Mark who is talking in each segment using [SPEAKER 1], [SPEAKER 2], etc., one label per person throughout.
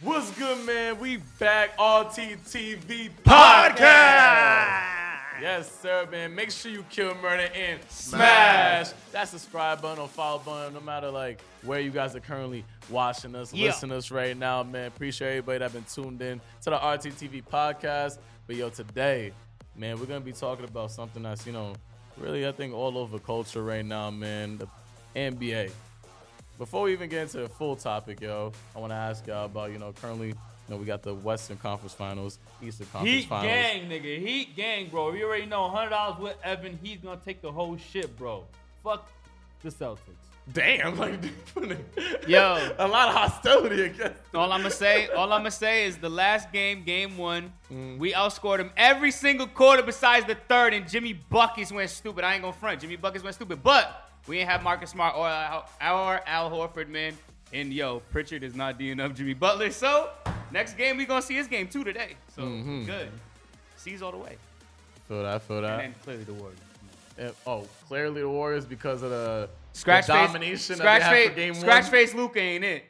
[SPEAKER 1] What's good, man? We back RTTV podcast. Yes, sir, man. Make sure you kill, murder, and smash. That's the subscribe button or follow button, no matter like where you guys are currently watching us,
[SPEAKER 2] Yeah.
[SPEAKER 1] listening to us right now, man. Appreciate everybody that been tuned in to the RTTV podcast. But yo, today, man, we're gonna be talking about something that's you know really I think all over culture right now, man. The NBA before we even get into the full topic, yo, I want to ask y'all about, you know, currently, you know, we got the Western Conference Finals, Eastern Conference
[SPEAKER 2] Heat
[SPEAKER 1] Finals.
[SPEAKER 2] gang, nigga. Heat gang, bro. We already know $100 with Evan. He's going to take the whole shit, bro. Fuck the Celtics.
[SPEAKER 1] Damn, like,
[SPEAKER 3] Yo.
[SPEAKER 1] a lot of hostility against.
[SPEAKER 3] All I'm gonna say, all I'm gonna say is the last game, game one, we outscored them every single quarter besides the third, and Jimmy Buckets went stupid. I ain't gonna front. Jimmy Buckets went stupid, but we ain't have Marcus Smart or Al, or Al Horford, man. And yo, Pritchard is not D'ing up Jimmy Butler. So next game we gonna see his game two today. So
[SPEAKER 1] Mhm.
[SPEAKER 3] good. Sees all the way.
[SPEAKER 1] Feel that, feel
[SPEAKER 3] And
[SPEAKER 1] that.
[SPEAKER 3] then clearly the Warriors.
[SPEAKER 1] And- oh, clearly the Warriors because of the,
[SPEAKER 3] Scratch
[SPEAKER 1] the
[SPEAKER 3] face,
[SPEAKER 1] domination
[SPEAKER 3] scratch
[SPEAKER 1] that they
[SPEAKER 3] face,
[SPEAKER 1] had for game
[SPEAKER 3] scratch
[SPEAKER 1] one.
[SPEAKER 3] face. Luca ain't it?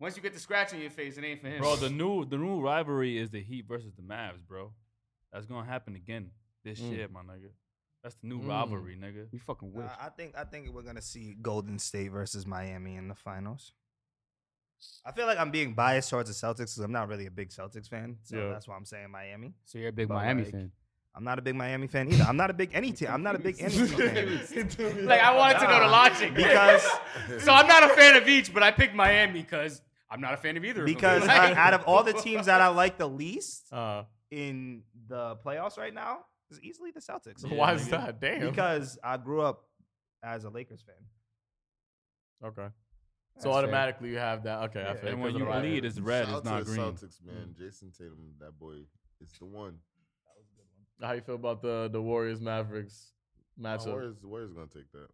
[SPEAKER 3] Once you get the scratch in your face, it ain't for him.
[SPEAKER 2] Bro, the new the new rivalry is the Heat versus the Mavs, bro. That's going to happen again this
[SPEAKER 1] Mm.
[SPEAKER 2] year, my nigga. That's the new
[SPEAKER 1] Mm.
[SPEAKER 2] rivalry, nigga.
[SPEAKER 3] we fucking
[SPEAKER 4] Nah,
[SPEAKER 3] wish.
[SPEAKER 4] Uh, I think I think we're gonna see Golden State versus Miami in the finals. I feel like I'm being biased towards the Celtics because I'm not really a big Celtics fan, so
[SPEAKER 1] Yeah.
[SPEAKER 4] that's why I'm saying Miami.
[SPEAKER 3] So you're a big
[SPEAKER 4] But,
[SPEAKER 3] Miami
[SPEAKER 4] like,
[SPEAKER 3] fan.
[SPEAKER 4] I'm not a big Miami fan either. I'm not a big any team. I'm not a big any team fan
[SPEAKER 3] Like I wanted to know the
[SPEAKER 4] Nah,
[SPEAKER 3] logic
[SPEAKER 4] because
[SPEAKER 3] so I'm not a fan of each, but I picked Miami because I'm not a fan of either.
[SPEAKER 4] because
[SPEAKER 3] of them. Oh,
[SPEAKER 4] I- out of all the teams that I like the least
[SPEAKER 1] Uh,
[SPEAKER 4] in the playoffs right now, is easily the Celtics.
[SPEAKER 2] Yeah,
[SPEAKER 1] why is
[SPEAKER 2] nigga.
[SPEAKER 1] that? Damn.
[SPEAKER 4] Because I grew up as a Lakers fan.
[SPEAKER 1] okay.
[SPEAKER 4] That's
[SPEAKER 1] So
[SPEAKER 4] fair.
[SPEAKER 1] automatically you have that. Okay,
[SPEAKER 4] Yeah,
[SPEAKER 1] I feel because
[SPEAKER 2] And when
[SPEAKER 1] of
[SPEAKER 2] you
[SPEAKER 1] the rivalry.
[SPEAKER 2] bleed, it's red,
[SPEAKER 5] Shout
[SPEAKER 2] it's
[SPEAKER 5] out
[SPEAKER 2] not
[SPEAKER 5] to the
[SPEAKER 2] green.
[SPEAKER 5] Celtics, man.
[SPEAKER 3] Mm.
[SPEAKER 5] Jason Tatum, that boy, it's the one.
[SPEAKER 1] How you feel about the the Warriors Mavericks
[SPEAKER 5] Now,
[SPEAKER 1] matchup?
[SPEAKER 5] Warriors, Warriors gonna take that.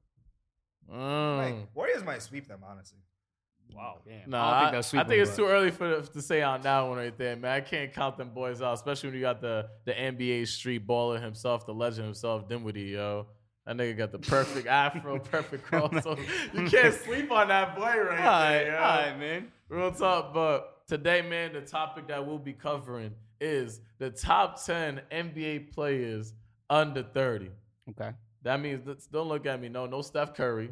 [SPEAKER 5] Oh
[SPEAKER 4] Like,
[SPEAKER 1] Mm.
[SPEAKER 4] Warriors might sweep them honestly.
[SPEAKER 3] wow, damn.
[SPEAKER 1] No,
[SPEAKER 3] I
[SPEAKER 1] I
[SPEAKER 3] don't think
[SPEAKER 1] I
[SPEAKER 3] that's
[SPEAKER 1] think,
[SPEAKER 3] sweet.
[SPEAKER 1] it's too early for to say on that one right there, man. I can't count them boys out, especially when you got the the NBA street baller himself, the legend himself, Dinwiddie, yo. That nigga got the perfect afro, perfect crossover. You can't sleep on that boy right
[SPEAKER 3] All right,
[SPEAKER 1] there, yo.
[SPEAKER 3] all right, man.
[SPEAKER 1] Real talk, but today, man, the topic that we'll be covering is the top 10 NBA players under 30.
[SPEAKER 3] Okay.
[SPEAKER 1] That means, don't look at me. No, no Steph Curry.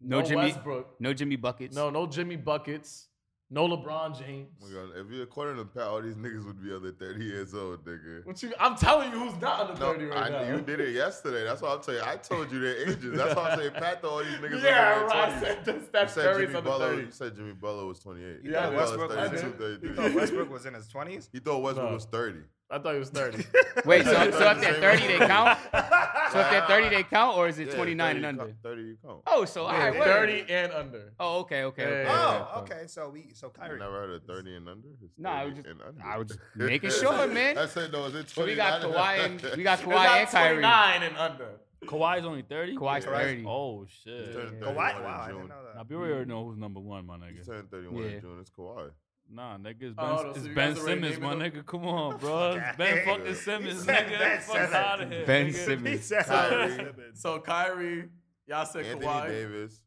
[SPEAKER 3] No, Jimmy.
[SPEAKER 1] Westbrook.
[SPEAKER 3] No Jimmy buckets.
[SPEAKER 1] No, no Jimmy Buckets. No LeBron James.
[SPEAKER 5] Oh my God, if you're according to Pat, all these niggas would be under 30 years old, nigga.
[SPEAKER 1] What you, I'm telling you who's not under
[SPEAKER 5] No,
[SPEAKER 1] 30 right
[SPEAKER 5] I,
[SPEAKER 1] now.
[SPEAKER 5] you did it yesterday. That's what I'm telling you. I told you their ages. That's why I'm saying Pat thought all these niggas
[SPEAKER 1] yeah,
[SPEAKER 5] under
[SPEAKER 1] right. I
[SPEAKER 5] 20s.
[SPEAKER 1] said that
[SPEAKER 5] You
[SPEAKER 1] Steph
[SPEAKER 5] said,
[SPEAKER 1] Curry's
[SPEAKER 5] Jimmy
[SPEAKER 1] under
[SPEAKER 5] Butler,
[SPEAKER 1] 30.
[SPEAKER 5] you said Jimmy Butler was 28.
[SPEAKER 4] You
[SPEAKER 1] Yeah,
[SPEAKER 5] Jimmy Butler's
[SPEAKER 4] Westbrook-
[SPEAKER 5] 32,
[SPEAKER 4] I did.
[SPEAKER 5] 33.
[SPEAKER 4] You thought Westbrook was in his twenties.
[SPEAKER 5] He thought Westbrook
[SPEAKER 1] No.
[SPEAKER 5] was 30.
[SPEAKER 1] I thought he was 30.
[SPEAKER 3] Wait, so, so if they're 30,
[SPEAKER 5] Same
[SPEAKER 3] they count. So if they're
[SPEAKER 5] Nah.
[SPEAKER 3] 30, they count, or is it
[SPEAKER 5] Yeah,
[SPEAKER 3] 29 and
[SPEAKER 5] 30 you
[SPEAKER 3] under?
[SPEAKER 5] count- 30 you count.
[SPEAKER 3] Oh, so all right, wait.
[SPEAKER 1] 30 and under.
[SPEAKER 3] Oh, okay, okay. okay.
[SPEAKER 1] Yeah, yeah,
[SPEAKER 4] Oh, okay. So we so
[SPEAKER 5] You
[SPEAKER 4] Kyrie.
[SPEAKER 5] never heard of 30 and under? It's
[SPEAKER 3] Nah, I
[SPEAKER 5] 30
[SPEAKER 3] was just-
[SPEAKER 5] and under.
[SPEAKER 3] I was just making sure, man.
[SPEAKER 5] I said, no, is it 29
[SPEAKER 3] So we got
[SPEAKER 5] and
[SPEAKER 3] Kawhi and
[SPEAKER 5] under?
[SPEAKER 3] we got
[SPEAKER 1] It's not
[SPEAKER 3] Kawhi and Kyrie.
[SPEAKER 1] 29 and under.
[SPEAKER 2] Kawhi's only 30?
[SPEAKER 3] Kawhi's
[SPEAKER 5] Yeah.
[SPEAKER 3] 30.
[SPEAKER 2] Oh,
[SPEAKER 5] He's
[SPEAKER 2] shit.
[SPEAKER 5] turning
[SPEAKER 4] Kawhi.
[SPEAKER 5] 31 in
[SPEAKER 4] Wow, I didn't
[SPEAKER 5] June.
[SPEAKER 4] know
[SPEAKER 2] Now,
[SPEAKER 4] that.
[SPEAKER 2] we already know who's number one, my
[SPEAKER 5] He's
[SPEAKER 2] nigga.
[SPEAKER 5] turning 31
[SPEAKER 3] Yeah.
[SPEAKER 5] in June. It's Kawhi.
[SPEAKER 2] Nah, nigga, it's Ben,
[SPEAKER 1] Oh, so
[SPEAKER 2] it's
[SPEAKER 1] you
[SPEAKER 2] ben
[SPEAKER 1] guys already
[SPEAKER 2] Simmons, my
[SPEAKER 1] naming
[SPEAKER 2] nigga. Come on, bro. It's Ben
[SPEAKER 4] Okay.
[SPEAKER 2] fucking
[SPEAKER 5] He
[SPEAKER 2] Simmons,
[SPEAKER 4] said
[SPEAKER 2] nigga.
[SPEAKER 4] Ben
[SPEAKER 2] Fuck
[SPEAKER 4] Simmons.
[SPEAKER 2] out of here.
[SPEAKER 3] Ben
[SPEAKER 2] nigga.
[SPEAKER 3] Simmons.
[SPEAKER 5] Kyrie.
[SPEAKER 1] So Kyrie, y'all said
[SPEAKER 5] Anthony
[SPEAKER 1] Kawhi.
[SPEAKER 5] Davis.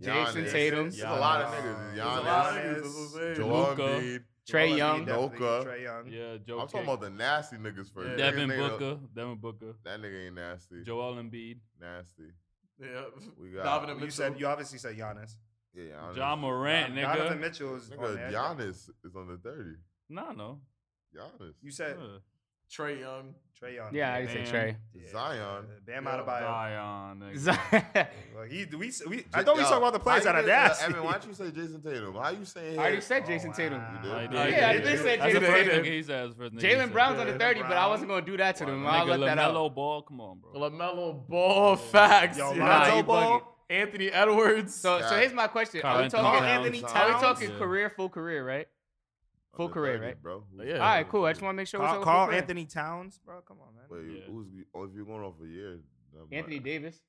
[SPEAKER 3] Jason
[SPEAKER 5] Giannis.
[SPEAKER 3] Tatum.
[SPEAKER 5] It's a lot of niggas. It's
[SPEAKER 1] There's a
[SPEAKER 4] Giannis.
[SPEAKER 1] lot of
[SPEAKER 5] Giannis.
[SPEAKER 1] niggas, that's what I'm saying.
[SPEAKER 5] Joel
[SPEAKER 2] Luka.
[SPEAKER 5] Embiid.
[SPEAKER 3] Trey
[SPEAKER 4] Joel Embiid
[SPEAKER 3] Young.
[SPEAKER 4] definitely,
[SPEAKER 5] Noka.
[SPEAKER 4] Trey Young.
[SPEAKER 2] Yeah, Joe.
[SPEAKER 5] I'm talking
[SPEAKER 2] Kidd.
[SPEAKER 5] about the nasty niggas first.
[SPEAKER 1] Yeah.
[SPEAKER 2] Devin
[SPEAKER 5] Niggas ain't-
[SPEAKER 2] Booker. Devin Booker.
[SPEAKER 5] That nigga ain't nasty.
[SPEAKER 2] Joel Embiid.
[SPEAKER 5] Nasty.
[SPEAKER 1] Yeah.
[SPEAKER 5] We
[SPEAKER 1] Donovan
[SPEAKER 5] got
[SPEAKER 1] and
[SPEAKER 4] You said you obviously said Giannis.
[SPEAKER 5] yeah, Giannis.
[SPEAKER 2] John Morant,
[SPEAKER 4] Don- Donovan
[SPEAKER 2] nigga.
[SPEAKER 4] Mitchell is on
[SPEAKER 5] Nigga,
[SPEAKER 4] there.
[SPEAKER 5] Giannis is on the 30.
[SPEAKER 2] Nah, no.
[SPEAKER 5] Giannis.
[SPEAKER 4] You said
[SPEAKER 2] Yeah.
[SPEAKER 1] Trey Young.
[SPEAKER 4] Trey Young.
[SPEAKER 3] Yeah, I said
[SPEAKER 2] Man.
[SPEAKER 3] Trey.
[SPEAKER 5] Zion.
[SPEAKER 4] Bam out of bio.
[SPEAKER 2] Zion, nigga.
[SPEAKER 4] He, we, we, I thought we talked about the players that are nasty.
[SPEAKER 5] Evan, why don't you say Jason Tatum? How you saying
[SPEAKER 3] I already
[SPEAKER 5] his-
[SPEAKER 3] said
[SPEAKER 4] Oh,
[SPEAKER 3] Jason
[SPEAKER 4] wow.
[SPEAKER 3] Tatum.
[SPEAKER 5] You did?
[SPEAKER 2] I did.
[SPEAKER 1] Yeah, I did
[SPEAKER 3] say
[SPEAKER 2] That's the
[SPEAKER 3] Jalen
[SPEAKER 2] first
[SPEAKER 1] Brown.
[SPEAKER 2] nigga he said. That's the first nigga he
[SPEAKER 3] Jalen
[SPEAKER 2] said.
[SPEAKER 3] Brown's
[SPEAKER 2] Yeah.
[SPEAKER 3] under 30, but I
[SPEAKER 4] Brown.
[SPEAKER 3] wasn't going to do that to them.
[SPEAKER 2] Nigga,
[SPEAKER 3] I'll let that out.
[SPEAKER 2] LaMelo Ball, come on, bro.
[SPEAKER 1] LaMelo Ball facts.
[SPEAKER 4] Yo,
[SPEAKER 1] yeah.
[SPEAKER 3] Lonzo
[SPEAKER 4] Lonzo
[SPEAKER 3] he bugging.
[SPEAKER 4] Ball.
[SPEAKER 1] Anthony Edwards.
[SPEAKER 3] So, so
[SPEAKER 5] Yeah.
[SPEAKER 3] here's my question. Are we
[SPEAKER 2] Carl
[SPEAKER 3] talking,
[SPEAKER 2] Anthony
[SPEAKER 3] are
[SPEAKER 4] Anthony
[SPEAKER 5] Towns.
[SPEAKER 4] Towns.
[SPEAKER 3] we talking
[SPEAKER 2] Yeah.
[SPEAKER 3] career, full career, right? full
[SPEAKER 5] Under
[SPEAKER 3] career,
[SPEAKER 5] 30,
[SPEAKER 3] right?
[SPEAKER 5] Bro.
[SPEAKER 1] Yeah.
[SPEAKER 3] All right, cool. I just want to make sure we're
[SPEAKER 4] Carl,
[SPEAKER 3] talking
[SPEAKER 4] Carl
[SPEAKER 3] full career.
[SPEAKER 4] Anthony Towns, bro. Come on, man.
[SPEAKER 2] Yeah.
[SPEAKER 5] Wait, who's oh, if you're going off a year? then I'm
[SPEAKER 3] Anthony
[SPEAKER 5] like-
[SPEAKER 3] Davis.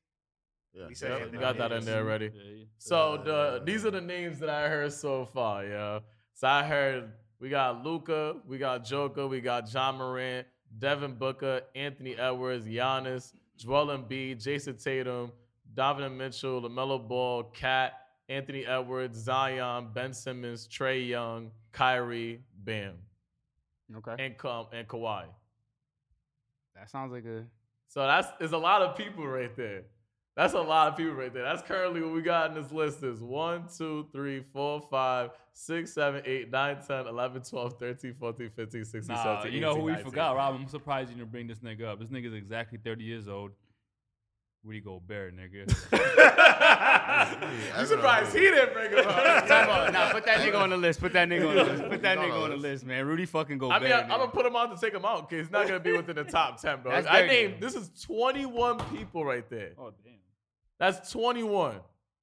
[SPEAKER 5] Yeah.
[SPEAKER 4] We said
[SPEAKER 1] Yep,
[SPEAKER 4] Anthony
[SPEAKER 1] got that in
[SPEAKER 4] Davis.
[SPEAKER 1] there already.
[SPEAKER 2] Yeah, yeah.
[SPEAKER 1] So
[SPEAKER 5] Yeah, yeah,
[SPEAKER 1] the
[SPEAKER 5] yeah.
[SPEAKER 1] these are the names that I heard so far, yeah. So I heard we got Luca, we got Joker, we got John Morant, Devin Booker, Anthony Edwards, Giannis, Joel Embiid, Jason Tatum, Donovan Mitchell, LaMelo Ball, Cat, Anthony Edwards, Zion, Ben Simmons, Trey Young, Kyrie, Bam,
[SPEAKER 3] Okay.
[SPEAKER 1] and Ka- and Kawhi.
[SPEAKER 3] That sounds like a
[SPEAKER 1] So that's is a lot of people right there. That's a lot of people right there. That's currently what we got in this list is 1, 2, 3, 4, 5, 6, 7, 8, 9, 10, 11, 12, 13, 14, 15, 16,
[SPEAKER 2] Nah,
[SPEAKER 1] 17,
[SPEAKER 2] you know
[SPEAKER 1] 18,
[SPEAKER 2] who we
[SPEAKER 1] 19.
[SPEAKER 2] forgot, Rob? I'm surprised you didn't bring this nigga up. This nigga's exactly 30 years old. Rudy Gobert, nigga.
[SPEAKER 1] you surprised he didn't bring him up.
[SPEAKER 3] Time out. Nah, put that nigga on the list. Put that nigga on the list. Put that
[SPEAKER 5] No,
[SPEAKER 3] nigga
[SPEAKER 5] no,
[SPEAKER 3] on the
[SPEAKER 5] that's-
[SPEAKER 3] list, man. Rudy fucking go
[SPEAKER 1] I mean, I,
[SPEAKER 3] bad.
[SPEAKER 1] am gonna put him on to take him out because he's not gonna be within the top ten, bro.
[SPEAKER 3] That's
[SPEAKER 1] I
[SPEAKER 3] dirty.
[SPEAKER 1] named this is 21 people right there.
[SPEAKER 2] oh, damn.
[SPEAKER 1] That's 21.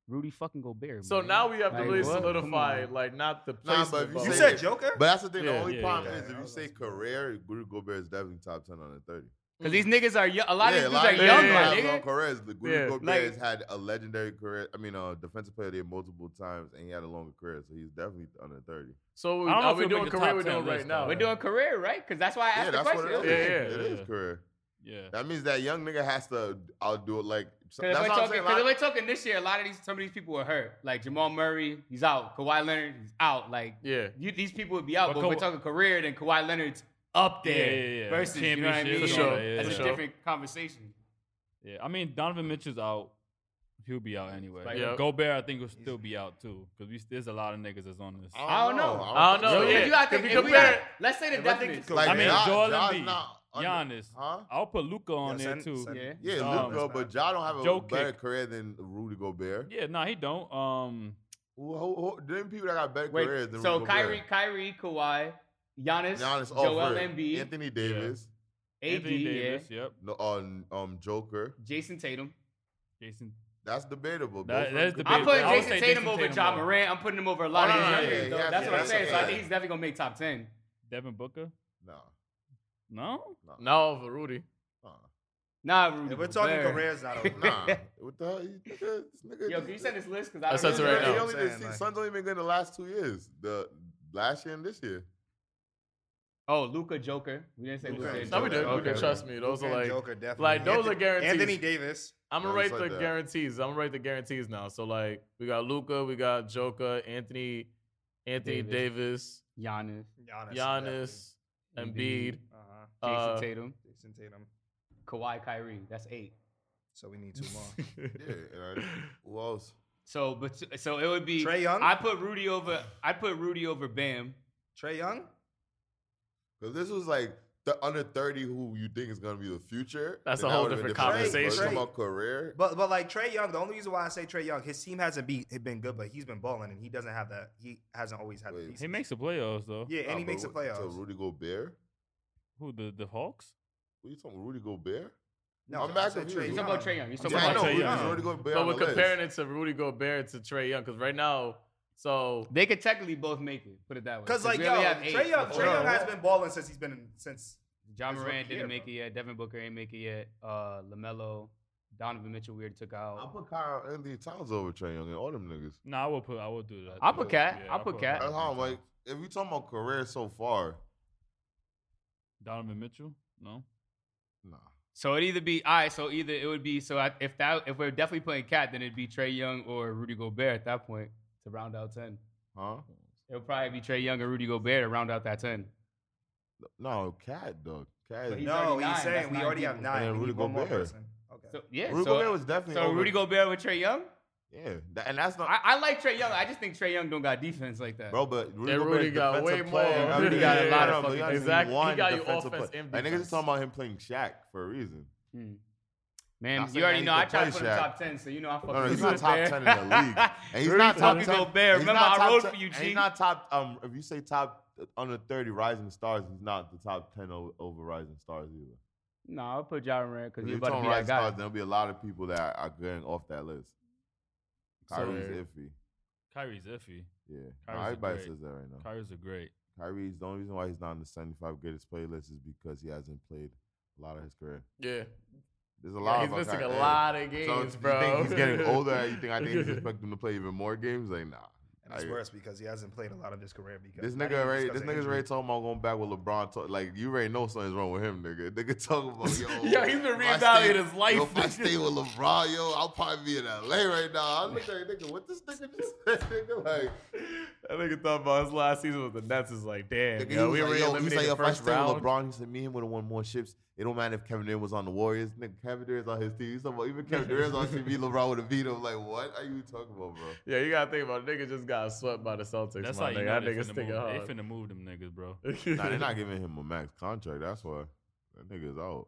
[SPEAKER 3] Rudy fucking go bear.
[SPEAKER 1] So now we have to
[SPEAKER 3] Like,
[SPEAKER 1] really
[SPEAKER 3] what?
[SPEAKER 1] solidify,
[SPEAKER 3] Come
[SPEAKER 1] like not the
[SPEAKER 5] Nah,
[SPEAKER 1] place.
[SPEAKER 5] but if you
[SPEAKER 4] You
[SPEAKER 5] Yeah.
[SPEAKER 4] said Joker?
[SPEAKER 5] But that's the thing.
[SPEAKER 1] Yeah,
[SPEAKER 5] the only
[SPEAKER 2] yeah,
[SPEAKER 5] problem
[SPEAKER 4] yeah.
[SPEAKER 5] is if you say career, Rudy Gobert is definitely top ten on the thirty.
[SPEAKER 3] because these niggas are young. A lot
[SPEAKER 5] Yeah,
[SPEAKER 3] of these dudes are
[SPEAKER 1] of
[SPEAKER 3] young,
[SPEAKER 1] these
[SPEAKER 3] my
[SPEAKER 1] guys
[SPEAKER 5] guys on
[SPEAKER 3] nigga.
[SPEAKER 5] careers. The Rudy
[SPEAKER 1] Yeah,
[SPEAKER 5] Gobert
[SPEAKER 3] like-
[SPEAKER 5] has had a legendary career. I mean, uh, defensive player there multiple times, and he had a longer career, so he's definitely under thirty.
[SPEAKER 1] so
[SPEAKER 2] I don't know
[SPEAKER 1] are
[SPEAKER 2] if
[SPEAKER 1] we
[SPEAKER 2] he'll
[SPEAKER 1] doing
[SPEAKER 2] make a
[SPEAKER 1] career?
[SPEAKER 2] top
[SPEAKER 1] We're
[SPEAKER 2] 10
[SPEAKER 1] doing right
[SPEAKER 2] list,
[SPEAKER 1] now.
[SPEAKER 2] though.
[SPEAKER 3] We're doing career, right? Because that's why I asked
[SPEAKER 5] Yeah,
[SPEAKER 3] the
[SPEAKER 5] that's
[SPEAKER 3] question.
[SPEAKER 5] what it is.
[SPEAKER 1] Yeah, yeah,
[SPEAKER 5] it
[SPEAKER 2] yeah.
[SPEAKER 5] is career.
[SPEAKER 2] Yeah.
[SPEAKER 5] That means that young nigga has to outdo it. Like so-
[SPEAKER 3] Because we're
[SPEAKER 5] that's what I'm
[SPEAKER 3] talking,
[SPEAKER 5] saying.
[SPEAKER 3] because
[SPEAKER 5] like-
[SPEAKER 3] we're talking this year, a lot of these, some of these people were hurt. Like Jamal Murray, he's out. Kawhi Leonard, he's out. Like
[SPEAKER 1] Yeah.
[SPEAKER 3] you, these people would be out. But,
[SPEAKER 2] But
[SPEAKER 3] if we're
[SPEAKER 2] Ka-
[SPEAKER 3] talking career, then Kawhi Leonard's up there.
[SPEAKER 2] Yeah, yeah, yeah.
[SPEAKER 3] Versus, you know what I mean?
[SPEAKER 2] Championships,
[SPEAKER 1] For sure,
[SPEAKER 2] yeah,
[SPEAKER 3] That's
[SPEAKER 2] yeah,
[SPEAKER 3] a
[SPEAKER 1] yeah.
[SPEAKER 3] different conversation.
[SPEAKER 2] Yeah, I mean Donovan Mitchell's out. He'll be out anyway.
[SPEAKER 3] Like-
[SPEAKER 1] Yeah.
[SPEAKER 2] Gobert, I think, will still be out too because there's a lot of niggas that's on this.
[SPEAKER 3] I don't know.
[SPEAKER 1] I don't know.
[SPEAKER 5] think-
[SPEAKER 3] If
[SPEAKER 1] Yeah.
[SPEAKER 3] you got
[SPEAKER 1] If
[SPEAKER 3] to,
[SPEAKER 1] you
[SPEAKER 3] if we
[SPEAKER 1] compare-
[SPEAKER 3] got, let's say the
[SPEAKER 4] if I think
[SPEAKER 3] definition.
[SPEAKER 4] you
[SPEAKER 5] Like,
[SPEAKER 2] I mean,
[SPEAKER 5] Ja-
[SPEAKER 2] Joel
[SPEAKER 5] Ja's
[SPEAKER 2] Embiid,
[SPEAKER 5] not under-
[SPEAKER 2] Giannis.
[SPEAKER 5] Huh?
[SPEAKER 2] I'll put Luca on
[SPEAKER 4] Yeah,
[SPEAKER 2] there
[SPEAKER 4] send-
[SPEAKER 2] too.
[SPEAKER 4] send-
[SPEAKER 3] Yeah.
[SPEAKER 5] Yeah,
[SPEAKER 2] Um,
[SPEAKER 5] Luca, but Ja don't have a
[SPEAKER 2] Joe
[SPEAKER 5] better
[SPEAKER 2] Kick.
[SPEAKER 5] career than Rudy Gobert.
[SPEAKER 2] Yeah, nah, he don't. Um,
[SPEAKER 5] Who, who, who, them people that got better
[SPEAKER 3] Wait,
[SPEAKER 5] careers than
[SPEAKER 3] so
[SPEAKER 5] Rudy
[SPEAKER 3] Kyrie, Kyrie, Kawhi, Giannis,
[SPEAKER 5] Gobert. Giannis, all
[SPEAKER 3] Joel
[SPEAKER 5] three.
[SPEAKER 3] Embiid, AD,
[SPEAKER 5] Anthony Davis,
[SPEAKER 2] Anthony
[SPEAKER 3] yeah,
[SPEAKER 2] Davis. Yep.
[SPEAKER 5] no, um, um, Joker.
[SPEAKER 3] Jason Tatum.
[SPEAKER 2] Jason.
[SPEAKER 5] That's debatable.
[SPEAKER 2] That-
[SPEAKER 5] Both of
[SPEAKER 2] that is
[SPEAKER 5] them could
[SPEAKER 2] Yeah,
[SPEAKER 3] I'm
[SPEAKER 5] be-
[SPEAKER 2] debatable.
[SPEAKER 3] putting
[SPEAKER 2] I would
[SPEAKER 3] Jason
[SPEAKER 2] say
[SPEAKER 3] Tatum
[SPEAKER 2] Jason
[SPEAKER 3] over
[SPEAKER 2] Tatum
[SPEAKER 3] John
[SPEAKER 2] over.
[SPEAKER 3] Moran. I'm putting him over a lot
[SPEAKER 5] Oh,
[SPEAKER 3] of
[SPEAKER 5] no,
[SPEAKER 3] these
[SPEAKER 5] no,
[SPEAKER 3] young
[SPEAKER 5] yeah,
[SPEAKER 3] niggas,
[SPEAKER 5] he
[SPEAKER 3] though.
[SPEAKER 5] has-
[SPEAKER 3] That's
[SPEAKER 5] yeah,
[SPEAKER 3] what I'm
[SPEAKER 5] that's
[SPEAKER 3] saying. So I
[SPEAKER 5] okay.
[SPEAKER 3] think he's definitely gonna make top ten.
[SPEAKER 2] Devin Booker.
[SPEAKER 5] Nah,
[SPEAKER 2] No.
[SPEAKER 1] No, for Rudy.
[SPEAKER 5] nah,
[SPEAKER 3] Nah, Rudy.
[SPEAKER 4] If we're talking
[SPEAKER 3] Gobert.
[SPEAKER 4] careers, not over.
[SPEAKER 5] nah. What the hell? You- This nigga,
[SPEAKER 3] Yo,
[SPEAKER 5] just-
[SPEAKER 3] can you send this list? Cause
[SPEAKER 1] I
[SPEAKER 3] I
[SPEAKER 1] sent it
[SPEAKER 3] don't know.
[SPEAKER 1] right
[SPEAKER 5] He
[SPEAKER 1] now.
[SPEAKER 5] only
[SPEAKER 4] I'm
[SPEAKER 5] been,
[SPEAKER 4] saying,
[SPEAKER 5] see,
[SPEAKER 4] like-
[SPEAKER 5] Suns only been good in the last two years. The last year and this year.
[SPEAKER 3] Oh, Luca Joker. We didn't say
[SPEAKER 5] Luka
[SPEAKER 3] Luca.
[SPEAKER 5] and
[SPEAKER 1] No, we did.
[SPEAKER 5] Okay,
[SPEAKER 1] we did.
[SPEAKER 5] okay.
[SPEAKER 1] Trust me. Those
[SPEAKER 4] Luka
[SPEAKER 1] are
[SPEAKER 4] and
[SPEAKER 1] like.
[SPEAKER 4] Joker, definitely.
[SPEAKER 1] like, those
[SPEAKER 4] Anthony-
[SPEAKER 1] are guarantees.
[SPEAKER 4] Anthony Davis.
[SPEAKER 1] I'm gonna
[SPEAKER 5] Yeah,
[SPEAKER 1] rate
[SPEAKER 5] it's
[SPEAKER 1] the
[SPEAKER 5] like that.
[SPEAKER 1] guarantees. I'm gonna rate the guarantees now. So like, we got Luca, we got Joker, Anthony, Anthony Davis,
[SPEAKER 3] Giannis,
[SPEAKER 1] Giannis, Embiid,
[SPEAKER 4] Uh huh.
[SPEAKER 3] Jason
[SPEAKER 1] uh,
[SPEAKER 3] Tatum,
[SPEAKER 4] Jason Tatum.
[SPEAKER 3] Kawhi, Kyrie. That's eight.
[SPEAKER 4] So we need two more.
[SPEAKER 5] Yeah, and I, who else?
[SPEAKER 3] So, but so it would be.
[SPEAKER 4] Trae Young?
[SPEAKER 3] I put Rudy over. I put Rudy over Bam.
[SPEAKER 4] Trey Young.
[SPEAKER 5] Because this was like the under 30 who you think is going to be the future.
[SPEAKER 1] That's
[SPEAKER 5] then
[SPEAKER 1] a
[SPEAKER 5] that
[SPEAKER 1] whole
[SPEAKER 5] would've been
[SPEAKER 1] different
[SPEAKER 5] But
[SPEAKER 1] conversation.
[SPEAKER 5] talking about career.
[SPEAKER 4] But but like Trey Young, the only reason why I say Trey Young, his team hasn't be it been good, but he's been balling and he doesn't have that. He hasn't always had the
[SPEAKER 5] Wait.
[SPEAKER 4] pieces.
[SPEAKER 2] He makes the playoffs though.
[SPEAKER 4] yeah, and he makes the
[SPEAKER 5] a So
[SPEAKER 4] playoffs.
[SPEAKER 5] Rudy Gobert?
[SPEAKER 2] Who the the Hawks?
[SPEAKER 5] What you talking Rudy Gobert?
[SPEAKER 4] No,
[SPEAKER 5] I'm
[SPEAKER 4] I
[SPEAKER 5] back
[SPEAKER 4] said
[SPEAKER 5] confused.
[SPEAKER 4] Trae
[SPEAKER 3] You
[SPEAKER 5] He's
[SPEAKER 4] Young.
[SPEAKER 3] talking about Trae Young? You talking
[SPEAKER 5] Yeah, I
[SPEAKER 2] about
[SPEAKER 5] know.
[SPEAKER 2] Trae
[SPEAKER 5] Rudy-
[SPEAKER 2] Young.
[SPEAKER 5] is Rudy Gobert
[SPEAKER 1] But
[SPEAKER 5] on
[SPEAKER 1] we're
[SPEAKER 5] the list.
[SPEAKER 1] comparing it to Rudy Gobert to Trey Young because right now, so
[SPEAKER 3] They could technically both make it. Put it that way.
[SPEAKER 4] Because like
[SPEAKER 3] we
[SPEAKER 4] yo,
[SPEAKER 3] only have eight.
[SPEAKER 4] Trey Young,
[SPEAKER 3] Hold
[SPEAKER 4] Trey
[SPEAKER 3] on.
[SPEAKER 4] Young has been balling since he's been in, since.
[SPEAKER 3] John
[SPEAKER 4] his
[SPEAKER 3] Moran
[SPEAKER 4] rookie
[SPEAKER 3] didn't
[SPEAKER 4] year,
[SPEAKER 3] make
[SPEAKER 4] bro.
[SPEAKER 3] it yet. Devin Booker ain't make it yet. Uh, Lamelo, Donovan Mitchell, weird took
[SPEAKER 5] I'll
[SPEAKER 3] out.
[SPEAKER 5] put Kyle Anthony Towns over Trae Young and all them niggas.
[SPEAKER 2] Nah, I will put. I will do that.
[SPEAKER 3] I'll put Cat.
[SPEAKER 2] Yeah,
[SPEAKER 3] I'll put Cat.
[SPEAKER 5] That's how I'm like, if you talking about career so far,
[SPEAKER 2] Donovan Mitchell. No.
[SPEAKER 5] nah.
[SPEAKER 3] So it'd either be I. so either it would be so I, if that if we're definitely playing Cat, then it'd be Trey Young or Rudy Gobert at that point to round out ten.
[SPEAKER 5] Huh?
[SPEAKER 3] It'll probably be Trey Young or Rudy Gobert to round out that ten.
[SPEAKER 5] No, Cat, dog. Cat.
[SPEAKER 3] But
[SPEAKER 5] is-
[SPEAKER 3] he's
[SPEAKER 4] no,
[SPEAKER 3] already
[SPEAKER 4] he's
[SPEAKER 3] nine.
[SPEAKER 4] saying
[SPEAKER 3] That's
[SPEAKER 4] we
[SPEAKER 3] nine
[SPEAKER 4] already
[SPEAKER 3] people.
[SPEAKER 4] have nine.
[SPEAKER 5] And
[SPEAKER 4] we
[SPEAKER 5] Rudy
[SPEAKER 4] need one more
[SPEAKER 5] Gobert.
[SPEAKER 4] person. Okay.
[SPEAKER 3] So yeah,
[SPEAKER 5] Rudy
[SPEAKER 3] so,
[SPEAKER 5] Gobert was definitely
[SPEAKER 3] so
[SPEAKER 5] over-
[SPEAKER 3] Rudy Gobert with Trey Young.
[SPEAKER 5] Yeah. That, and that's not.
[SPEAKER 3] I, I like Trey Young. I just think Trey Young don't got defense like that.
[SPEAKER 5] Bro, but Rudy,
[SPEAKER 1] Yeah,
[SPEAKER 5] Gobert
[SPEAKER 1] Rudy
[SPEAKER 5] is
[SPEAKER 1] got
[SPEAKER 5] defensive
[SPEAKER 1] way
[SPEAKER 5] player.
[SPEAKER 1] more.
[SPEAKER 5] I
[SPEAKER 3] Rudy got a lot of
[SPEAKER 5] no, but
[SPEAKER 3] fucking-
[SPEAKER 5] you understand,
[SPEAKER 1] Exactly. He
[SPEAKER 5] one
[SPEAKER 1] got you
[SPEAKER 5] defensive
[SPEAKER 1] offense
[SPEAKER 5] player.
[SPEAKER 1] and
[SPEAKER 5] Like, niggas
[SPEAKER 1] defense.
[SPEAKER 5] just talking about him playing Shaq for a reason.
[SPEAKER 3] Hmm. Man,
[SPEAKER 5] Not
[SPEAKER 3] you
[SPEAKER 5] saying
[SPEAKER 3] already
[SPEAKER 5] that
[SPEAKER 3] know
[SPEAKER 5] he
[SPEAKER 3] I
[SPEAKER 5] could
[SPEAKER 3] tried to
[SPEAKER 5] play
[SPEAKER 3] put him
[SPEAKER 5] Shaq.
[SPEAKER 3] top ten, so you know I fucking.
[SPEAKER 5] No, no, he's
[SPEAKER 3] with
[SPEAKER 5] not top
[SPEAKER 3] Gobert.
[SPEAKER 5] ten in the league, and he's
[SPEAKER 3] Rudy
[SPEAKER 5] not top
[SPEAKER 3] fucking
[SPEAKER 5] ten.
[SPEAKER 3] Gobert.
[SPEAKER 5] he's
[SPEAKER 3] Remember,
[SPEAKER 5] not
[SPEAKER 3] I
[SPEAKER 5] top
[SPEAKER 3] rode
[SPEAKER 5] 10
[SPEAKER 3] for you,
[SPEAKER 5] and
[SPEAKER 3] G.
[SPEAKER 5] He's not top. Um, if you say top uh, under thirty, Rising Stars, he's not the top ten o- over Rising Stars either.
[SPEAKER 3] No, I'll put John Moran because
[SPEAKER 5] If
[SPEAKER 3] he's
[SPEAKER 5] you
[SPEAKER 3] about to
[SPEAKER 5] talking
[SPEAKER 3] be that
[SPEAKER 5] Rising
[SPEAKER 3] guy.
[SPEAKER 5] Stars, there'll be a lot of people that are going off that list.
[SPEAKER 1] So-
[SPEAKER 5] Kyrie's iffy.
[SPEAKER 2] Kyrie's iffy.
[SPEAKER 5] Yeah,
[SPEAKER 2] Kyrie's a
[SPEAKER 5] everybody
[SPEAKER 2] great-
[SPEAKER 5] says that right now.
[SPEAKER 2] Kyrie's a great.
[SPEAKER 5] Kyrie's the only reason why he's not on the seventy-five greatest playlist is because he hasn't played a lot of his career.
[SPEAKER 1] yeah,
[SPEAKER 5] There's a lot.
[SPEAKER 1] he's
[SPEAKER 5] of
[SPEAKER 1] missing a
[SPEAKER 5] Kyrie.
[SPEAKER 1] lot of
[SPEAKER 5] So
[SPEAKER 1] games,
[SPEAKER 5] you
[SPEAKER 1] bro.
[SPEAKER 5] think he's getting older? You think I didn't expect him to play even more games? Like, nah. I-
[SPEAKER 4] It's worse because he hasn't played a lot of his career. Because
[SPEAKER 5] This
[SPEAKER 4] not
[SPEAKER 5] nigga
[SPEAKER 4] even
[SPEAKER 5] already,
[SPEAKER 4] because of
[SPEAKER 5] this nigga's
[SPEAKER 4] injury.
[SPEAKER 5] already talking about going back with LeBron. Talk, like you already know something's wrong with him, nigga. Nigga talking about yo.
[SPEAKER 1] Yo, he's been
[SPEAKER 5] if I
[SPEAKER 1] reevaluating
[SPEAKER 5] stay-
[SPEAKER 1] his life,
[SPEAKER 5] Yo, if I
[SPEAKER 1] nigga.
[SPEAKER 5] stay with LeBron, yo, I'll probably be in LA right now. I look at that nigga, what this nigga just said, nigga? Like,
[SPEAKER 1] That nigga thought about his last season with the Nets is like, damn,
[SPEAKER 5] nigga,
[SPEAKER 1] yo,
[SPEAKER 5] he
[SPEAKER 1] we already
[SPEAKER 5] was like, yo, he's
[SPEAKER 1] eliminated
[SPEAKER 5] like, if I
[SPEAKER 1] first
[SPEAKER 5] stay
[SPEAKER 1] round.
[SPEAKER 5] with LeBron, he said, me and him would have won more ships. It don't matter if Kevin Durant was on the Warriors, nigga. Kevin Durant's on his team. He's talking about even Kevin Durant's on TV. LeBron would have beat him. Like, what are you talking about, bro?
[SPEAKER 1] Yeah, you gotta think about it. Nigga just got swept by the Celtics.
[SPEAKER 2] That's
[SPEAKER 1] my
[SPEAKER 2] how you
[SPEAKER 1] nigga.
[SPEAKER 2] know
[SPEAKER 1] that
[SPEAKER 2] they
[SPEAKER 1] nigga's
[SPEAKER 2] finna,
[SPEAKER 1] thinking
[SPEAKER 2] move.
[SPEAKER 1] hard.
[SPEAKER 2] they finna move them niggas, bro.
[SPEAKER 5] Nah, they're not giving him a max contract. That's why that nigga's out.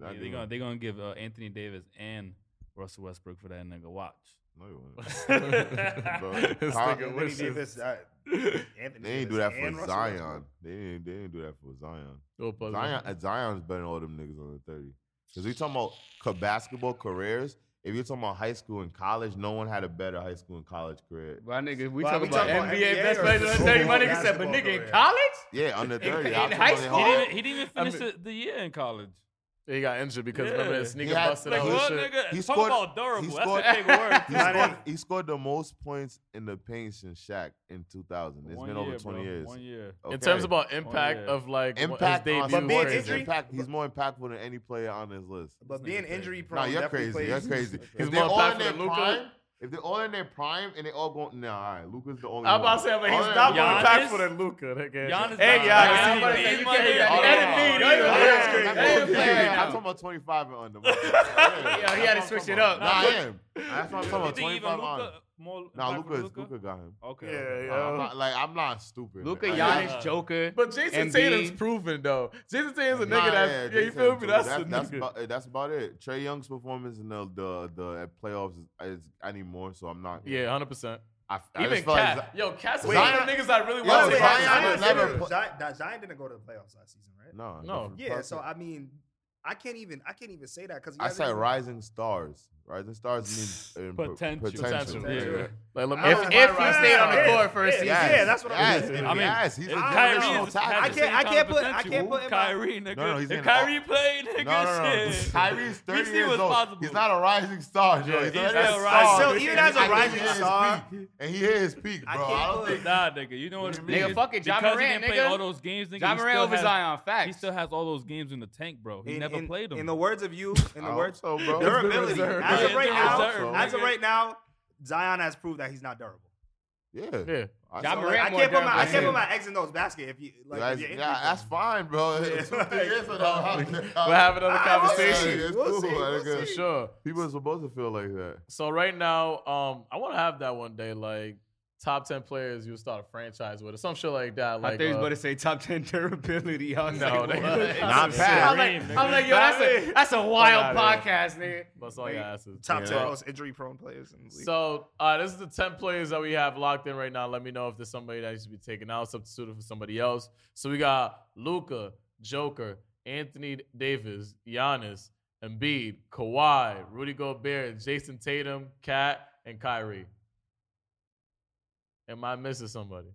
[SPEAKER 5] Not
[SPEAKER 2] They're
[SPEAKER 5] giving-
[SPEAKER 2] gonna, they gonna give uh, Anthony Davis and Russell Westbrook for that nigga. Watch.
[SPEAKER 5] No, uh, he won't.
[SPEAKER 1] This
[SPEAKER 5] Huh?
[SPEAKER 1] nigga
[SPEAKER 4] Anthony
[SPEAKER 1] wishes.
[SPEAKER 4] Davis, uh, Anthony
[SPEAKER 5] They didn't
[SPEAKER 4] Davis
[SPEAKER 5] do that
[SPEAKER 4] and
[SPEAKER 5] for
[SPEAKER 4] Russell
[SPEAKER 5] Zion.
[SPEAKER 4] Westbrook.
[SPEAKER 5] They didn't. They didn't do that for Zion.
[SPEAKER 1] Go puzzle.
[SPEAKER 5] Zion. uh, Zion's better than all them niggas on the thirty. Cause we talking about ca- basketball careers. If you're talking about high school and college, no one had a better high school and college career.
[SPEAKER 3] My nigga, we
[SPEAKER 4] Well,
[SPEAKER 3] talking
[SPEAKER 4] we
[SPEAKER 3] about
[SPEAKER 4] talking about
[SPEAKER 3] NBA
[SPEAKER 4] NBA
[SPEAKER 3] best
[SPEAKER 4] or
[SPEAKER 3] players of the day. My
[SPEAKER 4] overall
[SPEAKER 3] nigga said, but
[SPEAKER 4] basketball
[SPEAKER 3] nigga in
[SPEAKER 4] career?
[SPEAKER 3] college?
[SPEAKER 5] Yeah, under thirty.
[SPEAKER 3] in
[SPEAKER 5] I'm talking
[SPEAKER 3] high
[SPEAKER 5] about
[SPEAKER 3] school?
[SPEAKER 2] He
[SPEAKER 5] high-
[SPEAKER 2] didn't, he didn't even
[SPEAKER 1] I
[SPEAKER 2] finish
[SPEAKER 1] mean-
[SPEAKER 2] the, the year in college.
[SPEAKER 1] He got injured because
[SPEAKER 2] Yeah.
[SPEAKER 1] remember that sneaker
[SPEAKER 5] He had-
[SPEAKER 1] busted
[SPEAKER 5] Like,
[SPEAKER 1] out
[SPEAKER 2] Like,
[SPEAKER 5] Oh,
[SPEAKER 1] his
[SPEAKER 2] what,
[SPEAKER 1] shit.
[SPEAKER 2] nigga?
[SPEAKER 5] He
[SPEAKER 2] Talk
[SPEAKER 5] scored-
[SPEAKER 2] about
[SPEAKER 5] he
[SPEAKER 2] durable.
[SPEAKER 5] scored-
[SPEAKER 2] That's a big word.
[SPEAKER 5] He
[SPEAKER 4] Not
[SPEAKER 5] scored,
[SPEAKER 4] in-
[SPEAKER 5] he scored the most points in the paint since Shaq in 2000. It's
[SPEAKER 2] One
[SPEAKER 5] been over
[SPEAKER 2] year,
[SPEAKER 5] 20
[SPEAKER 2] bro.
[SPEAKER 5] years.
[SPEAKER 2] One year.
[SPEAKER 1] In
[SPEAKER 5] Okay.
[SPEAKER 1] terms about impact
[SPEAKER 2] yeah.
[SPEAKER 1] of like what-
[SPEAKER 5] impact,
[SPEAKER 1] his
[SPEAKER 5] on
[SPEAKER 1] debut
[SPEAKER 4] But
[SPEAKER 1] was
[SPEAKER 4] being
[SPEAKER 1] crazy.
[SPEAKER 4] injury-
[SPEAKER 5] impact, he's more impactful than any player on his list.
[SPEAKER 4] But being injury prone,
[SPEAKER 5] No, you're
[SPEAKER 4] definitely
[SPEAKER 5] crazy. You're
[SPEAKER 4] plays-
[SPEAKER 5] crazy.
[SPEAKER 1] He's
[SPEAKER 5] If they're
[SPEAKER 1] more
[SPEAKER 5] all in
[SPEAKER 1] impactful
[SPEAKER 5] their
[SPEAKER 1] than Luka.
[SPEAKER 5] prime, if they're all in their prime and they all go, nah, all right, Luca's the only.
[SPEAKER 1] I'm
[SPEAKER 5] one.
[SPEAKER 1] about to say, but he's
[SPEAKER 5] All
[SPEAKER 1] not
[SPEAKER 5] right,
[SPEAKER 1] more
[SPEAKER 2] Giannis-
[SPEAKER 1] impactful than Luca. Nigga.
[SPEAKER 2] Giannis
[SPEAKER 1] hey,
[SPEAKER 2] not-
[SPEAKER 1] yeah,
[SPEAKER 2] Giannis
[SPEAKER 1] see,
[SPEAKER 2] is
[SPEAKER 1] you
[SPEAKER 2] not
[SPEAKER 1] can't even
[SPEAKER 2] better than
[SPEAKER 1] edit me. You ain't
[SPEAKER 2] Luka. Hold on. Hold
[SPEAKER 1] even
[SPEAKER 2] on.
[SPEAKER 1] edit me.
[SPEAKER 2] That's
[SPEAKER 1] Hey,
[SPEAKER 2] what I'm
[SPEAKER 1] play
[SPEAKER 3] saying.
[SPEAKER 1] right
[SPEAKER 5] I'm
[SPEAKER 1] now.
[SPEAKER 5] talking about 25 and under. Yo, he had
[SPEAKER 3] to switch it up.
[SPEAKER 5] Nah, I am. That's what I'm talking
[SPEAKER 2] You
[SPEAKER 5] about.
[SPEAKER 2] think even
[SPEAKER 5] 25
[SPEAKER 2] Luka
[SPEAKER 5] on.
[SPEAKER 2] more
[SPEAKER 5] Nah,
[SPEAKER 2] impactful
[SPEAKER 5] Luca
[SPEAKER 2] than
[SPEAKER 5] is
[SPEAKER 2] Luka?
[SPEAKER 5] Luca got him.
[SPEAKER 2] Okay.
[SPEAKER 1] Yeah,
[SPEAKER 2] okay.
[SPEAKER 1] yeah.
[SPEAKER 5] I'm not, like I'm not stupid.
[SPEAKER 3] Luka
[SPEAKER 5] man.
[SPEAKER 2] Like,
[SPEAKER 3] Giannis
[SPEAKER 2] uh,
[SPEAKER 3] Joker.
[SPEAKER 1] But Jason
[SPEAKER 3] Embiid.
[SPEAKER 1] Tatum's proven though. Jason Tatum's a nigga
[SPEAKER 5] Nah,
[SPEAKER 1] that's yeah, you
[SPEAKER 5] Jason
[SPEAKER 1] feel me?
[SPEAKER 5] Tatum,
[SPEAKER 1] That's, a
[SPEAKER 5] that's, that's,
[SPEAKER 1] nigga.
[SPEAKER 5] about, uh, that's about it. Trey Young's performance in the the, the at playoffs is, is I need more, so I'm not.
[SPEAKER 1] yeah, hundred percent.
[SPEAKER 5] I, I
[SPEAKER 1] Even
[SPEAKER 5] just feel like
[SPEAKER 1] Cat, yo, Cat's
[SPEAKER 5] Wait.
[SPEAKER 1] one of them niggas I really
[SPEAKER 5] Yo,
[SPEAKER 1] want to
[SPEAKER 5] wait,
[SPEAKER 1] take.
[SPEAKER 5] Zion
[SPEAKER 1] Zion
[SPEAKER 5] would
[SPEAKER 1] is-
[SPEAKER 5] never
[SPEAKER 4] Zion-
[SPEAKER 5] put-
[SPEAKER 4] Zion- Zion didn't go to the playoffs last season, right?
[SPEAKER 5] No,
[SPEAKER 1] No.
[SPEAKER 4] Yeah, so I mean, I can't even I can't even say that because
[SPEAKER 5] I said rising stars. Rising stars means uh, p-
[SPEAKER 2] Potential.
[SPEAKER 5] Potential.
[SPEAKER 1] Potential,
[SPEAKER 5] Yeah.
[SPEAKER 1] yeah. Like, let me-
[SPEAKER 4] I
[SPEAKER 3] If,
[SPEAKER 4] don't
[SPEAKER 3] if
[SPEAKER 4] know
[SPEAKER 3] he
[SPEAKER 4] about
[SPEAKER 3] stayed on the
[SPEAKER 4] Zion.
[SPEAKER 3] court for a
[SPEAKER 4] Yeah,
[SPEAKER 3] season.
[SPEAKER 4] yeah, that's what I'm
[SPEAKER 5] yes,
[SPEAKER 4] saying.
[SPEAKER 5] if-
[SPEAKER 2] I mean,
[SPEAKER 5] yes, he's a
[SPEAKER 2] If
[SPEAKER 4] Kyrie
[SPEAKER 5] generational
[SPEAKER 4] is-
[SPEAKER 5] talent.
[SPEAKER 4] I can't- I can't put- I can't put him out.
[SPEAKER 2] Kyrie, nigga.
[SPEAKER 5] no, he's
[SPEAKER 2] if
[SPEAKER 5] in-
[SPEAKER 2] Kyrie played, nigga,
[SPEAKER 5] No, no, no.
[SPEAKER 2] shit.
[SPEAKER 5] Kyrie's
[SPEAKER 2] We
[SPEAKER 5] 30
[SPEAKER 2] see
[SPEAKER 5] years
[SPEAKER 2] what's
[SPEAKER 5] old.
[SPEAKER 2] possible.
[SPEAKER 5] He's not a rising star, Joe.
[SPEAKER 2] Yeah,
[SPEAKER 5] he's
[SPEAKER 2] he's still a
[SPEAKER 5] already a star.
[SPEAKER 2] rising- So
[SPEAKER 4] even as a
[SPEAKER 5] I think
[SPEAKER 4] rising
[SPEAKER 5] he hit his
[SPEAKER 4] star-
[SPEAKER 5] peak. and he hit his peak,
[SPEAKER 4] I
[SPEAKER 5] bro. I,
[SPEAKER 4] can't
[SPEAKER 5] don't
[SPEAKER 4] put-
[SPEAKER 5] think.
[SPEAKER 2] Nah, nigga. You know what I mean?
[SPEAKER 3] Nigga, fuck it. John
[SPEAKER 2] because
[SPEAKER 3] Moran,
[SPEAKER 2] he didn't play
[SPEAKER 3] nigga.
[SPEAKER 2] all those games, nigga.
[SPEAKER 3] John
[SPEAKER 2] he
[SPEAKER 3] Moran
[SPEAKER 2] still
[SPEAKER 3] over
[SPEAKER 2] has,
[SPEAKER 3] Zion. Facts.
[SPEAKER 2] He still has all those games in the tank, bro. He
[SPEAKER 4] In-
[SPEAKER 2] never
[SPEAKER 4] in-
[SPEAKER 2] played them.
[SPEAKER 4] In the words of you, in the
[SPEAKER 5] I hope
[SPEAKER 4] words,
[SPEAKER 5] so, bro.
[SPEAKER 4] durability.
[SPEAKER 1] reserved.
[SPEAKER 4] As of
[SPEAKER 2] Yeah,
[SPEAKER 4] right
[SPEAKER 2] it's
[SPEAKER 4] now,
[SPEAKER 2] reserved,
[SPEAKER 4] as of
[SPEAKER 2] nigga.
[SPEAKER 4] right now, Zion has proved that he's not durable.
[SPEAKER 5] Yeah.
[SPEAKER 1] Yeah.
[SPEAKER 5] I-
[SPEAKER 3] John
[SPEAKER 5] so,
[SPEAKER 3] Morant
[SPEAKER 5] like,
[SPEAKER 4] I
[SPEAKER 3] more
[SPEAKER 4] can't put my I
[SPEAKER 3] durable.
[SPEAKER 4] can't put my eggs in those basket if you like.
[SPEAKER 5] that's,
[SPEAKER 4] if you're
[SPEAKER 5] yeah,
[SPEAKER 4] injury
[SPEAKER 5] that's fine, bro.
[SPEAKER 4] Yeah.
[SPEAKER 5] Two, three years from now,
[SPEAKER 1] We'll have another
[SPEAKER 4] I will see.
[SPEAKER 1] conversation.
[SPEAKER 5] it's
[SPEAKER 4] We'll
[SPEAKER 5] cool,
[SPEAKER 4] see, we'll
[SPEAKER 5] nigga.
[SPEAKER 1] For
[SPEAKER 4] see.
[SPEAKER 1] sure.
[SPEAKER 5] People are supposed to feel like that.
[SPEAKER 1] So right now, um, I want to have that one day, like top ten players you would start a franchise with, or some shit like that. Like,
[SPEAKER 3] I thought he was
[SPEAKER 1] uh,
[SPEAKER 3] about to say top 10 durability. I was
[SPEAKER 1] No,
[SPEAKER 3] like,
[SPEAKER 1] nigga.
[SPEAKER 3] what?
[SPEAKER 5] Not
[SPEAKER 3] I'm
[SPEAKER 5] bad.
[SPEAKER 3] like, I'm like, yo, that's a, that's a wild
[SPEAKER 1] Fuck
[SPEAKER 3] podcast, nigga.
[SPEAKER 1] bust all your asses.
[SPEAKER 4] top ten
[SPEAKER 5] Yeah.
[SPEAKER 4] most injury prone players in the league.
[SPEAKER 1] So uh, this is the ten players that we have locked in right now. Let me know if there's somebody that needs to be taken out, substituted for somebody else. So we got Luca, Joker, Anthony Davis, Giannis, Embiid, Kawhi, Rudy Gobert, Jason Tatum, Kat, and Kyrie. Am I missing somebody?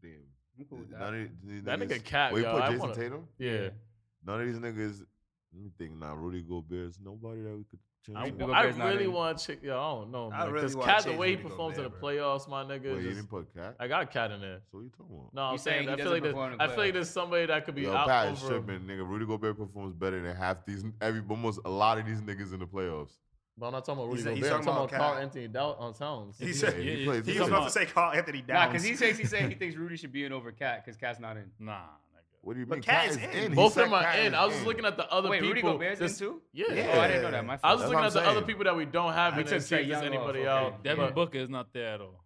[SPEAKER 5] Damn.
[SPEAKER 3] I'm cool with that.
[SPEAKER 5] None of these
[SPEAKER 1] That
[SPEAKER 5] niggas-
[SPEAKER 1] nigga cat,
[SPEAKER 5] Wait, you
[SPEAKER 1] yo,
[SPEAKER 5] put
[SPEAKER 1] I
[SPEAKER 5] Jason
[SPEAKER 1] wanna-
[SPEAKER 5] Tatum?
[SPEAKER 1] Yeah.
[SPEAKER 5] None of these niggas. Let me think. Nah, Rudy Gobert's nobody that we could change.
[SPEAKER 1] I,
[SPEAKER 3] Rudy
[SPEAKER 5] Wait,
[SPEAKER 3] Gobert's
[SPEAKER 1] I
[SPEAKER 3] not
[SPEAKER 1] really
[SPEAKER 3] in.
[SPEAKER 1] want to check. Yeah, I don't know.
[SPEAKER 4] I
[SPEAKER 1] Man.
[SPEAKER 4] really
[SPEAKER 1] Because
[SPEAKER 4] wanna
[SPEAKER 1] Cat, the
[SPEAKER 4] change
[SPEAKER 1] way he
[SPEAKER 4] Rudy
[SPEAKER 1] performs in the
[SPEAKER 4] Gobert,
[SPEAKER 1] playoffs, my nigga.
[SPEAKER 5] you
[SPEAKER 1] just-
[SPEAKER 5] didn't put cat.
[SPEAKER 1] I got Cat in there.
[SPEAKER 5] So what you talking about?
[SPEAKER 1] No, I'm
[SPEAKER 3] You
[SPEAKER 1] saying,
[SPEAKER 3] saying he
[SPEAKER 1] I feel
[SPEAKER 3] doesn't
[SPEAKER 1] like this,
[SPEAKER 3] perform in the
[SPEAKER 1] I feel like
[SPEAKER 3] playoffs.
[SPEAKER 1] there's somebody that could be
[SPEAKER 5] Yo,
[SPEAKER 1] out
[SPEAKER 5] Pat is
[SPEAKER 1] over.
[SPEAKER 5] tripping, nigga. Rudy Gobert performs better than half these, every almost a lot of these niggas in the playoffs.
[SPEAKER 1] But I'm not talking about Rudy
[SPEAKER 4] He's-
[SPEAKER 1] Gobert.
[SPEAKER 4] he's
[SPEAKER 1] I'm
[SPEAKER 4] talking
[SPEAKER 1] talking about
[SPEAKER 4] about
[SPEAKER 1] Carl
[SPEAKER 4] Cat.
[SPEAKER 1] Anthony Dow- on Towns.
[SPEAKER 4] he
[SPEAKER 5] Yeah,
[SPEAKER 4] said
[SPEAKER 2] yeah,
[SPEAKER 5] he
[SPEAKER 2] yeah.
[SPEAKER 5] plays.
[SPEAKER 4] he
[SPEAKER 5] good.
[SPEAKER 4] was about to say Carl Anthony Downs.
[SPEAKER 3] Nah, because he says he said he thinks Rudy should be in over Cat because Cat's not in.
[SPEAKER 2] Nah, nigga.
[SPEAKER 5] What do you mean?
[SPEAKER 4] But Cat
[SPEAKER 5] Cat
[SPEAKER 4] is in.
[SPEAKER 5] He
[SPEAKER 1] Both of
[SPEAKER 5] said
[SPEAKER 1] them are
[SPEAKER 5] Cat
[SPEAKER 1] in.
[SPEAKER 5] is
[SPEAKER 1] I was just
[SPEAKER 5] in.
[SPEAKER 1] looking at the other
[SPEAKER 3] Wait,
[SPEAKER 1] people.
[SPEAKER 3] Rudy Gobert's
[SPEAKER 1] This-
[SPEAKER 3] in too?
[SPEAKER 1] Yeah.
[SPEAKER 5] Yeah.
[SPEAKER 3] Oh, I didn't know that. My
[SPEAKER 1] I
[SPEAKER 3] fault.
[SPEAKER 1] was
[SPEAKER 5] That's
[SPEAKER 1] looking
[SPEAKER 5] what
[SPEAKER 1] at the
[SPEAKER 5] I'm
[SPEAKER 1] other
[SPEAKER 5] saying.
[SPEAKER 1] people that we don't have.
[SPEAKER 3] I
[SPEAKER 1] and
[SPEAKER 3] took
[SPEAKER 1] then see
[SPEAKER 3] Trae
[SPEAKER 1] if there's
[SPEAKER 3] Young off,
[SPEAKER 1] anybody
[SPEAKER 3] okay.
[SPEAKER 1] out.
[SPEAKER 2] Devin
[SPEAKER 1] But
[SPEAKER 2] Booker is not there at all.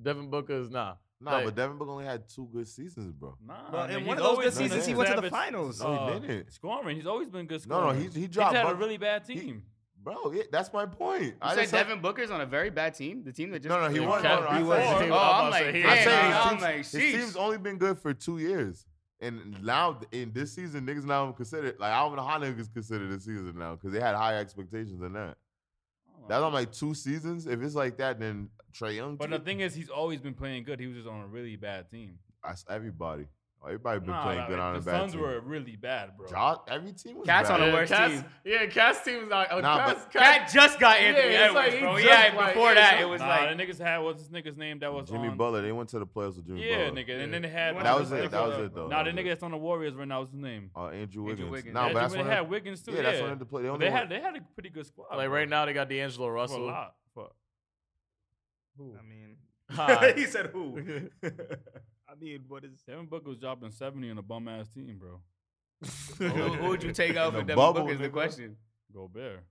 [SPEAKER 1] Devin Booker is nah.
[SPEAKER 5] Nah,
[SPEAKER 1] Like,
[SPEAKER 5] but Devin Booker only had two good seasons, bro.
[SPEAKER 2] Nah,
[SPEAKER 4] Well,
[SPEAKER 2] nigga,
[SPEAKER 4] in
[SPEAKER 2] he's
[SPEAKER 4] one of those
[SPEAKER 2] always
[SPEAKER 4] good
[SPEAKER 2] been
[SPEAKER 4] seasons,
[SPEAKER 2] a
[SPEAKER 4] he went to the
[SPEAKER 2] savage,
[SPEAKER 4] finals.
[SPEAKER 5] No, he
[SPEAKER 2] uh,
[SPEAKER 5] didn't.
[SPEAKER 2] Scoring. He's always been good scoring.
[SPEAKER 5] No, no, he's he
[SPEAKER 2] He's
[SPEAKER 5] dropped.
[SPEAKER 2] had a
[SPEAKER 5] buck-
[SPEAKER 2] really bad
[SPEAKER 5] he-
[SPEAKER 2] team.
[SPEAKER 5] bro, yeah, that's my point.
[SPEAKER 3] You
[SPEAKER 5] I
[SPEAKER 3] said
[SPEAKER 5] just said-
[SPEAKER 3] Devin Booker's on a very bad team? The team that just.
[SPEAKER 5] No, no, he won.
[SPEAKER 1] Cat-
[SPEAKER 5] No, no, I
[SPEAKER 1] he
[SPEAKER 5] said-
[SPEAKER 1] was-
[SPEAKER 5] Oh,
[SPEAKER 1] he was-
[SPEAKER 3] oh,
[SPEAKER 1] about
[SPEAKER 3] I'm
[SPEAKER 1] to say
[SPEAKER 3] like,
[SPEAKER 1] he-
[SPEAKER 3] damn,
[SPEAKER 5] I'm saying
[SPEAKER 3] I'm
[SPEAKER 5] his,
[SPEAKER 3] like,
[SPEAKER 5] team's, his
[SPEAKER 3] sheesh.
[SPEAKER 5] team's only been good for two years. And now in this season, niggas not even considered like I don't know how niggas consider this season now because they had higher expectations than that. That's on like two seasons. If it's like that, then Trey Young.
[SPEAKER 2] But
[SPEAKER 5] too.
[SPEAKER 2] the thing is, he's always been playing good. He was just on a really bad team.
[SPEAKER 5] That's everybody. Oh, everybody been
[SPEAKER 2] Nah,
[SPEAKER 5] playing
[SPEAKER 2] nah,
[SPEAKER 5] good on
[SPEAKER 2] the
[SPEAKER 5] a bad
[SPEAKER 2] Suns
[SPEAKER 5] team.
[SPEAKER 2] were really bad, bro.
[SPEAKER 5] Ja- every team was
[SPEAKER 3] Cats
[SPEAKER 5] bad.
[SPEAKER 3] on the
[SPEAKER 1] Yeah,
[SPEAKER 3] worst
[SPEAKER 1] Cat's-
[SPEAKER 3] team.
[SPEAKER 1] Yeah, Cat's team is like uh,
[SPEAKER 5] Nah,
[SPEAKER 1] Cat's,
[SPEAKER 5] but-
[SPEAKER 1] Cat-
[SPEAKER 3] Cat just got Anthony
[SPEAKER 1] Yeah, it's like
[SPEAKER 3] Edwards,
[SPEAKER 1] he
[SPEAKER 3] bro.
[SPEAKER 1] just
[SPEAKER 3] Yeah,
[SPEAKER 1] like-
[SPEAKER 3] before
[SPEAKER 1] yeah,
[SPEAKER 3] that,
[SPEAKER 1] so-
[SPEAKER 3] it was
[SPEAKER 2] nah,
[SPEAKER 3] like
[SPEAKER 2] the niggas had what's his nigga's name that was
[SPEAKER 5] Jimmy
[SPEAKER 2] on,
[SPEAKER 5] Butler. They went to the playoffs with Jimmy
[SPEAKER 2] Yeah,
[SPEAKER 5] Butler.
[SPEAKER 2] nigga. And then they had
[SPEAKER 5] That was it. That was it though.
[SPEAKER 2] Nah, the
[SPEAKER 5] That was
[SPEAKER 2] nigga
[SPEAKER 5] it.
[SPEAKER 2] that's on the Warriors right now. What's his name?
[SPEAKER 5] Uh, Andrew Wiggins.
[SPEAKER 3] Wiggins.
[SPEAKER 5] Nah,
[SPEAKER 2] yeah,
[SPEAKER 5] but that's
[SPEAKER 2] they
[SPEAKER 5] when
[SPEAKER 2] had Wiggins too.
[SPEAKER 5] Yeah, that's when they play. They
[SPEAKER 2] But
[SPEAKER 5] only
[SPEAKER 2] they
[SPEAKER 5] won-
[SPEAKER 2] had they had a pretty good squad.
[SPEAKER 1] like
[SPEAKER 2] bro.
[SPEAKER 1] right now they got D'Angelo
[SPEAKER 2] for a
[SPEAKER 1] Russell.
[SPEAKER 2] lot. For, who?
[SPEAKER 4] I mean,
[SPEAKER 1] Hi.
[SPEAKER 4] he said who? I mean, what is?
[SPEAKER 2] Devin Booker was dropping seventy on a bum ass team, bro.
[SPEAKER 3] who, who would you take out
[SPEAKER 5] The
[SPEAKER 3] for Devin
[SPEAKER 5] bubble,
[SPEAKER 3] Book is the
[SPEAKER 5] nigga.
[SPEAKER 3] question.
[SPEAKER 2] Gobert.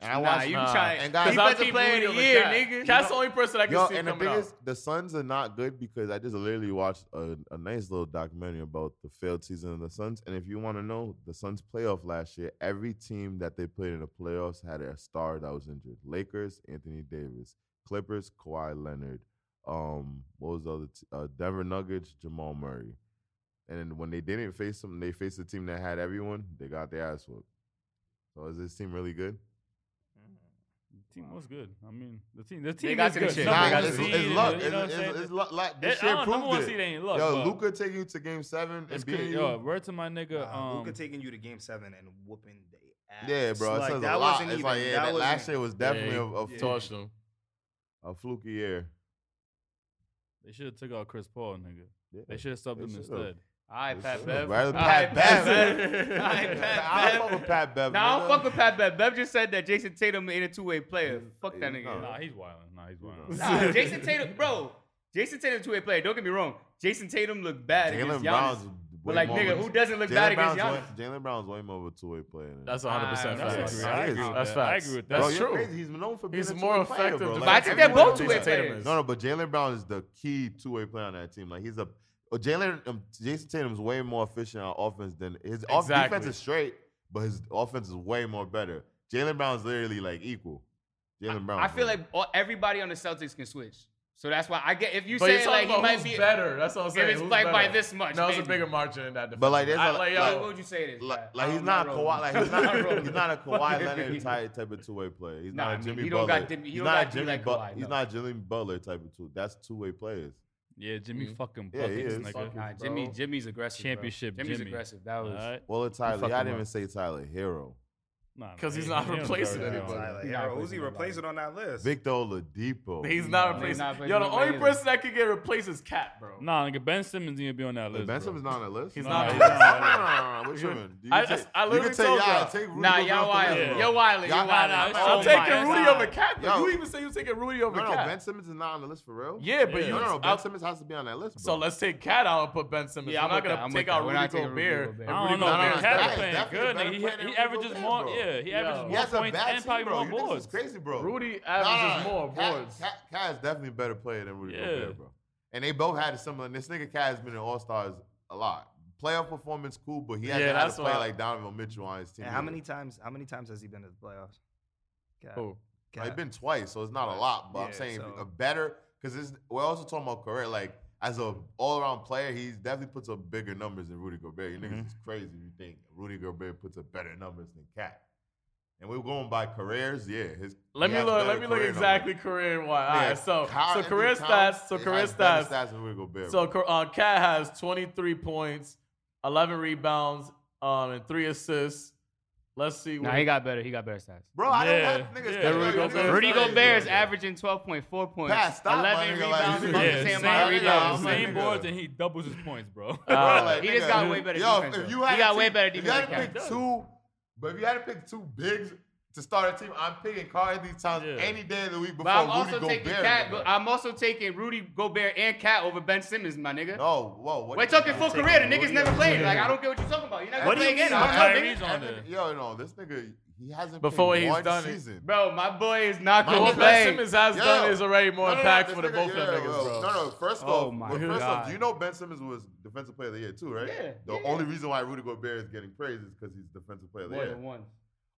[SPEAKER 5] And I
[SPEAKER 3] nah,
[SPEAKER 5] watched.
[SPEAKER 3] you
[SPEAKER 1] nah.
[SPEAKER 3] try.
[SPEAKER 5] And
[SPEAKER 3] And guys,
[SPEAKER 5] guys- Cause
[SPEAKER 1] I'll
[SPEAKER 3] defensive
[SPEAKER 1] keep
[SPEAKER 3] player of
[SPEAKER 1] rooting
[SPEAKER 3] the
[SPEAKER 1] with
[SPEAKER 3] year,
[SPEAKER 1] Cat.
[SPEAKER 3] nigga.
[SPEAKER 1] Cat's the only person I can
[SPEAKER 5] Yo,
[SPEAKER 1] see
[SPEAKER 5] and the
[SPEAKER 1] coming
[SPEAKER 5] thing
[SPEAKER 1] out.
[SPEAKER 5] is, the Suns are not good because I just literally watched a, a nice little documentary about the failed season of the Suns. And if you want to know, the Suns playoff last year, every team that they played in the playoffs had a star that was injured. Lakers, Anthony Davis. Clippers, Kawhi Leonard. Um, what was the other? T- uh, Denver Nuggets, Jamal Murray. And then when they didn't face them, they faced a team that had everyone. They got their ass whooped. So is this team really good?
[SPEAKER 2] The team was good. I mean, the team. The team
[SPEAKER 3] got
[SPEAKER 2] is
[SPEAKER 3] to the
[SPEAKER 2] good.
[SPEAKER 3] shit.
[SPEAKER 2] Number
[SPEAKER 5] Nah,
[SPEAKER 3] got
[SPEAKER 2] one
[SPEAKER 3] to
[SPEAKER 5] it's,
[SPEAKER 3] the
[SPEAKER 2] seed,
[SPEAKER 5] it's
[SPEAKER 2] you
[SPEAKER 5] luck.
[SPEAKER 2] know
[SPEAKER 5] It's,
[SPEAKER 2] what I'm
[SPEAKER 5] it's,
[SPEAKER 2] saying?
[SPEAKER 5] it's, luck. Like,
[SPEAKER 2] It-
[SPEAKER 5] this
[SPEAKER 2] I
[SPEAKER 5] shit
[SPEAKER 2] don't- number one
[SPEAKER 5] proved
[SPEAKER 2] seed
[SPEAKER 5] it.
[SPEAKER 2] ain't luck.
[SPEAKER 5] Yo,
[SPEAKER 2] but
[SPEAKER 5] Luca take you to game seven
[SPEAKER 2] it's
[SPEAKER 5] and
[SPEAKER 2] cra-
[SPEAKER 5] beating
[SPEAKER 2] Yo,
[SPEAKER 5] you.
[SPEAKER 2] word to my nigga. um,
[SPEAKER 4] Luca taking you to Game Seven and whooping the ass.
[SPEAKER 5] Yeah, bro. It
[SPEAKER 4] Like,
[SPEAKER 5] says
[SPEAKER 4] that
[SPEAKER 5] a lot.
[SPEAKER 4] wasn't
[SPEAKER 5] it's
[SPEAKER 4] even.
[SPEAKER 5] like, yeah, that,
[SPEAKER 4] wasn't-
[SPEAKER 5] last year was definitely
[SPEAKER 1] Yeah,
[SPEAKER 5] a, a,
[SPEAKER 1] he
[SPEAKER 5] fluke-
[SPEAKER 1] torched him.
[SPEAKER 5] a fluky year.
[SPEAKER 2] they should have took out Chris Paul, nigga.
[SPEAKER 5] Yeah.
[SPEAKER 2] They should have subbed
[SPEAKER 5] They
[SPEAKER 2] him
[SPEAKER 5] should've.
[SPEAKER 2] instead.
[SPEAKER 3] All right, Pat
[SPEAKER 5] Right,
[SPEAKER 3] Bev.
[SPEAKER 5] Pat
[SPEAKER 3] All right,
[SPEAKER 5] Bev.
[SPEAKER 3] Bev. All right,
[SPEAKER 5] I
[SPEAKER 3] Pat
[SPEAKER 5] don't
[SPEAKER 3] Bev.
[SPEAKER 5] fuck with Pat Bev.
[SPEAKER 3] Nah, I don't
[SPEAKER 5] nigga.
[SPEAKER 3] fuck with Pat Bev. Bev just said that Jason Tatum ain't a two-way player. Fuck that
[SPEAKER 5] Yeah.
[SPEAKER 3] nigga.
[SPEAKER 2] Nah, he's wilding. Nah, he's wilding.
[SPEAKER 3] Nah, Jason Tatum, bro. Jason Tatum two-way player. Don't get me wrong. Jason Tatum looked bad
[SPEAKER 5] Jalen
[SPEAKER 3] against Giannis.
[SPEAKER 5] Brown's. way
[SPEAKER 3] but like,
[SPEAKER 5] more
[SPEAKER 3] nigga,
[SPEAKER 5] of a-
[SPEAKER 3] who doesn't look
[SPEAKER 5] Jalen
[SPEAKER 3] bad against
[SPEAKER 5] Brown's
[SPEAKER 3] Giannis?
[SPEAKER 5] way- Jalen Brown's way more of a two-way player. Than
[SPEAKER 1] That's 100 percent
[SPEAKER 3] Ah,
[SPEAKER 1] facts.
[SPEAKER 5] that's- I agree with
[SPEAKER 1] That's
[SPEAKER 2] that.
[SPEAKER 1] facts.
[SPEAKER 2] I agree with that.
[SPEAKER 5] Bro,
[SPEAKER 1] That's
[SPEAKER 5] you're
[SPEAKER 1] true.
[SPEAKER 5] Crazy. He's known for being
[SPEAKER 1] He's
[SPEAKER 5] a
[SPEAKER 1] more
[SPEAKER 5] two-way player,
[SPEAKER 1] effective
[SPEAKER 5] Bro.
[SPEAKER 1] than
[SPEAKER 5] Like,
[SPEAKER 3] But I think they're
[SPEAKER 5] everyone
[SPEAKER 3] both
[SPEAKER 5] knows
[SPEAKER 3] two-way
[SPEAKER 5] that.
[SPEAKER 3] players.
[SPEAKER 5] No, no, but Jalen Brown is the key two-way player on that team. Like he's a oh, Jalen um, Jason Tatum's way more efficient on offense than his off-
[SPEAKER 1] Exactly.
[SPEAKER 5] defense is straight, but his offense is way more better. Jalen Brown's literally like equal. Jalen Brown.
[SPEAKER 3] I feel
[SPEAKER 5] bro.
[SPEAKER 3] like all, everybody on the Celtics can switch. So that's why I get if you
[SPEAKER 1] But you're
[SPEAKER 3] say
[SPEAKER 1] talking
[SPEAKER 3] like he
[SPEAKER 1] about
[SPEAKER 3] might
[SPEAKER 1] who's
[SPEAKER 3] be
[SPEAKER 1] better. That's what I'm saying.
[SPEAKER 3] it's
[SPEAKER 1] Who's
[SPEAKER 3] like by
[SPEAKER 1] better?
[SPEAKER 3] this much,
[SPEAKER 1] No, it's a
[SPEAKER 3] maybe.
[SPEAKER 1] bigger margin in that.
[SPEAKER 5] But, like,
[SPEAKER 1] defense.
[SPEAKER 5] there's
[SPEAKER 1] I-
[SPEAKER 5] a-
[SPEAKER 1] like,
[SPEAKER 3] Like,
[SPEAKER 1] yo,
[SPEAKER 3] what would you say it is?
[SPEAKER 5] Like,
[SPEAKER 3] Pat?
[SPEAKER 5] like
[SPEAKER 3] I'm
[SPEAKER 5] he's not
[SPEAKER 3] rolling.
[SPEAKER 5] Kawhi, like he's
[SPEAKER 3] I'm
[SPEAKER 5] not,
[SPEAKER 3] rolling.
[SPEAKER 5] he's not a Kawhi
[SPEAKER 3] Fucking-
[SPEAKER 5] Leonard type type of two way player. He's
[SPEAKER 3] Nah,
[SPEAKER 5] not a
[SPEAKER 3] he-
[SPEAKER 5] Jimmy
[SPEAKER 3] he don't
[SPEAKER 5] Butler.
[SPEAKER 3] got Jimmy- he
[SPEAKER 5] he's
[SPEAKER 3] don't
[SPEAKER 5] not
[SPEAKER 3] got
[SPEAKER 5] a
[SPEAKER 3] to be
[SPEAKER 5] Jimmy
[SPEAKER 3] like
[SPEAKER 5] Bu-
[SPEAKER 3] Kawhi,
[SPEAKER 5] He's
[SPEAKER 3] no.
[SPEAKER 5] not a Jimmy Butler type of two. That's two way players.
[SPEAKER 2] Yeah, Jimmy
[SPEAKER 1] Mhm.
[SPEAKER 2] fucking
[SPEAKER 5] Yeah, he
[SPEAKER 2] buckets,
[SPEAKER 5] is.
[SPEAKER 2] nigga.
[SPEAKER 3] Nah, Jimmy, Jimmy's aggressive. bro.
[SPEAKER 2] Championship
[SPEAKER 3] Jimmy's
[SPEAKER 2] Jimmy.
[SPEAKER 3] aggressive. That was.
[SPEAKER 2] Alright?
[SPEAKER 5] Well, Tyler,
[SPEAKER 2] fucking
[SPEAKER 5] yeah, I didn't
[SPEAKER 2] right.
[SPEAKER 5] even say Tyler Hero.
[SPEAKER 2] Nah, nah,
[SPEAKER 1] 'Cause he's
[SPEAKER 2] he-
[SPEAKER 1] not
[SPEAKER 2] he don't
[SPEAKER 1] replacing
[SPEAKER 2] deserve that.
[SPEAKER 1] anybody.
[SPEAKER 4] Tyler
[SPEAKER 3] He not
[SPEAKER 4] Hero, who's
[SPEAKER 3] replacing
[SPEAKER 4] he
[SPEAKER 3] nobody.
[SPEAKER 4] replacing on that list?
[SPEAKER 5] Victor Oladipo.
[SPEAKER 1] He's not
[SPEAKER 3] Nah,
[SPEAKER 1] replacing.
[SPEAKER 3] he's not replacing
[SPEAKER 1] yo, the
[SPEAKER 3] nobody
[SPEAKER 1] only
[SPEAKER 3] either.
[SPEAKER 1] person that could get replaced is Cat, bro.
[SPEAKER 2] Nah, nigga, Ben Simmons need to be on that
[SPEAKER 5] Like,
[SPEAKER 2] list.
[SPEAKER 5] ben
[SPEAKER 2] bro.
[SPEAKER 5] Simmons not on that list.
[SPEAKER 1] He's
[SPEAKER 2] Nah,
[SPEAKER 1] not.
[SPEAKER 2] he's
[SPEAKER 1] replacing-
[SPEAKER 5] No, no, no, no, no. What you
[SPEAKER 1] You're-
[SPEAKER 5] mean? You
[SPEAKER 1] I- I- I
[SPEAKER 5] take- you can
[SPEAKER 1] literally
[SPEAKER 5] take
[SPEAKER 1] told
[SPEAKER 5] y'all.
[SPEAKER 1] y'all.
[SPEAKER 5] Take Rudy
[SPEAKER 3] Nah,
[SPEAKER 5] Gobert
[SPEAKER 3] y'all
[SPEAKER 5] off the
[SPEAKER 3] wily.
[SPEAKER 5] list,
[SPEAKER 2] Yeah.
[SPEAKER 5] bro.
[SPEAKER 3] Yo, wily.
[SPEAKER 5] Y'all
[SPEAKER 3] Yo, wily.
[SPEAKER 2] nah,
[SPEAKER 3] Oh
[SPEAKER 1] I'm
[SPEAKER 2] my,
[SPEAKER 1] taking
[SPEAKER 3] that's
[SPEAKER 1] Rudy
[SPEAKER 3] not-
[SPEAKER 1] over Cat. though.
[SPEAKER 5] Yo.
[SPEAKER 1] You even say you taking Rudy over
[SPEAKER 5] No, no,
[SPEAKER 1] Cat.
[SPEAKER 5] Ben Simmons is not on the list for real.
[SPEAKER 1] yeah, but
[SPEAKER 2] Yeah.
[SPEAKER 1] you
[SPEAKER 5] No, no, Ben
[SPEAKER 1] out-
[SPEAKER 5] Simmons has to be on that list,
[SPEAKER 1] So
[SPEAKER 5] bro.
[SPEAKER 1] let's take Cat out and put Ben Simmons.
[SPEAKER 3] Yeah,
[SPEAKER 1] I'm,
[SPEAKER 3] I'm
[SPEAKER 1] not
[SPEAKER 3] with
[SPEAKER 1] gonna
[SPEAKER 3] that. I'm
[SPEAKER 1] take
[SPEAKER 3] with
[SPEAKER 1] out
[SPEAKER 3] that. We're
[SPEAKER 1] Rudy
[SPEAKER 3] not taking Rudy
[SPEAKER 1] Gobert.
[SPEAKER 3] Gobert.
[SPEAKER 1] and
[SPEAKER 2] I
[SPEAKER 1] Rudy
[SPEAKER 2] don't know,
[SPEAKER 5] Nah, nah,
[SPEAKER 2] man.
[SPEAKER 5] nah,
[SPEAKER 2] Cat
[SPEAKER 5] that's-
[SPEAKER 2] is playing
[SPEAKER 5] that's
[SPEAKER 2] good.
[SPEAKER 5] better
[SPEAKER 2] nigga. He,
[SPEAKER 5] player than
[SPEAKER 2] he
[SPEAKER 5] Rudy
[SPEAKER 2] averages
[SPEAKER 5] Gobert,
[SPEAKER 2] more.
[SPEAKER 5] bro.
[SPEAKER 2] Yeah, he
[SPEAKER 1] Yo.
[SPEAKER 2] averages
[SPEAKER 5] He
[SPEAKER 2] more
[SPEAKER 5] has a
[SPEAKER 2] points
[SPEAKER 5] bad
[SPEAKER 2] and probably
[SPEAKER 5] team,
[SPEAKER 2] more
[SPEAKER 5] bro. You niggas
[SPEAKER 2] boards.
[SPEAKER 5] is crazy, bro.
[SPEAKER 1] Rudy
[SPEAKER 5] Nah,
[SPEAKER 1] averages more
[SPEAKER 5] Cat-
[SPEAKER 1] boards.
[SPEAKER 5] Cat, Cat is definitely a better player than Rudy
[SPEAKER 2] Yeah.
[SPEAKER 5] Gobert, bro. And they both had a similar. This nigga Cat has been in All Stars a lot. Playoff performance, cool, but he hasn't
[SPEAKER 1] Yeah,
[SPEAKER 5] had
[SPEAKER 1] that's
[SPEAKER 5] to play
[SPEAKER 1] why-
[SPEAKER 5] like Donovan Mitchell on his team.
[SPEAKER 4] And how
[SPEAKER 5] either.
[SPEAKER 4] many times? How many times has he been to the playoffs? Cat,
[SPEAKER 1] Who?
[SPEAKER 5] Like,
[SPEAKER 4] Cat.
[SPEAKER 5] It's been twice, so it's not a lot. But I'm
[SPEAKER 4] Yeah,
[SPEAKER 5] saying
[SPEAKER 4] so-
[SPEAKER 5] a better because we're also talking about career. Like as a all around player, he's definitely puts up bigger numbers than Rudy Gobert. You
[SPEAKER 1] Mm-hmm.
[SPEAKER 5] niggas is crazy. if You think Rudy Gobert puts up better numbers than Cat? And we're going by careers. Yeah, his.
[SPEAKER 1] Let
[SPEAKER 5] he
[SPEAKER 1] me
[SPEAKER 5] has
[SPEAKER 1] look.
[SPEAKER 5] better
[SPEAKER 1] Let me look
[SPEAKER 5] career numbers.
[SPEAKER 1] exactly career wise. All
[SPEAKER 5] Yeah,
[SPEAKER 1] right, so
[SPEAKER 5] Kyle
[SPEAKER 1] so
[SPEAKER 5] Anthony
[SPEAKER 1] career
[SPEAKER 5] Towns
[SPEAKER 1] stats. So
[SPEAKER 5] has
[SPEAKER 1] career
[SPEAKER 5] better
[SPEAKER 1] stats.
[SPEAKER 5] stats than Rudy Gobert.
[SPEAKER 1] So Cat uh, Cat has 23 points, 11 rebounds, um, and three assists. Let's see.
[SPEAKER 3] Nah, he got better. He got better stats.
[SPEAKER 5] Bro, I
[SPEAKER 2] Yeah,
[SPEAKER 5] don't have niggas.
[SPEAKER 2] yeah.
[SPEAKER 5] think
[SPEAKER 1] Rudy
[SPEAKER 5] like
[SPEAKER 1] Gobert-
[SPEAKER 5] niggas
[SPEAKER 3] Rudy
[SPEAKER 5] is crazy,
[SPEAKER 3] Gobert is
[SPEAKER 5] bro.
[SPEAKER 3] averaging 12.4 points,
[SPEAKER 5] Pat, stop, my
[SPEAKER 3] 11 rebounds,
[SPEAKER 5] nigga, like, you
[SPEAKER 3] about
[SPEAKER 5] just-
[SPEAKER 3] the
[SPEAKER 2] Yeah,
[SPEAKER 3] same
[SPEAKER 5] Yeah,
[SPEAKER 3] amount of
[SPEAKER 5] same-
[SPEAKER 3] rebounds.
[SPEAKER 5] yeah,
[SPEAKER 2] same
[SPEAKER 5] nigga.
[SPEAKER 2] boards, and he doubles his points, bro.
[SPEAKER 5] Bro,
[SPEAKER 1] Uh,
[SPEAKER 5] like,
[SPEAKER 3] He just
[SPEAKER 5] nigga,
[SPEAKER 3] got way better
[SPEAKER 5] Yo,
[SPEAKER 3] defense,
[SPEAKER 5] if
[SPEAKER 3] though.
[SPEAKER 5] you had
[SPEAKER 3] He got
[SPEAKER 5] to-
[SPEAKER 3] way better
[SPEAKER 5] If you had to
[SPEAKER 3] defense
[SPEAKER 5] pick
[SPEAKER 2] than Cat.
[SPEAKER 5] two, but if you had to pick two bigs to start a team, I'm picking Carl Anthony Towns
[SPEAKER 2] Yeah.
[SPEAKER 5] any day of the week before
[SPEAKER 3] But I'm
[SPEAKER 5] Rudy
[SPEAKER 3] also
[SPEAKER 5] Gobert.
[SPEAKER 3] taking Cat.
[SPEAKER 5] nigga.
[SPEAKER 3] But uh, I'm also taking Rudy Gobert and Cat over Ben Simmons, my nigga.
[SPEAKER 5] no, whoa. What
[SPEAKER 3] We're talking full
[SPEAKER 4] taking
[SPEAKER 3] career. The
[SPEAKER 4] Rudy
[SPEAKER 3] niggas never
[SPEAKER 4] over
[SPEAKER 3] played.
[SPEAKER 4] Ben
[SPEAKER 3] Like I
[SPEAKER 4] Simmons.
[SPEAKER 3] don't get what you're talking about. You're not
[SPEAKER 4] What
[SPEAKER 3] gonna
[SPEAKER 4] do
[SPEAKER 3] play
[SPEAKER 4] you
[SPEAKER 3] again.
[SPEAKER 4] mean?
[SPEAKER 3] I'm tough, nigga.
[SPEAKER 2] Kyrie's on there.
[SPEAKER 5] Every- Yo, no, this nigga, he hasn't
[SPEAKER 1] Before
[SPEAKER 5] played
[SPEAKER 1] he's
[SPEAKER 5] one
[SPEAKER 1] done it.
[SPEAKER 5] season.
[SPEAKER 3] Bro, my boy is not
[SPEAKER 5] My
[SPEAKER 1] But
[SPEAKER 3] gonna
[SPEAKER 5] nigga-
[SPEAKER 1] what Ben
[SPEAKER 3] play.
[SPEAKER 1] Simmons has
[SPEAKER 5] Yo.
[SPEAKER 1] done is already more
[SPEAKER 5] No, no, no,
[SPEAKER 1] impactful
[SPEAKER 5] this
[SPEAKER 1] than
[SPEAKER 5] nigga-
[SPEAKER 1] both of
[SPEAKER 5] yeah,
[SPEAKER 1] them niggas,
[SPEAKER 5] well,
[SPEAKER 1] bro.
[SPEAKER 5] No, no. First
[SPEAKER 3] Oh
[SPEAKER 5] off,
[SPEAKER 3] my
[SPEAKER 5] well, first off,
[SPEAKER 3] God.
[SPEAKER 5] do you know Ben Simmons was defensive player of the year too, right?
[SPEAKER 3] Yeah,
[SPEAKER 5] The
[SPEAKER 3] yeah.
[SPEAKER 5] only reason why Rudy Gobert is getting praise is because he's defensive player of the
[SPEAKER 3] More
[SPEAKER 5] year.
[SPEAKER 3] than one.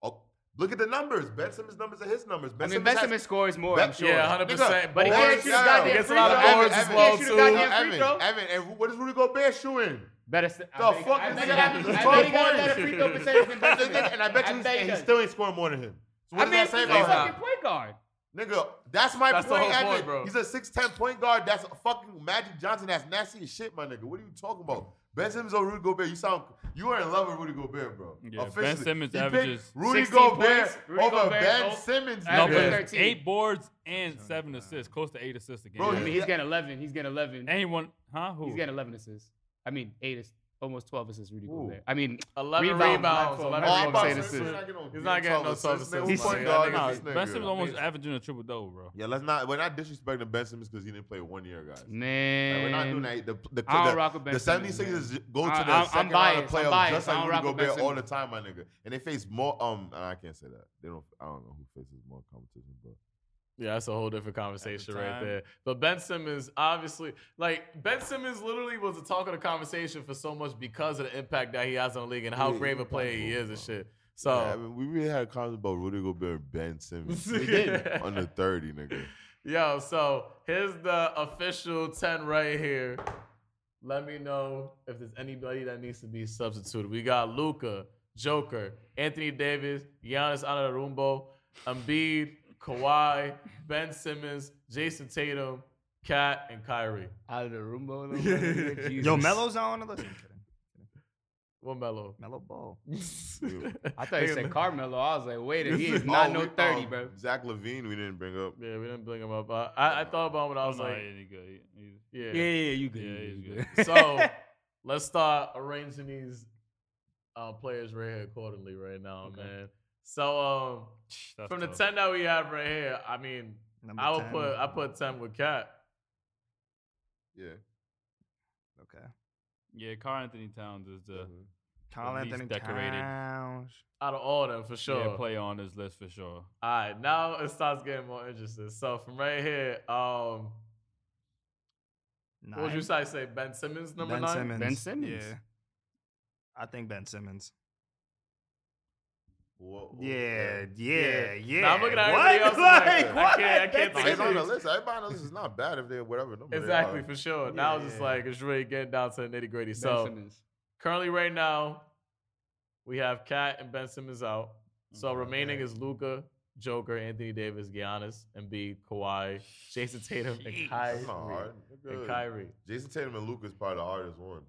[SPEAKER 5] Oh, look at the numbers. Ben Simmons' numbers are his numbers.
[SPEAKER 3] I
[SPEAKER 5] Ben
[SPEAKER 3] mean,
[SPEAKER 5] Simmons
[SPEAKER 3] Ben
[SPEAKER 5] has-
[SPEAKER 3] Simmons scores more.
[SPEAKER 5] Ben-
[SPEAKER 3] I'm sure.
[SPEAKER 1] Yeah, 100. percent
[SPEAKER 3] But he
[SPEAKER 5] Boards
[SPEAKER 3] can't shoot a
[SPEAKER 5] down.
[SPEAKER 3] goddamn
[SPEAKER 1] He gets a
[SPEAKER 3] free
[SPEAKER 1] lot of
[SPEAKER 3] throw.
[SPEAKER 1] boards as
[SPEAKER 3] He
[SPEAKER 1] well
[SPEAKER 3] can't shoot a
[SPEAKER 1] too.
[SPEAKER 3] goddamn free
[SPEAKER 5] Evan,
[SPEAKER 3] throw.
[SPEAKER 5] Evan, and what is Rudy Gobert shooting?
[SPEAKER 3] Better. The
[SPEAKER 5] The
[SPEAKER 3] I
[SPEAKER 5] fuck is
[SPEAKER 3] bet
[SPEAKER 5] he-
[SPEAKER 3] I bet he
[SPEAKER 5] It's
[SPEAKER 3] got
[SPEAKER 5] 12
[SPEAKER 3] a better free throw
[SPEAKER 1] points.
[SPEAKER 3] percentage than Ben Simmons.
[SPEAKER 5] and I bet you
[SPEAKER 3] bet he
[SPEAKER 5] and he
[SPEAKER 3] does.
[SPEAKER 5] still ain't scoring more than him. So what
[SPEAKER 3] I
[SPEAKER 5] does
[SPEAKER 3] mean,
[SPEAKER 5] that say
[SPEAKER 3] he's a
[SPEAKER 5] about
[SPEAKER 3] fucking
[SPEAKER 5] him?
[SPEAKER 3] point guard.
[SPEAKER 5] Nigga, that's my
[SPEAKER 1] That's the
[SPEAKER 5] point.
[SPEAKER 1] whole
[SPEAKER 5] Anthony.
[SPEAKER 1] point, bro.
[SPEAKER 5] He's a 6'10 point guard. That's fucking Magic Johnson. That's nasty as shit, my nigga. What are you talking about? Ben Simmons over Rudy Gobert. You sound you are in love with Rudy Gobert, bro.
[SPEAKER 2] Yeah, Ben
[SPEAKER 5] Officially.
[SPEAKER 2] Simmons
[SPEAKER 5] He picked
[SPEAKER 2] averages
[SPEAKER 5] Rudy
[SPEAKER 3] 16
[SPEAKER 5] Gobert
[SPEAKER 3] points. Rudy
[SPEAKER 5] over
[SPEAKER 3] Gobert
[SPEAKER 5] Ben
[SPEAKER 3] over-
[SPEAKER 5] Simmons.
[SPEAKER 2] No,
[SPEAKER 5] nigga.
[SPEAKER 2] but
[SPEAKER 3] Average 13.
[SPEAKER 2] eight boards and seven assists, close to eight assists a game.
[SPEAKER 5] Bro,
[SPEAKER 3] I mean,
[SPEAKER 5] Yeah.
[SPEAKER 3] he's getting 11. He's getting 11.
[SPEAKER 2] Anyone? Huh? Who?
[SPEAKER 3] He's getting 11 assists. I mean, eight is almost 12 assists. Rudy
[SPEAKER 5] Ooh.
[SPEAKER 3] Gobert. I mean,
[SPEAKER 1] 11
[SPEAKER 3] Rebound,
[SPEAKER 1] rebounds.
[SPEAKER 3] my
[SPEAKER 1] 11
[SPEAKER 3] fault.
[SPEAKER 5] Oh, I'm
[SPEAKER 1] rebounds.
[SPEAKER 5] about
[SPEAKER 3] saying
[SPEAKER 5] to
[SPEAKER 3] this
[SPEAKER 5] say,
[SPEAKER 3] is-
[SPEAKER 5] we're not getting no
[SPEAKER 1] He's not getting no
[SPEAKER 5] 12 assists,
[SPEAKER 1] self-assist.
[SPEAKER 5] man.
[SPEAKER 4] He's
[SPEAKER 5] Who point
[SPEAKER 4] sick.
[SPEAKER 5] guard
[SPEAKER 2] Nah,
[SPEAKER 5] is this
[SPEAKER 2] ben
[SPEAKER 5] nigga?
[SPEAKER 2] Simmons almost averaging a triple double, bro.
[SPEAKER 5] Yeah, let's not. We're not disrespecting Ben Simmons because he didn't play one year, guys. Like,
[SPEAKER 3] man.
[SPEAKER 5] we're not doing that. The, the,
[SPEAKER 3] I don't
[SPEAKER 5] the,
[SPEAKER 3] rock with Ben
[SPEAKER 5] the
[SPEAKER 3] Simmons,
[SPEAKER 5] 76ers go to
[SPEAKER 3] I- I'm-
[SPEAKER 5] the
[SPEAKER 3] I'm
[SPEAKER 5] second round of
[SPEAKER 3] biased, I'm
[SPEAKER 5] playoffs
[SPEAKER 3] biased.
[SPEAKER 5] just
[SPEAKER 3] I don't
[SPEAKER 5] like
[SPEAKER 3] rock
[SPEAKER 5] Rudy
[SPEAKER 3] with Ben
[SPEAKER 5] Gobert all the
[SPEAKER 3] Simmons.
[SPEAKER 5] time, my nigga. And they face more. Um, I can't say that. They don't. I don't know who faces more competition, but
[SPEAKER 1] Yeah, that's a whole different conversation right
[SPEAKER 2] time.
[SPEAKER 1] there. But Ben Simmons, obviously, like Ben Simmons, literally was the talk of the conversation for so much because of the impact that he has on the league and how
[SPEAKER 5] Yeah,
[SPEAKER 1] brave a
[SPEAKER 5] he's
[SPEAKER 1] player he
[SPEAKER 5] unbelievable,
[SPEAKER 1] is and
[SPEAKER 5] bro.
[SPEAKER 1] shit. So
[SPEAKER 5] yeah, I mean, we really had comments about Rudy Gobert and Ben Simmons.
[SPEAKER 1] We did.
[SPEAKER 5] under thirty, nigga.
[SPEAKER 1] Yo, so here's the official 10 right here. Let me know if there's anybody that needs to be substituted. We got Luca, Joker, Anthony Davis, Giannis Antetokounmpo, Embiid, Kawhi, Ben Simmons, Jason Tatum, Kat, and Kyrie.
[SPEAKER 3] Out of the room, bro.
[SPEAKER 4] Yo, Melo's not on the list. I'm kidding.
[SPEAKER 1] One mellow.
[SPEAKER 4] Melo Ball.
[SPEAKER 3] I thought you
[SPEAKER 1] Nigga,
[SPEAKER 3] said Carmelo. I was like, wait, a- he is not
[SPEAKER 5] Oh,
[SPEAKER 3] no
[SPEAKER 5] we-
[SPEAKER 3] 30,
[SPEAKER 5] um,
[SPEAKER 3] bro.
[SPEAKER 5] Zach Levine, we didn't bring up.
[SPEAKER 1] Yeah, we didn't bring him up. I, I, I thought about him, but I was
[SPEAKER 2] I'm not
[SPEAKER 1] like,
[SPEAKER 2] any good either.
[SPEAKER 1] yeah.
[SPEAKER 3] Yeah, yeah, you good.
[SPEAKER 2] Yeah,
[SPEAKER 3] you
[SPEAKER 2] he's
[SPEAKER 3] good.
[SPEAKER 1] So let's start arranging these uh, players right here accordingly right now,
[SPEAKER 2] Okay.
[SPEAKER 1] man. So um,
[SPEAKER 2] That's
[SPEAKER 1] from the
[SPEAKER 2] tough.
[SPEAKER 1] ten that we have right here, I mean,
[SPEAKER 4] Number
[SPEAKER 1] I would
[SPEAKER 4] 10.
[SPEAKER 1] put I put ten with Cat.
[SPEAKER 5] Yeah.
[SPEAKER 4] Okay.
[SPEAKER 2] Yeah, Carl Anthony Towns is the
[SPEAKER 3] Mm-hmm.
[SPEAKER 4] Carl
[SPEAKER 2] least
[SPEAKER 4] Anthony
[SPEAKER 2] decorated.
[SPEAKER 4] Towns.
[SPEAKER 1] Out of all of them, for sure.
[SPEAKER 2] yeah, player on this list for sure.
[SPEAKER 1] All right, now it starts getting more interesting. So from right here, um, what would you
[SPEAKER 4] Nine.
[SPEAKER 1] say? Say Ben Simmons, number
[SPEAKER 4] ben
[SPEAKER 1] nine.
[SPEAKER 4] Simmons.
[SPEAKER 3] Ben Simmons.
[SPEAKER 4] Yeah. I think Ben Simmons.
[SPEAKER 5] Whoa,
[SPEAKER 4] Yeah, yeah, yeah.
[SPEAKER 1] Now I'm looking at
[SPEAKER 4] what?
[SPEAKER 1] everybody else.
[SPEAKER 4] Like,
[SPEAKER 1] and I'm
[SPEAKER 4] what?
[SPEAKER 1] Like, I can't, I can't
[SPEAKER 5] No,
[SPEAKER 1] think of
[SPEAKER 5] everybody on the
[SPEAKER 1] names.
[SPEAKER 5] list. Everybody on the list is not bad if they're whatever number. they
[SPEAKER 1] Exactly,
[SPEAKER 5] are.
[SPEAKER 1] for sure. now it's
[SPEAKER 4] Yeah,
[SPEAKER 1] just
[SPEAKER 4] yeah.
[SPEAKER 1] like it's really getting down to the nitty gritty.
[SPEAKER 3] Ben
[SPEAKER 1] So.
[SPEAKER 3] Simmons.
[SPEAKER 1] currently right now, we have Kat and Ben Simmons out. So remaining is Luca, Joker, Anthony Davis, Giannis, Embiid, Kawhi, Jason Tatum, and
[SPEAKER 5] That's not
[SPEAKER 1] Kyrie.
[SPEAKER 5] hard. They're
[SPEAKER 1] And
[SPEAKER 5] good.
[SPEAKER 1] Kyrie.
[SPEAKER 5] Jason Tatum and Luke is probably the hardest one.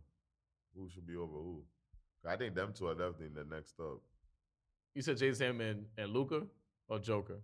[SPEAKER 5] Who should be over who? I think them two are definitely the next up.
[SPEAKER 1] You said Jason Tatum and, and Luca or Joker?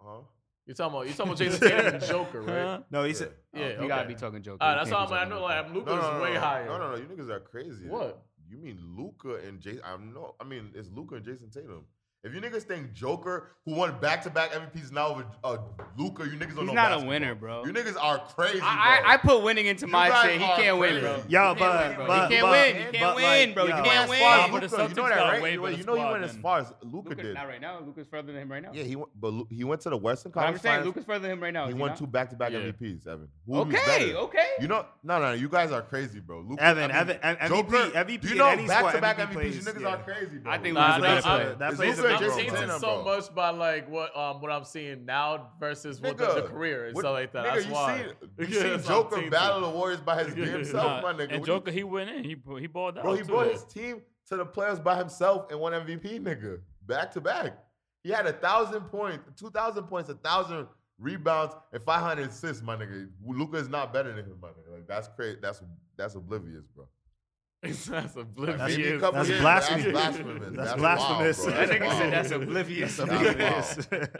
[SPEAKER 5] Huh?
[SPEAKER 1] You're talking about you talking about Jason Tatum and Joker, right?
[SPEAKER 2] Huh?
[SPEAKER 4] No, he said.
[SPEAKER 1] Yeah,
[SPEAKER 3] You gotta
[SPEAKER 1] okay.
[SPEAKER 3] be talking joke.
[SPEAKER 1] All right, that's all I'm like. I know like Luca's
[SPEAKER 5] No, no, no,
[SPEAKER 1] way
[SPEAKER 5] no.
[SPEAKER 1] higher.
[SPEAKER 5] No, no, no. You niggas are crazy.
[SPEAKER 1] What?
[SPEAKER 5] You mean Luca and Jason? I'm no. I mean it's Luca and Jason Tatum. If you niggas think Joker, who won back-to-back MVPs, now with uh, Luca, you niggas don't know
[SPEAKER 3] He's not a
[SPEAKER 5] basketball.
[SPEAKER 3] winner, bro.
[SPEAKER 5] You niggas are crazy.
[SPEAKER 3] I,
[SPEAKER 5] bro.
[SPEAKER 3] I, I put winning into
[SPEAKER 5] You
[SPEAKER 3] my
[SPEAKER 5] guys
[SPEAKER 3] shit. He
[SPEAKER 5] are
[SPEAKER 3] can't win,
[SPEAKER 5] crazy.
[SPEAKER 3] bro.
[SPEAKER 5] You
[SPEAKER 4] Yo,
[SPEAKER 3] He can't
[SPEAKER 4] but,
[SPEAKER 3] win, bro.
[SPEAKER 4] but
[SPEAKER 3] You can't
[SPEAKER 4] but-
[SPEAKER 3] win. You can't
[SPEAKER 4] but,
[SPEAKER 3] win,
[SPEAKER 4] like,
[SPEAKER 3] bro. You
[SPEAKER 4] yo.
[SPEAKER 3] can't
[SPEAKER 5] As
[SPEAKER 3] win.
[SPEAKER 5] far as
[SPEAKER 2] But the
[SPEAKER 5] Luka, you know
[SPEAKER 2] Celtics
[SPEAKER 5] that,
[SPEAKER 2] got
[SPEAKER 5] right?
[SPEAKER 2] way
[SPEAKER 5] You know-
[SPEAKER 2] better
[SPEAKER 5] you know he
[SPEAKER 2] squad
[SPEAKER 5] went as
[SPEAKER 2] than-
[SPEAKER 5] far as Luca
[SPEAKER 3] Luka,
[SPEAKER 5] did.
[SPEAKER 3] not right now. Luca's further than him right now.
[SPEAKER 5] Yeah, he went, but Lu- he went to the Western
[SPEAKER 3] But I'm
[SPEAKER 5] Conference.
[SPEAKER 3] just saying,
[SPEAKER 5] Finals.
[SPEAKER 3] Luca's further than him right now.
[SPEAKER 5] He
[SPEAKER 3] is
[SPEAKER 5] won
[SPEAKER 3] not?
[SPEAKER 5] two back-to-back
[SPEAKER 1] Yeah.
[SPEAKER 5] MVPs, Evan. Who was
[SPEAKER 3] Okay,
[SPEAKER 5] better?
[SPEAKER 3] okay.
[SPEAKER 5] You know, no, no, you guys are crazy, bro. Luke,
[SPEAKER 4] Evan, Evan, M- MVP, MVP
[SPEAKER 5] you
[SPEAKER 4] in
[SPEAKER 5] know,
[SPEAKER 4] any squad,
[SPEAKER 5] back-to-back
[SPEAKER 4] MVP
[SPEAKER 5] MVPs,
[SPEAKER 4] plays,
[SPEAKER 5] niggas
[SPEAKER 4] yeah.
[SPEAKER 5] are crazy, bro.
[SPEAKER 3] I think
[SPEAKER 1] Nah, nah,
[SPEAKER 3] Luka's the best
[SPEAKER 1] I'm-
[SPEAKER 3] player.
[SPEAKER 4] That
[SPEAKER 5] It's
[SPEAKER 4] plays
[SPEAKER 5] Luka
[SPEAKER 4] a
[SPEAKER 5] and
[SPEAKER 1] I'm
[SPEAKER 5] Jason
[SPEAKER 4] big
[SPEAKER 1] changing
[SPEAKER 5] Tatum,
[SPEAKER 1] so
[SPEAKER 5] bro.
[SPEAKER 1] much by like what um what I'm seeing now versus what the, the
[SPEAKER 5] Nigga,
[SPEAKER 1] career and
[SPEAKER 5] what-
[SPEAKER 1] stuff like that.
[SPEAKER 5] Nigga,
[SPEAKER 1] That's
[SPEAKER 5] you
[SPEAKER 1] why.
[SPEAKER 5] seen, you
[SPEAKER 1] Yeah,
[SPEAKER 5] seen
[SPEAKER 1] that's what I'm
[SPEAKER 5] Joker
[SPEAKER 1] saying,
[SPEAKER 5] battle
[SPEAKER 1] too.
[SPEAKER 5] the Warriors by his
[SPEAKER 1] Yeah.
[SPEAKER 5] damn self,
[SPEAKER 2] Nah,
[SPEAKER 5] my nigga.
[SPEAKER 2] and
[SPEAKER 5] What you-
[SPEAKER 2] Joker, he went in. He he balled out.
[SPEAKER 5] bro, he
[SPEAKER 2] too.
[SPEAKER 5] brought his team to the playoffs by himself and won MVP, nigga, back to back. He had a thousand points, two thousand points, a thousand rebounds, and five hundred assists, my nigga. Luca is not better than him, my nigga. Like that's crazy. That's that's oblivious, bro.
[SPEAKER 1] that's
[SPEAKER 5] Like,
[SPEAKER 1] oblivious.
[SPEAKER 5] maybe a couple
[SPEAKER 4] That's
[SPEAKER 5] years, but
[SPEAKER 4] blasphemy.
[SPEAKER 5] That's blasphemous.
[SPEAKER 4] That's
[SPEAKER 5] wild,
[SPEAKER 4] blasphemous.
[SPEAKER 5] bro.
[SPEAKER 4] That nigga
[SPEAKER 5] wild.
[SPEAKER 4] said that's
[SPEAKER 3] oblivious.
[SPEAKER 5] That's wild.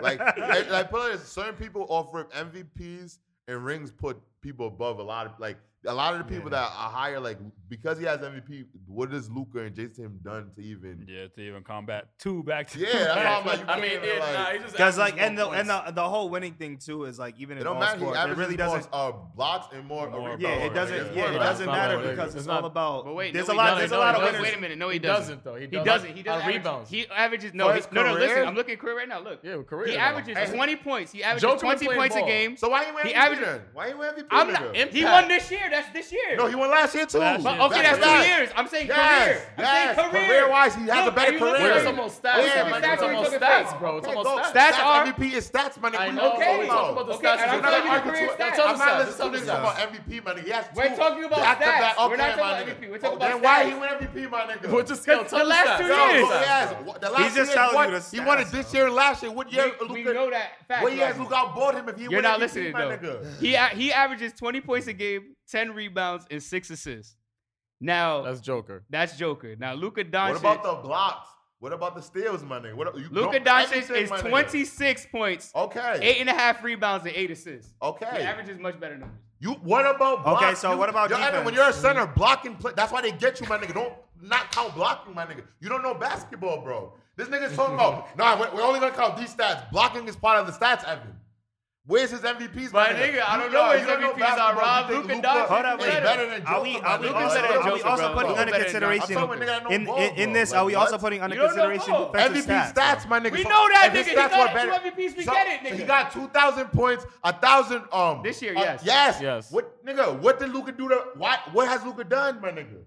[SPEAKER 5] like, like, like put it, like this, certain people off rip MVPs and rings put people above a lot of like a lot of the people
[SPEAKER 4] Yeah.
[SPEAKER 5] that are higher. Like because he has MVP, what has Luca and Jason Tatum done to even?
[SPEAKER 2] Yeah, to even combat two back to
[SPEAKER 5] Yeah, that's why I'm like, you
[SPEAKER 1] I mean,
[SPEAKER 5] can't even,
[SPEAKER 1] yeah,
[SPEAKER 5] like,
[SPEAKER 1] nah, he just
[SPEAKER 4] Because
[SPEAKER 1] averages
[SPEAKER 4] like, and the
[SPEAKER 1] more
[SPEAKER 4] and
[SPEAKER 1] points.
[SPEAKER 4] the, the whole winning thing too is like even
[SPEAKER 5] it
[SPEAKER 4] in
[SPEAKER 5] don't
[SPEAKER 4] all
[SPEAKER 5] matter. He
[SPEAKER 4] sports, it
[SPEAKER 5] averages
[SPEAKER 4] really
[SPEAKER 5] more,
[SPEAKER 4] doesn't.
[SPEAKER 5] uh, blocks and more.
[SPEAKER 2] More
[SPEAKER 5] rebounds.
[SPEAKER 4] Yeah,
[SPEAKER 2] power,
[SPEAKER 4] it
[SPEAKER 5] Like,
[SPEAKER 4] doesn't.
[SPEAKER 5] it's
[SPEAKER 4] Yeah,
[SPEAKER 5] more
[SPEAKER 4] it
[SPEAKER 5] about
[SPEAKER 4] doesn't
[SPEAKER 5] power,
[SPEAKER 4] matter
[SPEAKER 5] nigga.
[SPEAKER 4] because it's
[SPEAKER 1] It's not-
[SPEAKER 4] all about.
[SPEAKER 3] But wait,
[SPEAKER 4] there's
[SPEAKER 3] no,
[SPEAKER 4] a
[SPEAKER 3] he
[SPEAKER 4] lot.
[SPEAKER 3] doesn't.
[SPEAKER 4] There's a
[SPEAKER 3] No,
[SPEAKER 4] lot
[SPEAKER 3] he
[SPEAKER 4] of
[SPEAKER 3] doesn't.
[SPEAKER 4] winners.
[SPEAKER 3] Wait a minute. No, he
[SPEAKER 1] He
[SPEAKER 3] doesn't.
[SPEAKER 1] doesn't though. He
[SPEAKER 3] He
[SPEAKER 1] doesn't.
[SPEAKER 3] doesn't. He doesn't.
[SPEAKER 1] On
[SPEAKER 3] average-
[SPEAKER 1] rebounds.
[SPEAKER 3] He averages
[SPEAKER 5] For
[SPEAKER 3] no.
[SPEAKER 5] his
[SPEAKER 3] he- No, no. Listen,
[SPEAKER 5] career?
[SPEAKER 3] I'm looking at career right now. Look.
[SPEAKER 1] Yeah, with career.
[SPEAKER 3] He
[SPEAKER 1] though.
[SPEAKER 3] averages
[SPEAKER 5] Hey,
[SPEAKER 3] 20 points. He averages
[SPEAKER 1] Joker been
[SPEAKER 3] 20
[SPEAKER 1] playing
[SPEAKER 3] points a
[SPEAKER 1] ball.
[SPEAKER 3] game.
[SPEAKER 5] So why you win
[SPEAKER 3] He
[SPEAKER 5] MVP
[SPEAKER 3] averages-
[SPEAKER 5] then? Why you win MVP?
[SPEAKER 3] I'm
[SPEAKER 5] to
[SPEAKER 3] not.
[SPEAKER 5] them.
[SPEAKER 3] He won this year. That's this year.
[SPEAKER 5] No, he won last year too.
[SPEAKER 1] Last
[SPEAKER 3] But
[SPEAKER 1] year.
[SPEAKER 3] okay, that's,
[SPEAKER 5] Back-to-back.
[SPEAKER 3] two years. I'm saying
[SPEAKER 5] Yes,
[SPEAKER 3] career.
[SPEAKER 5] yes.
[SPEAKER 3] I'm saying career.
[SPEAKER 5] Career-wise, he has
[SPEAKER 3] Look,
[SPEAKER 5] a better
[SPEAKER 3] are you looking
[SPEAKER 5] career.
[SPEAKER 3] at
[SPEAKER 1] It's
[SPEAKER 3] it?
[SPEAKER 1] almost
[SPEAKER 5] Yeah,
[SPEAKER 1] stats.
[SPEAKER 5] but
[SPEAKER 1] man.
[SPEAKER 5] that's
[SPEAKER 1] It's
[SPEAKER 5] what
[SPEAKER 1] almost
[SPEAKER 3] we're talking
[SPEAKER 1] stats,
[SPEAKER 3] about.
[SPEAKER 1] bro. It's
[SPEAKER 5] Hey,
[SPEAKER 1] almost stats.
[SPEAKER 5] go.
[SPEAKER 3] Stats are-
[SPEAKER 5] MVP is stats, my nigga.
[SPEAKER 1] I
[SPEAKER 5] We
[SPEAKER 1] know,
[SPEAKER 5] don't
[SPEAKER 1] but
[SPEAKER 3] Okay.
[SPEAKER 1] we're
[SPEAKER 5] know.
[SPEAKER 1] talking about the
[SPEAKER 3] Okay,
[SPEAKER 1] stats.
[SPEAKER 3] and
[SPEAKER 5] I'm
[SPEAKER 1] We're not
[SPEAKER 5] not even
[SPEAKER 1] arguing
[SPEAKER 5] agreeing
[SPEAKER 1] with-
[SPEAKER 5] with
[SPEAKER 1] That's all
[SPEAKER 3] stats.
[SPEAKER 5] I'm not
[SPEAKER 1] stats.
[SPEAKER 5] listening to this
[SPEAKER 1] That's all
[SPEAKER 5] about
[SPEAKER 1] stats.
[SPEAKER 5] MVP, my nigga. Yes,
[SPEAKER 3] We're
[SPEAKER 5] two.
[SPEAKER 3] talking about
[SPEAKER 5] Back-to-back.
[SPEAKER 3] stats. We're not talking about
[SPEAKER 5] Okay, my nigga.
[SPEAKER 3] MVP. We're talking
[SPEAKER 5] Then
[SPEAKER 3] about
[SPEAKER 5] why
[SPEAKER 3] stats.
[SPEAKER 5] he win MVP, my nigga?
[SPEAKER 1] We're just yo, tell
[SPEAKER 3] the
[SPEAKER 1] me
[SPEAKER 3] last
[SPEAKER 1] stats.
[SPEAKER 3] two
[SPEAKER 1] Tell me
[SPEAKER 3] years.
[SPEAKER 1] stats.
[SPEAKER 5] yes. What- The last
[SPEAKER 4] He's just
[SPEAKER 5] year,
[SPEAKER 4] telling
[SPEAKER 5] what-
[SPEAKER 4] you the
[SPEAKER 5] He won it
[SPEAKER 4] stats,
[SPEAKER 5] this year and last year. What year?
[SPEAKER 3] We
[SPEAKER 5] Luka-
[SPEAKER 3] know that fact.
[SPEAKER 5] What year has
[SPEAKER 3] right?
[SPEAKER 5] Luka outbought him if he
[SPEAKER 3] You're
[SPEAKER 5] win
[SPEAKER 3] not
[SPEAKER 5] MVP,
[SPEAKER 3] listening
[SPEAKER 5] my
[SPEAKER 3] though.
[SPEAKER 5] nigga?
[SPEAKER 3] He he averages 20 points a game, 10 rebounds, and six assists. Now
[SPEAKER 1] That's Joker.
[SPEAKER 3] that's Joker. Now Luka Doncic.
[SPEAKER 5] What about the blocks? What about the steals, my nigga? What, you
[SPEAKER 3] Luka
[SPEAKER 5] don't-
[SPEAKER 3] Doncic
[SPEAKER 5] everything,
[SPEAKER 3] is
[SPEAKER 5] my nigga.
[SPEAKER 3] 26 points,
[SPEAKER 5] Okay.
[SPEAKER 3] eight and a half rebounds, and eight assists.
[SPEAKER 5] Okay.
[SPEAKER 3] He averages much better numbers.
[SPEAKER 5] You what about block?
[SPEAKER 4] Okay, so
[SPEAKER 5] You-
[SPEAKER 4] what about
[SPEAKER 5] yo, Evan,
[SPEAKER 4] defense? Mm-hmm.
[SPEAKER 5] when you're a center blocking play? That's why they get you, my nigga. Don't not count blocking, my nigga. You don't know basketball, bro. This nigga's talking
[SPEAKER 4] Mm-hmm.
[SPEAKER 5] about nah. We're, we're only gonna count these stats. Blocking is part of the stats, Evan. Where's his MVPs, my,
[SPEAKER 3] My nigga, I
[SPEAKER 5] You
[SPEAKER 3] don't know where his
[SPEAKER 5] you
[SPEAKER 3] MVPs
[SPEAKER 5] don't
[SPEAKER 3] are,
[SPEAKER 5] basketball.
[SPEAKER 3] Rob.
[SPEAKER 5] You think
[SPEAKER 3] Luka
[SPEAKER 5] Luka
[SPEAKER 3] Doncic
[SPEAKER 4] Hold up,
[SPEAKER 5] is
[SPEAKER 4] wait.
[SPEAKER 5] better than
[SPEAKER 4] Are we
[SPEAKER 5] Joker,
[SPEAKER 4] are
[SPEAKER 5] my
[SPEAKER 4] we
[SPEAKER 5] nigga?
[SPEAKER 3] Luka's
[SPEAKER 4] also,
[SPEAKER 3] better than
[SPEAKER 4] are we
[SPEAKER 3] Joker,
[SPEAKER 4] also
[SPEAKER 3] bro.
[SPEAKER 4] putting
[SPEAKER 3] Luka's
[SPEAKER 4] under
[SPEAKER 3] better than Joker.
[SPEAKER 5] I'm talking about nigga that
[SPEAKER 4] consideration
[SPEAKER 5] don't
[SPEAKER 4] in,
[SPEAKER 5] ball,
[SPEAKER 4] in, in
[SPEAKER 5] bro.
[SPEAKER 4] this?
[SPEAKER 5] Like,
[SPEAKER 4] Are we also
[SPEAKER 5] what?
[SPEAKER 4] putting under
[SPEAKER 3] You don't know
[SPEAKER 4] consideration
[SPEAKER 3] ball.
[SPEAKER 4] defensive
[SPEAKER 5] MVP
[SPEAKER 4] stats?
[SPEAKER 5] stats, my nigga.
[SPEAKER 3] We
[SPEAKER 5] So
[SPEAKER 3] know that
[SPEAKER 5] if
[SPEAKER 3] nigga.
[SPEAKER 5] his
[SPEAKER 3] He
[SPEAKER 5] stats
[SPEAKER 3] got
[SPEAKER 5] were
[SPEAKER 3] two
[SPEAKER 5] better-
[SPEAKER 3] MVPs. We
[SPEAKER 5] so-
[SPEAKER 3] get it,
[SPEAKER 5] so he
[SPEAKER 3] nigga.
[SPEAKER 5] got two thousand points, a thousand. Um,
[SPEAKER 3] This year,
[SPEAKER 5] uh,
[SPEAKER 3] yes.
[SPEAKER 5] yes,
[SPEAKER 1] Yes.
[SPEAKER 5] What nigga? What did Luca do to? Why? What has Luca done, my nigga?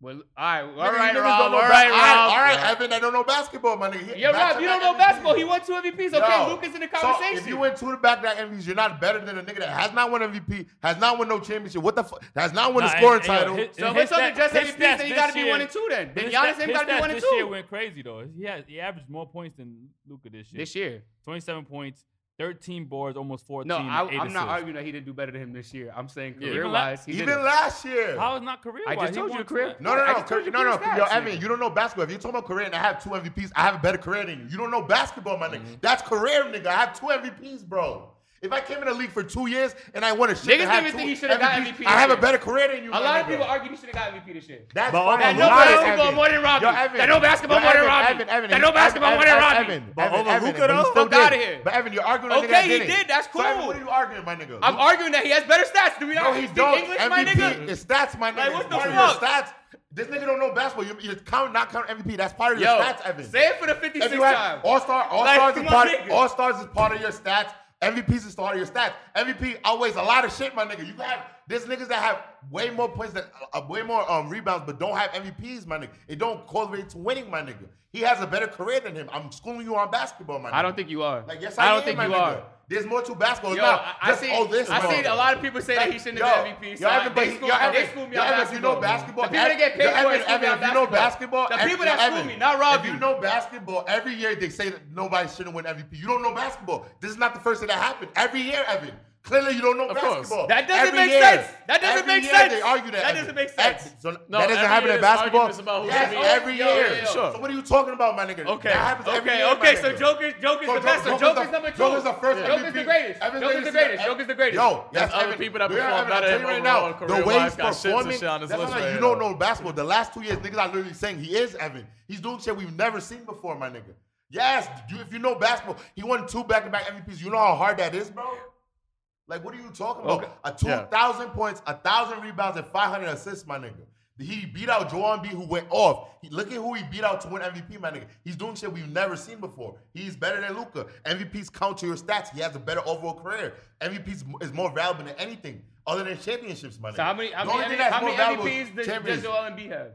[SPEAKER 3] Well, all right, all
[SPEAKER 5] Nigga, you
[SPEAKER 3] right,
[SPEAKER 5] niggas
[SPEAKER 3] Rob.
[SPEAKER 5] don't know
[SPEAKER 3] All
[SPEAKER 5] ba-
[SPEAKER 3] right, Rob.
[SPEAKER 5] All right, Evan, I don't know basketball, my nigga. He-
[SPEAKER 3] Yeah, Rob, you
[SPEAKER 5] back-to-back
[SPEAKER 3] don't know
[SPEAKER 5] MVPs.
[SPEAKER 3] basketball. He won two MVPs. Okay,
[SPEAKER 5] Yo,
[SPEAKER 3] Luke is in the
[SPEAKER 5] so
[SPEAKER 3] conversation.
[SPEAKER 5] if you win two to back that MVPs, you're not better than a nigga that has not won MVP, has not won no championship. What the fuck? Has not won a
[SPEAKER 2] Nah,
[SPEAKER 5] scoring
[SPEAKER 2] and- and yo,
[SPEAKER 5] title.
[SPEAKER 2] his-
[SPEAKER 3] so
[SPEAKER 2] his
[SPEAKER 3] if it's under
[SPEAKER 2] stat-
[SPEAKER 3] just
[SPEAKER 2] his
[SPEAKER 3] MVPs,
[SPEAKER 2] stats
[SPEAKER 3] then you got to
[SPEAKER 2] this
[SPEAKER 3] be
[SPEAKER 2] year-
[SPEAKER 3] one and two. Then
[SPEAKER 2] But
[SPEAKER 3] then
[SPEAKER 2] his
[SPEAKER 3] Giannis
[SPEAKER 2] stat-
[SPEAKER 3] him got to
[SPEAKER 2] his stats
[SPEAKER 3] be one and
[SPEAKER 2] This year
[SPEAKER 3] two.
[SPEAKER 2] went crazy though. He had he averaged more points than Luca this year.
[SPEAKER 3] This year.
[SPEAKER 2] 27 points, 13 boards, almost 14.
[SPEAKER 3] No,
[SPEAKER 2] and
[SPEAKER 3] I,
[SPEAKER 2] eight
[SPEAKER 3] I'm not
[SPEAKER 2] assists.
[SPEAKER 3] arguing that he didn't do better than him this year. I'm saying
[SPEAKER 2] Yeah.
[SPEAKER 3] career wise, he
[SPEAKER 5] Even
[SPEAKER 3] didn't.
[SPEAKER 5] last year.
[SPEAKER 2] How is not career?
[SPEAKER 3] I just told you career-
[SPEAKER 5] No, no,
[SPEAKER 3] I
[SPEAKER 5] no,
[SPEAKER 3] just told you
[SPEAKER 5] no, no,
[SPEAKER 3] career
[SPEAKER 5] Yo,
[SPEAKER 3] stats,
[SPEAKER 5] Evan,
[SPEAKER 3] nigga.
[SPEAKER 5] you don't know basketball. If you're talking about career and I have two MVPs, I have a better career than you. You don't know basketball, my
[SPEAKER 3] Mm-hmm.
[SPEAKER 5] nigga. That's career, nigga. I have two MVPs, bro. If I came in the league for two years and I won a shit,
[SPEAKER 3] Niggas
[SPEAKER 5] and had
[SPEAKER 3] even
[SPEAKER 5] two
[SPEAKER 3] think he should've got MVP
[SPEAKER 5] I have
[SPEAKER 3] this year.
[SPEAKER 5] a better career than you.
[SPEAKER 3] A
[SPEAKER 5] my
[SPEAKER 3] lot of
[SPEAKER 5] nigga.
[SPEAKER 3] people argue he should have got MVP this year.
[SPEAKER 5] That's
[SPEAKER 4] But
[SPEAKER 5] fine.
[SPEAKER 4] That
[SPEAKER 5] but
[SPEAKER 4] no
[SPEAKER 5] why,
[SPEAKER 3] basketball
[SPEAKER 5] Evan?
[SPEAKER 3] more than Robbie.
[SPEAKER 5] Yo, Evan.
[SPEAKER 3] That no basketball
[SPEAKER 5] Yo,
[SPEAKER 3] more than
[SPEAKER 5] Evan,
[SPEAKER 3] Robbie.
[SPEAKER 5] Evan, Evan,
[SPEAKER 3] That no
[SPEAKER 5] Evan,
[SPEAKER 3] basketball more
[SPEAKER 5] Evan,
[SPEAKER 3] than
[SPEAKER 5] Evan,
[SPEAKER 3] Robbie.
[SPEAKER 5] Evan,
[SPEAKER 4] But
[SPEAKER 5] Evan,
[SPEAKER 4] over
[SPEAKER 5] Evan,
[SPEAKER 4] Luka,
[SPEAKER 5] but he
[SPEAKER 4] though?
[SPEAKER 5] still
[SPEAKER 3] Fuck outta
[SPEAKER 5] did.
[SPEAKER 3] here.
[SPEAKER 5] But Evan, you're arguing. with
[SPEAKER 3] Okay,
[SPEAKER 5] a nigga that
[SPEAKER 3] he
[SPEAKER 5] didn't.
[SPEAKER 3] did. That's
[SPEAKER 5] So, Evan,
[SPEAKER 3] cool.
[SPEAKER 5] what are you arguing, my nigga?
[SPEAKER 3] I'm
[SPEAKER 5] You-
[SPEAKER 3] arguing that he has better stats. Do we
[SPEAKER 5] No,
[SPEAKER 3] not
[SPEAKER 5] he
[SPEAKER 3] speak
[SPEAKER 5] don't.
[SPEAKER 3] English,
[SPEAKER 5] MVP
[SPEAKER 3] my nigga?
[SPEAKER 5] is stats, my nigga.
[SPEAKER 3] Like, what
[SPEAKER 5] It's
[SPEAKER 3] the
[SPEAKER 5] part of your
[SPEAKER 3] fuck?
[SPEAKER 5] stats. This nigga don't know basketball. You're, you're counting, not counting MVP. That's part of your
[SPEAKER 3] Yo,
[SPEAKER 5] stats, Evan.
[SPEAKER 3] say it for the 56th
[SPEAKER 5] If you
[SPEAKER 3] time.
[SPEAKER 5] have all star, all
[SPEAKER 3] Like,
[SPEAKER 5] stars
[SPEAKER 3] come
[SPEAKER 5] is
[SPEAKER 3] on,
[SPEAKER 5] part,
[SPEAKER 3] nigga.
[SPEAKER 5] all stars is part of your stats. MVPs is part of your stats. MVP outweighs a lot of shit, my nigga. You have there's niggas that have way more points than uh, way more um, rebounds, but don't have MVPs, my nigga. It don't correlate to winning, my nigga. He has a better career than him. I'm schooling you on basketball, my nigga.
[SPEAKER 3] I don't think you are.
[SPEAKER 5] Like yes, I,
[SPEAKER 3] I don't
[SPEAKER 5] am,
[SPEAKER 3] think
[SPEAKER 5] my
[SPEAKER 3] you
[SPEAKER 5] nigga.
[SPEAKER 3] are.
[SPEAKER 5] There's more to basketball. It's
[SPEAKER 3] Yo,
[SPEAKER 5] not
[SPEAKER 3] I, I
[SPEAKER 5] just,
[SPEAKER 3] see.
[SPEAKER 5] oh, this.
[SPEAKER 3] I
[SPEAKER 5] my
[SPEAKER 3] see
[SPEAKER 5] nigga.
[SPEAKER 3] a lot of people say that he shouldn't have been MVP. So
[SPEAKER 5] Yo, Evan, but
[SPEAKER 3] they
[SPEAKER 5] he-
[SPEAKER 3] school,
[SPEAKER 5] yo,
[SPEAKER 3] they
[SPEAKER 5] Evan,
[SPEAKER 3] school me
[SPEAKER 5] yo,
[SPEAKER 3] on
[SPEAKER 5] Evan,
[SPEAKER 3] basketball.
[SPEAKER 5] if you know basketball,
[SPEAKER 3] the people that get paid
[SPEAKER 5] yo,
[SPEAKER 3] for
[SPEAKER 5] Evan,
[SPEAKER 3] it school me
[SPEAKER 5] Evan,
[SPEAKER 3] on
[SPEAKER 5] if you know
[SPEAKER 3] basketball.
[SPEAKER 5] basketball,
[SPEAKER 3] the
[SPEAKER 5] Evan,
[SPEAKER 3] people
[SPEAKER 5] yo,
[SPEAKER 3] that school
[SPEAKER 5] Evan,
[SPEAKER 3] me, not Rob.
[SPEAKER 5] If you know basketball, every year they say that nobody shouldn't win MVP. You don't know basketball. This is not the first thing that happened. Every year, Evan. Clearly, you don't know
[SPEAKER 1] Of course.
[SPEAKER 5] basketball.
[SPEAKER 3] That doesn't
[SPEAKER 5] Every
[SPEAKER 3] make
[SPEAKER 5] year.
[SPEAKER 3] sense. That doesn't
[SPEAKER 5] Every
[SPEAKER 3] make
[SPEAKER 5] year
[SPEAKER 3] sense.
[SPEAKER 5] They argue that.
[SPEAKER 3] That
[SPEAKER 5] Evan.
[SPEAKER 3] doesn't make sense.
[SPEAKER 5] Ev- so
[SPEAKER 1] No,
[SPEAKER 5] that doesn't
[SPEAKER 1] every
[SPEAKER 5] happen
[SPEAKER 1] year
[SPEAKER 5] in
[SPEAKER 1] there's
[SPEAKER 5] basketball.
[SPEAKER 1] arguments about who
[SPEAKER 5] Yes,
[SPEAKER 1] should be-
[SPEAKER 5] every
[SPEAKER 3] Yo,
[SPEAKER 5] year.
[SPEAKER 3] yo, yo.
[SPEAKER 1] Sure.
[SPEAKER 5] So what are you talking about, my nigga?
[SPEAKER 3] Okay.
[SPEAKER 5] That happens every
[SPEAKER 3] Okay.
[SPEAKER 5] year, my
[SPEAKER 3] Okay. So
[SPEAKER 5] nigga.
[SPEAKER 3] Joker's Joker's
[SPEAKER 5] So
[SPEAKER 3] the best. So
[SPEAKER 5] Joker's
[SPEAKER 3] Joker's
[SPEAKER 5] the-
[SPEAKER 3] number two.
[SPEAKER 5] Joker's the first
[SPEAKER 3] Joker's the
[SPEAKER 5] MVP.
[SPEAKER 3] greatest.
[SPEAKER 5] Everything
[SPEAKER 3] Joker's the
[SPEAKER 5] is-
[SPEAKER 3] greatest. Joker's the greatest.
[SPEAKER 5] Yo,
[SPEAKER 1] There's
[SPEAKER 5] that's
[SPEAKER 1] other
[SPEAKER 5] Evan-
[SPEAKER 1] people that
[SPEAKER 5] we are
[SPEAKER 1] perform
[SPEAKER 5] Evan,
[SPEAKER 1] better
[SPEAKER 5] I'm
[SPEAKER 1] than
[SPEAKER 5] telling you
[SPEAKER 1] him
[SPEAKER 5] right
[SPEAKER 1] overall
[SPEAKER 5] now. The way
[SPEAKER 1] career-wise.
[SPEAKER 5] he's
[SPEAKER 1] Got shit to
[SPEAKER 5] performing,
[SPEAKER 1] shit on his
[SPEAKER 5] that's
[SPEAKER 1] list
[SPEAKER 5] not like
[SPEAKER 1] right
[SPEAKER 5] you
[SPEAKER 1] now.
[SPEAKER 5] don't know basketball. The last two years, niggas are literally saying he is Evan. He's doing shit we've never seen before, my nigga. Yes, you, if you know basketball, he won two back-to-back MVPs. You know how hard that is, bro. Like, what are you talking about?
[SPEAKER 3] Okay.
[SPEAKER 5] A two thousand points, a thousand rebounds, and five hundred assists, my nigga. He beat out Joel B, who went off. He, look at who he beat out to win MVP, my nigga. He's doing shit we've never seen before. He's better than Luca. MVPs count to your stats. He has a better overall career. MVPs m- is more valuable than anything other than championships, my nigga.
[SPEAKER 3] So how many how
[SPEAKER 5] The only
[SPEAKER 3] many
[SPEAKER 5] thing that's
[SPEAKER 3] how
[SPEAKER 5] more
[SPEAKER 3] many
[SPEAKER 5] valuable is
[SPEAKER 3] MVPs does- does
[SPEAKER 5] champions.
[SPEAKER 3] Joel Embiid have?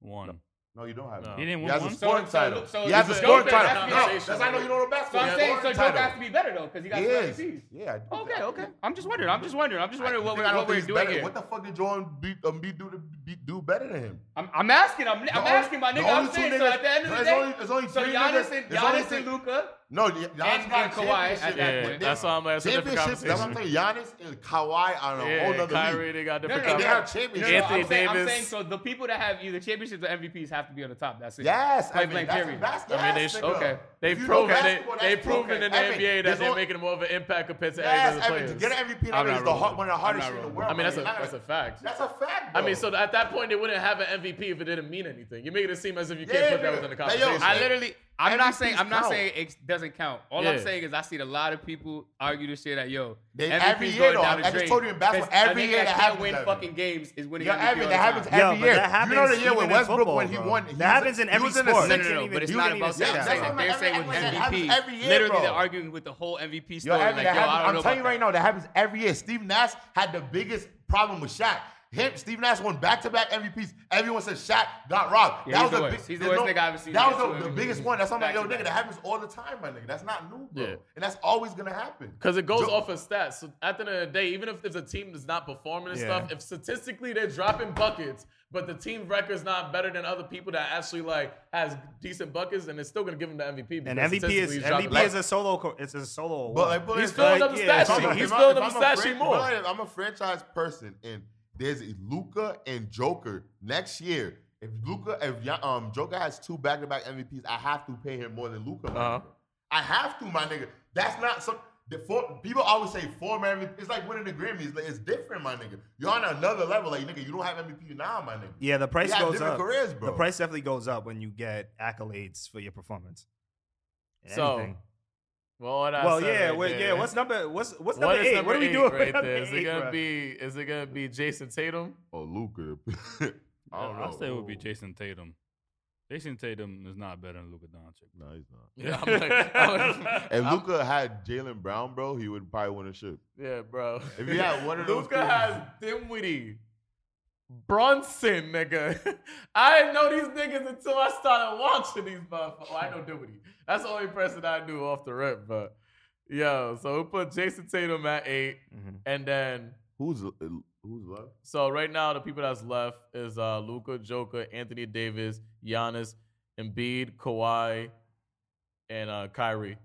[SPEAKER 2] One.
[SPEAKER 5] No, you don't have.
[SPEAKER 1] No.
[SPEAKER 5] it.
[SPEAKER 2] He didn't
[SPEAKER 5] He
[SPEAKER 2] win
[SPEAKER 5] has a
[SPEAKER 2] one.
[SPEAKER 3] sport-
[SPEAKER 5] scoring
[SPEAKER 3] So-
[SPEAKER 5] title.
[SPEAKER 3] so
[SPEAKER 5] He has a
[SPEAKER 3] it's
[SPEAKER 5] scoring
[SPEAKER 3] Joker,
[SPEAKER 5] title.
[SPEAKER 3] that's
[SPEAKER 5] No,
[SPEAKER 1] the
[SPEAKER 5] that's how I know you don't know
[SPEAKER 3] So
[SPEAKER 5] basketball.
[SPEAKER 3] I'm
[SPEAKER 5] He
[SPEAKER 3] saying
[SPEAKER 5] has
[SPEAKER 3] so
[SPEAKER 5] a
[SPEAKER 3] Joker has
[SPEAKER 5] scoring
[SPEAKER 3] to
[SPEAKER 5] title.
[SPEAKER 3] be better though, because he got
[SPEAKER 5] He
[SPEAKER 3] two
[SPEAKER 5] is.
[SPEAKER 3] MVPs.
[SPEAKER 5] Yeah. I-
[SPEAKER 3] Okay, okay. I'm just wondering. I'm just wondering. I'm just wondering what,
[SPEAKER 5] Nigga,
[SPEAKER 3] we,
[SPEAKER 5] I don't
[SPEAKER 3] what we're
[SPEAKER 5] think he's
[SPEAKER 3] doing
[SPEAKER 5] better.
[SPEAKER 3] here.
[SPEAKER 5] What the fuck did Joel B, um, B do to be, do better than him?
[SPEAKER 3] I'm, I'm asking. I'm, I'm
[SPEAKER 5] only-
[SPEAKER 3] asking my
[SPEAKER 5] the
[SPEAKER 3] nigga. I'm
[SPEAKER 5] only two
[SPEAKER 3] saying. so
[SPEAKER 5] niggas-
[SPEAKER 3] at the end of the
[SPEAKER 5] there's
[SPEAKER 3] day,
[SPEAKER 5] only- there's only
[SPEAKER 3] so
[SPEAKER 5] three
[SPEAKER 3] Giannis
[SPEAKER 5] niggas-
[SPEAKER 3] and
[SPEAKER 5] there's
[SPEAKER 3] Giannis
[SPEAKER 5] only
[SPEAKER 3] and
[SPEAKER 5] three-
[SPEAKER 3] Luca.
[SPEAKER 5] No, Giannis
[SPEAKER 3] And-
[SPEAKER 5] got
[SPEAKER 3] and Kawhi at
[SPEAKER 5] championship.
[SPEAKER 3] that
[SPEAKER 1] point. That's why I'm like, it's a different
[SPEAKER 5] Championships, that's what I'm saying. Giannis and Kawhi are on a whole
[SPEAKER 1] Yeah,
[SPEAKER 5] nother
[SPEAKER 1] Kyrie,
[SPEAKER 5] league.
[SPEAKER 1] they got different.
[SPEAKER 3] no,
[SPEAKER 5] And they
[SPEAKER 3] no.
[SPEAKER 1] conference.
[SPEAKER 5] have championships.
[SPEAKER 1] Anthony
[SPEAKER 3] I'm saying, I'm
[SPEAKER 1] Davis.
[SPEAKER 3] saying so the people that have either championships or MVPs have to be on the top. That's it.
[SPEAKER 5] Yes,
[SPEAKER 3] Point
[SPEAKER 5] I mean,
[SPEAKER 3] blank
[SPEAKER 5] that's
[SPEAKER 3] period.
[SPEAKER 5] bas-
[SPEAKER 1] I mean, they
[SPEAKER 5] yes,
[SPEAKER 1] sh-
[SPEAKER 5] nigga.
[SPEAKER 3] okay.
[SPEAKER 5] If
[SPEAKER 1] They've
[SPEAKER 5] you know
[SPEAKER 1] proven they,
[SPEAKER 5] basketball,
[SPEAKER 1] they've
[SPEAKER 5] that's
[SPEAKER 1] proven
[SPEAKER 5] okay.
[SPEAKER 1] in the
[SPEAKER 5] Evan,
[SPEAKER 1] NBA
[SPEAKER 5] there's
[SPEAKER 1] that they're
[SPEAKER 5] only-
[SPEAKER 1] making more of an impact compared to
[SPEAKER 5] Yes,
[SPEAKER 1] every
[SPEAKER 5] Evan,
[SPEAKER 1] other
[SPEAKER 5] to
[SPEAKER 1] players.
[SPEAKER 5] get an MVP
[SPEAKER 3] I'm
[SPEAKER 5] in
[SPEAKER 3] not
[SPEAKER 5] is the hard,
[SPEAKER 3] rolling.
[SPEAKER 5] one of the hardest
[SPEAKER 3] I'm not
[SPEAKER 5] shit in the
[SPEAKER 3] rolling.
[SPEAKER 5] world.
[SPEAKER 1] I mean, that's a
[SPEAKER 5] You're not
[SPEAKER 1] that's a
[SPEAKER 5] gonna-
[SPEAKER 1] fact.
[SPEAKER 5] That's a fact.
[SPEAKER 1] I
[SPEAKER 5] Bro.
[SPEAKER 1] mean, so at that point, they wouldn't have an MVP if it didn't mean anything. You're making it seem as if you
[SPEAKER 5] Yeah,
[SPEAKER 1] can't put that
[SPEAKER 5] nigga.
[SPEAKER 1] within the
[SPEAKER 5] Like, yo,
[SPEAKER 1] conversation.
[SPEAKER 3] I literally, I'm not
[SPEAKER 5] Everything's
[SPEAKER 3] saying I'm not
[SPEAKER 5] count.
[SPEAKER 3] saying it doesn't count. All I'm
[SPEAKER 1] Yeah.
[SPEAKER 3] saying is I seen a lot of people argue this shit that yo.
[SPEAKER 5] They-
[SPEAKER 3] MVP
[SPEAKER 5] every year,
[SPEAKER 3] going
[SPEAKER 5] though.
[SPEAKER 3] down the
[SPEAKER 5] I just
[SPEAKER 3] drain.
[SPEAKER 5] told you in basketball,
[SPEAKER 3] 'Cause a
[SPEAKER 5] every
[SPEAKER 3] nigga
[SPEAKER 5] year
[SPEAKER 3] that
[SPEAKER 5] that
[SPEAKER 3] can't
[SPEAKER 5] happens,
[SPEAKER 3] win
[SPEAKER 5] Evan.
[SPEAKER 3] fucking games is winning.
[SPEAKER 5] Yeah,
[SPEAKER 3] MVP
[SPEAKER 5] every,
[SPEAKER 3] all
[SPEAKER 5] that
[SPEAKER 3] the
[SPEAKER 5] happens
[SPEAKER 3] time.
[SPEAKER 4] Yeah,
[SPEAKER 5] every
[SPEAKER 4] but
[SPEAKER 5] year.
[SPEAKER 4] that
[SPEAKER 5] you know
[SPEAKER 4] happens
[SPEAKER 5] the year when
[SPEAKER 4] even in
[SPEAKER 5] Westbrook
[SPEAKER 4] football,
[SPEAKER 5] when he
[SPEAKER 4] bro.
[SPEAKER 5] won, he
[SPEAKER 4] That
[SPEAKER 5] was-
[SPEAKER 4] happens in
[SPEAKER 5] he
[SPEAKER 4] every
[SPEAKER 5] was
[SPEAKER 4] sport.
[SPEAKER 5] in the
[SPEAKER 3] No,
[SPEAKER 5] sixth
[SPEAKER 3] no, no,
[SPEAKER 4] even-
[SPEAKER 3] but it's
[SPEAKER 5] you
[SPEAKER 3] not
[SPEAKER 5] didn't
[SPEAKER 3] about
[SPEAKER 5] even-
[SPEAKER 3] that.
[SPEAKER 5] yeah,
[SPEAKER 3] I'm
[SPEAKER 5] that's
[SPEAKER 3] saying
[SPEAKER 5] what
[SPEAKER 3] they're
[SPEAKER 5] I'm-
[SPEAKER 3] saying
[SPEAKER 5] every-
[SPEAKER 3] with
[SPEAKER 5] that happens
[SPEAKER 3] MVP.
[SPEAKER 5] every year,
[SPEAKER 3] Literally,
[SPEAKER 5] bro.
[SPEAKER 3] they're arguing with the whole MVP
[SPEAKER 5] Yo,
[SPEAKER 3] story.
[SPEAKER 5] Evan,
[SPEAKER 3] Like, yo,
[SPEAKER 5] that happens,
[SPEAKER 3] I don't
[SPEAKER 5] I'm
[SPEAKER 3] know
[SPEAKER 5] telling you
[SPEAKER 3] about
[SPEAKER 5] right
[SPEAKER 3] that.
[SPEAKER 5] now, that happens every year. Steve Nash had the biggest problem with Shaq. Him, Steve Nash won back-to-back MVPs. Everyone said Shaq got robbed.
[SPEAKER 3] Yeah, he's the worst. He's the
[SPEAKER 5] there's
[SPEAKER 3] worst nigga I've ever seen
[SPEAKER 5] That
[SPEAKER 3] get two
[SPEAKER 5] was the, the
[SPEAKER 3] MVPs
[SPEAKER 5] biggest one. That's what I'm like, yo, nigga,
[SPEAKER 3] back-to-back.
[SPEAKER 5] that happens all the time, my nigga. That's not new, bro.
[SPEAKER 1] Yeah.
[SPEAKER 5] And that's always gonna happen.
[SPEAKER 1] Because it goes
[SPEAKER 5] Yo-
[SPEAKER 1] off of stats. So at the end of the day, even if there's a team that's not performing and
[SPEAKER 4] Yeah.
[SPEAKER 1] stuff, if statistically they're dropping buckets, but the team record's not better than other people that actually like has decent buckets, and it's still gonna give him the MVP.
[SPEAKER 4] And
[SPEAKER 1] because
[SPEAKER 4] MVP
[SPEAKER 1] statistically
[SPEAKER 4] is
[SPEAKER 1] he's dropping
[SPEAKER 4] MVP is
[SPEAKER 1] buckets.
[SPEAKER 4] a solo. co- It's a solo. award.
[SPEAKER 5] But, like, but
[SPEAKER 1] He's
[SPEAKER 5] it's
[SPEAKER 1] filling
[SPEAKER 5] like-
[SPEAKER 1] up the
[SPEAKER 4] yeah,
[SPEAKER 1] stat sheet.
[SPEAKER 4] if
[SPEAKER 1] He's
[SPEAKER 5] I-
[SPEAKER 1] filling
[SPEAKER 5] if
[SPEAKER 1] up the
[SPEAKER 5] I'm
[SPEAKER 1] stat
[SPEAKER 5] a
[SPEAKER 1] sheet
[SPEAKER 5] fran-
[SPEAKER 1] more.
[SPEAKER 5] if I- I'm a franchise person, and there's Luca and Joker next year. If Luca, if Ya- um Joker has two back-to-back MVPs, I have to pay him more than Luca.
[SPEAKER 1] Uh-huh.
[SPEAKER 5] I have to, my nigga. That's not some. The for, people always say former MVP. It's like winning the Grammys. Like, it's different, my nigga. You're on another level. Like nigga, you don't have MVP now, my nigga.
[SPEAKER 4] yeah, the price
[SPEAKER 5] We have
[SPEAKER 4] goes
[SPEAKER 5] different
[SPEAKER 4] up.
[SPEAKER 5] careers, bro.
[SPEAKER 4] The price definitely goes up when you get accolades for your performance. In
[SPEAKER 1] So,
[SPEAKER 4] anything.
[SPEAKER 1] Well, what I
[SPEAKER 4] well,
[SPEAKER 1] said
[SPEAKER 4] yeah,
[SPEAKER 1] right
[SPEAKER 4] wait, yeah.
[SPEAKER 1] there.
[SPEAKER 4] What's number? What's
[SPEAKER 1] What
[SPEAKER 4] what's number
[SPEAKER 1] is
[SPEAKER 4] eight? what are we doing?
[SPEAKER 1] right
[SPEAKER 4] with number
[SPEAKER 1] there? Is it
[SPEAKER 4] eight,
[SPEAKER 1] gonna
[SPEAKER 4] bro?
[SPEAKER 1] be? Is it gonna be Jason Tatum?
[SPEAKER 5] Oh, Luca. I don't know.
[SPEAKER 2] I say it would be Jason Tatum. Jason Tatum is not better than Luka Doncic.
[SPEAKER 5] No, he's not.
[SPEAKER 1] Yeah, I'm like, I'm like-
[SPEAKER 5] If Luca had Jalen Brown, bro, he would probably win a ship.
[SPEAKER 1] yeah, bro.
[SPEAKER 5] If you had one of those,
[SPEAKER 1] Luca
[SPEAKER 5] kids-
[SPEAKER 1] has Dimwitty, Brunson, nigga. I didn't know these niggas until I started watching these motherfuckers. Oh, I know Dimwitty. That's the only person I knew off the rip. But yo, so we put Jason Tatum at eight,
[SPEAKER 4] Mhm.
[SPEAKER 1] and then
[SPEAKER 5] who's uh, who's left?
[SPEAKER 1] So right now, the people that's left is uh, Luca, Joker, Anthony Davis, Giannis, Embiid, Kawhi, and uh, Kyrie.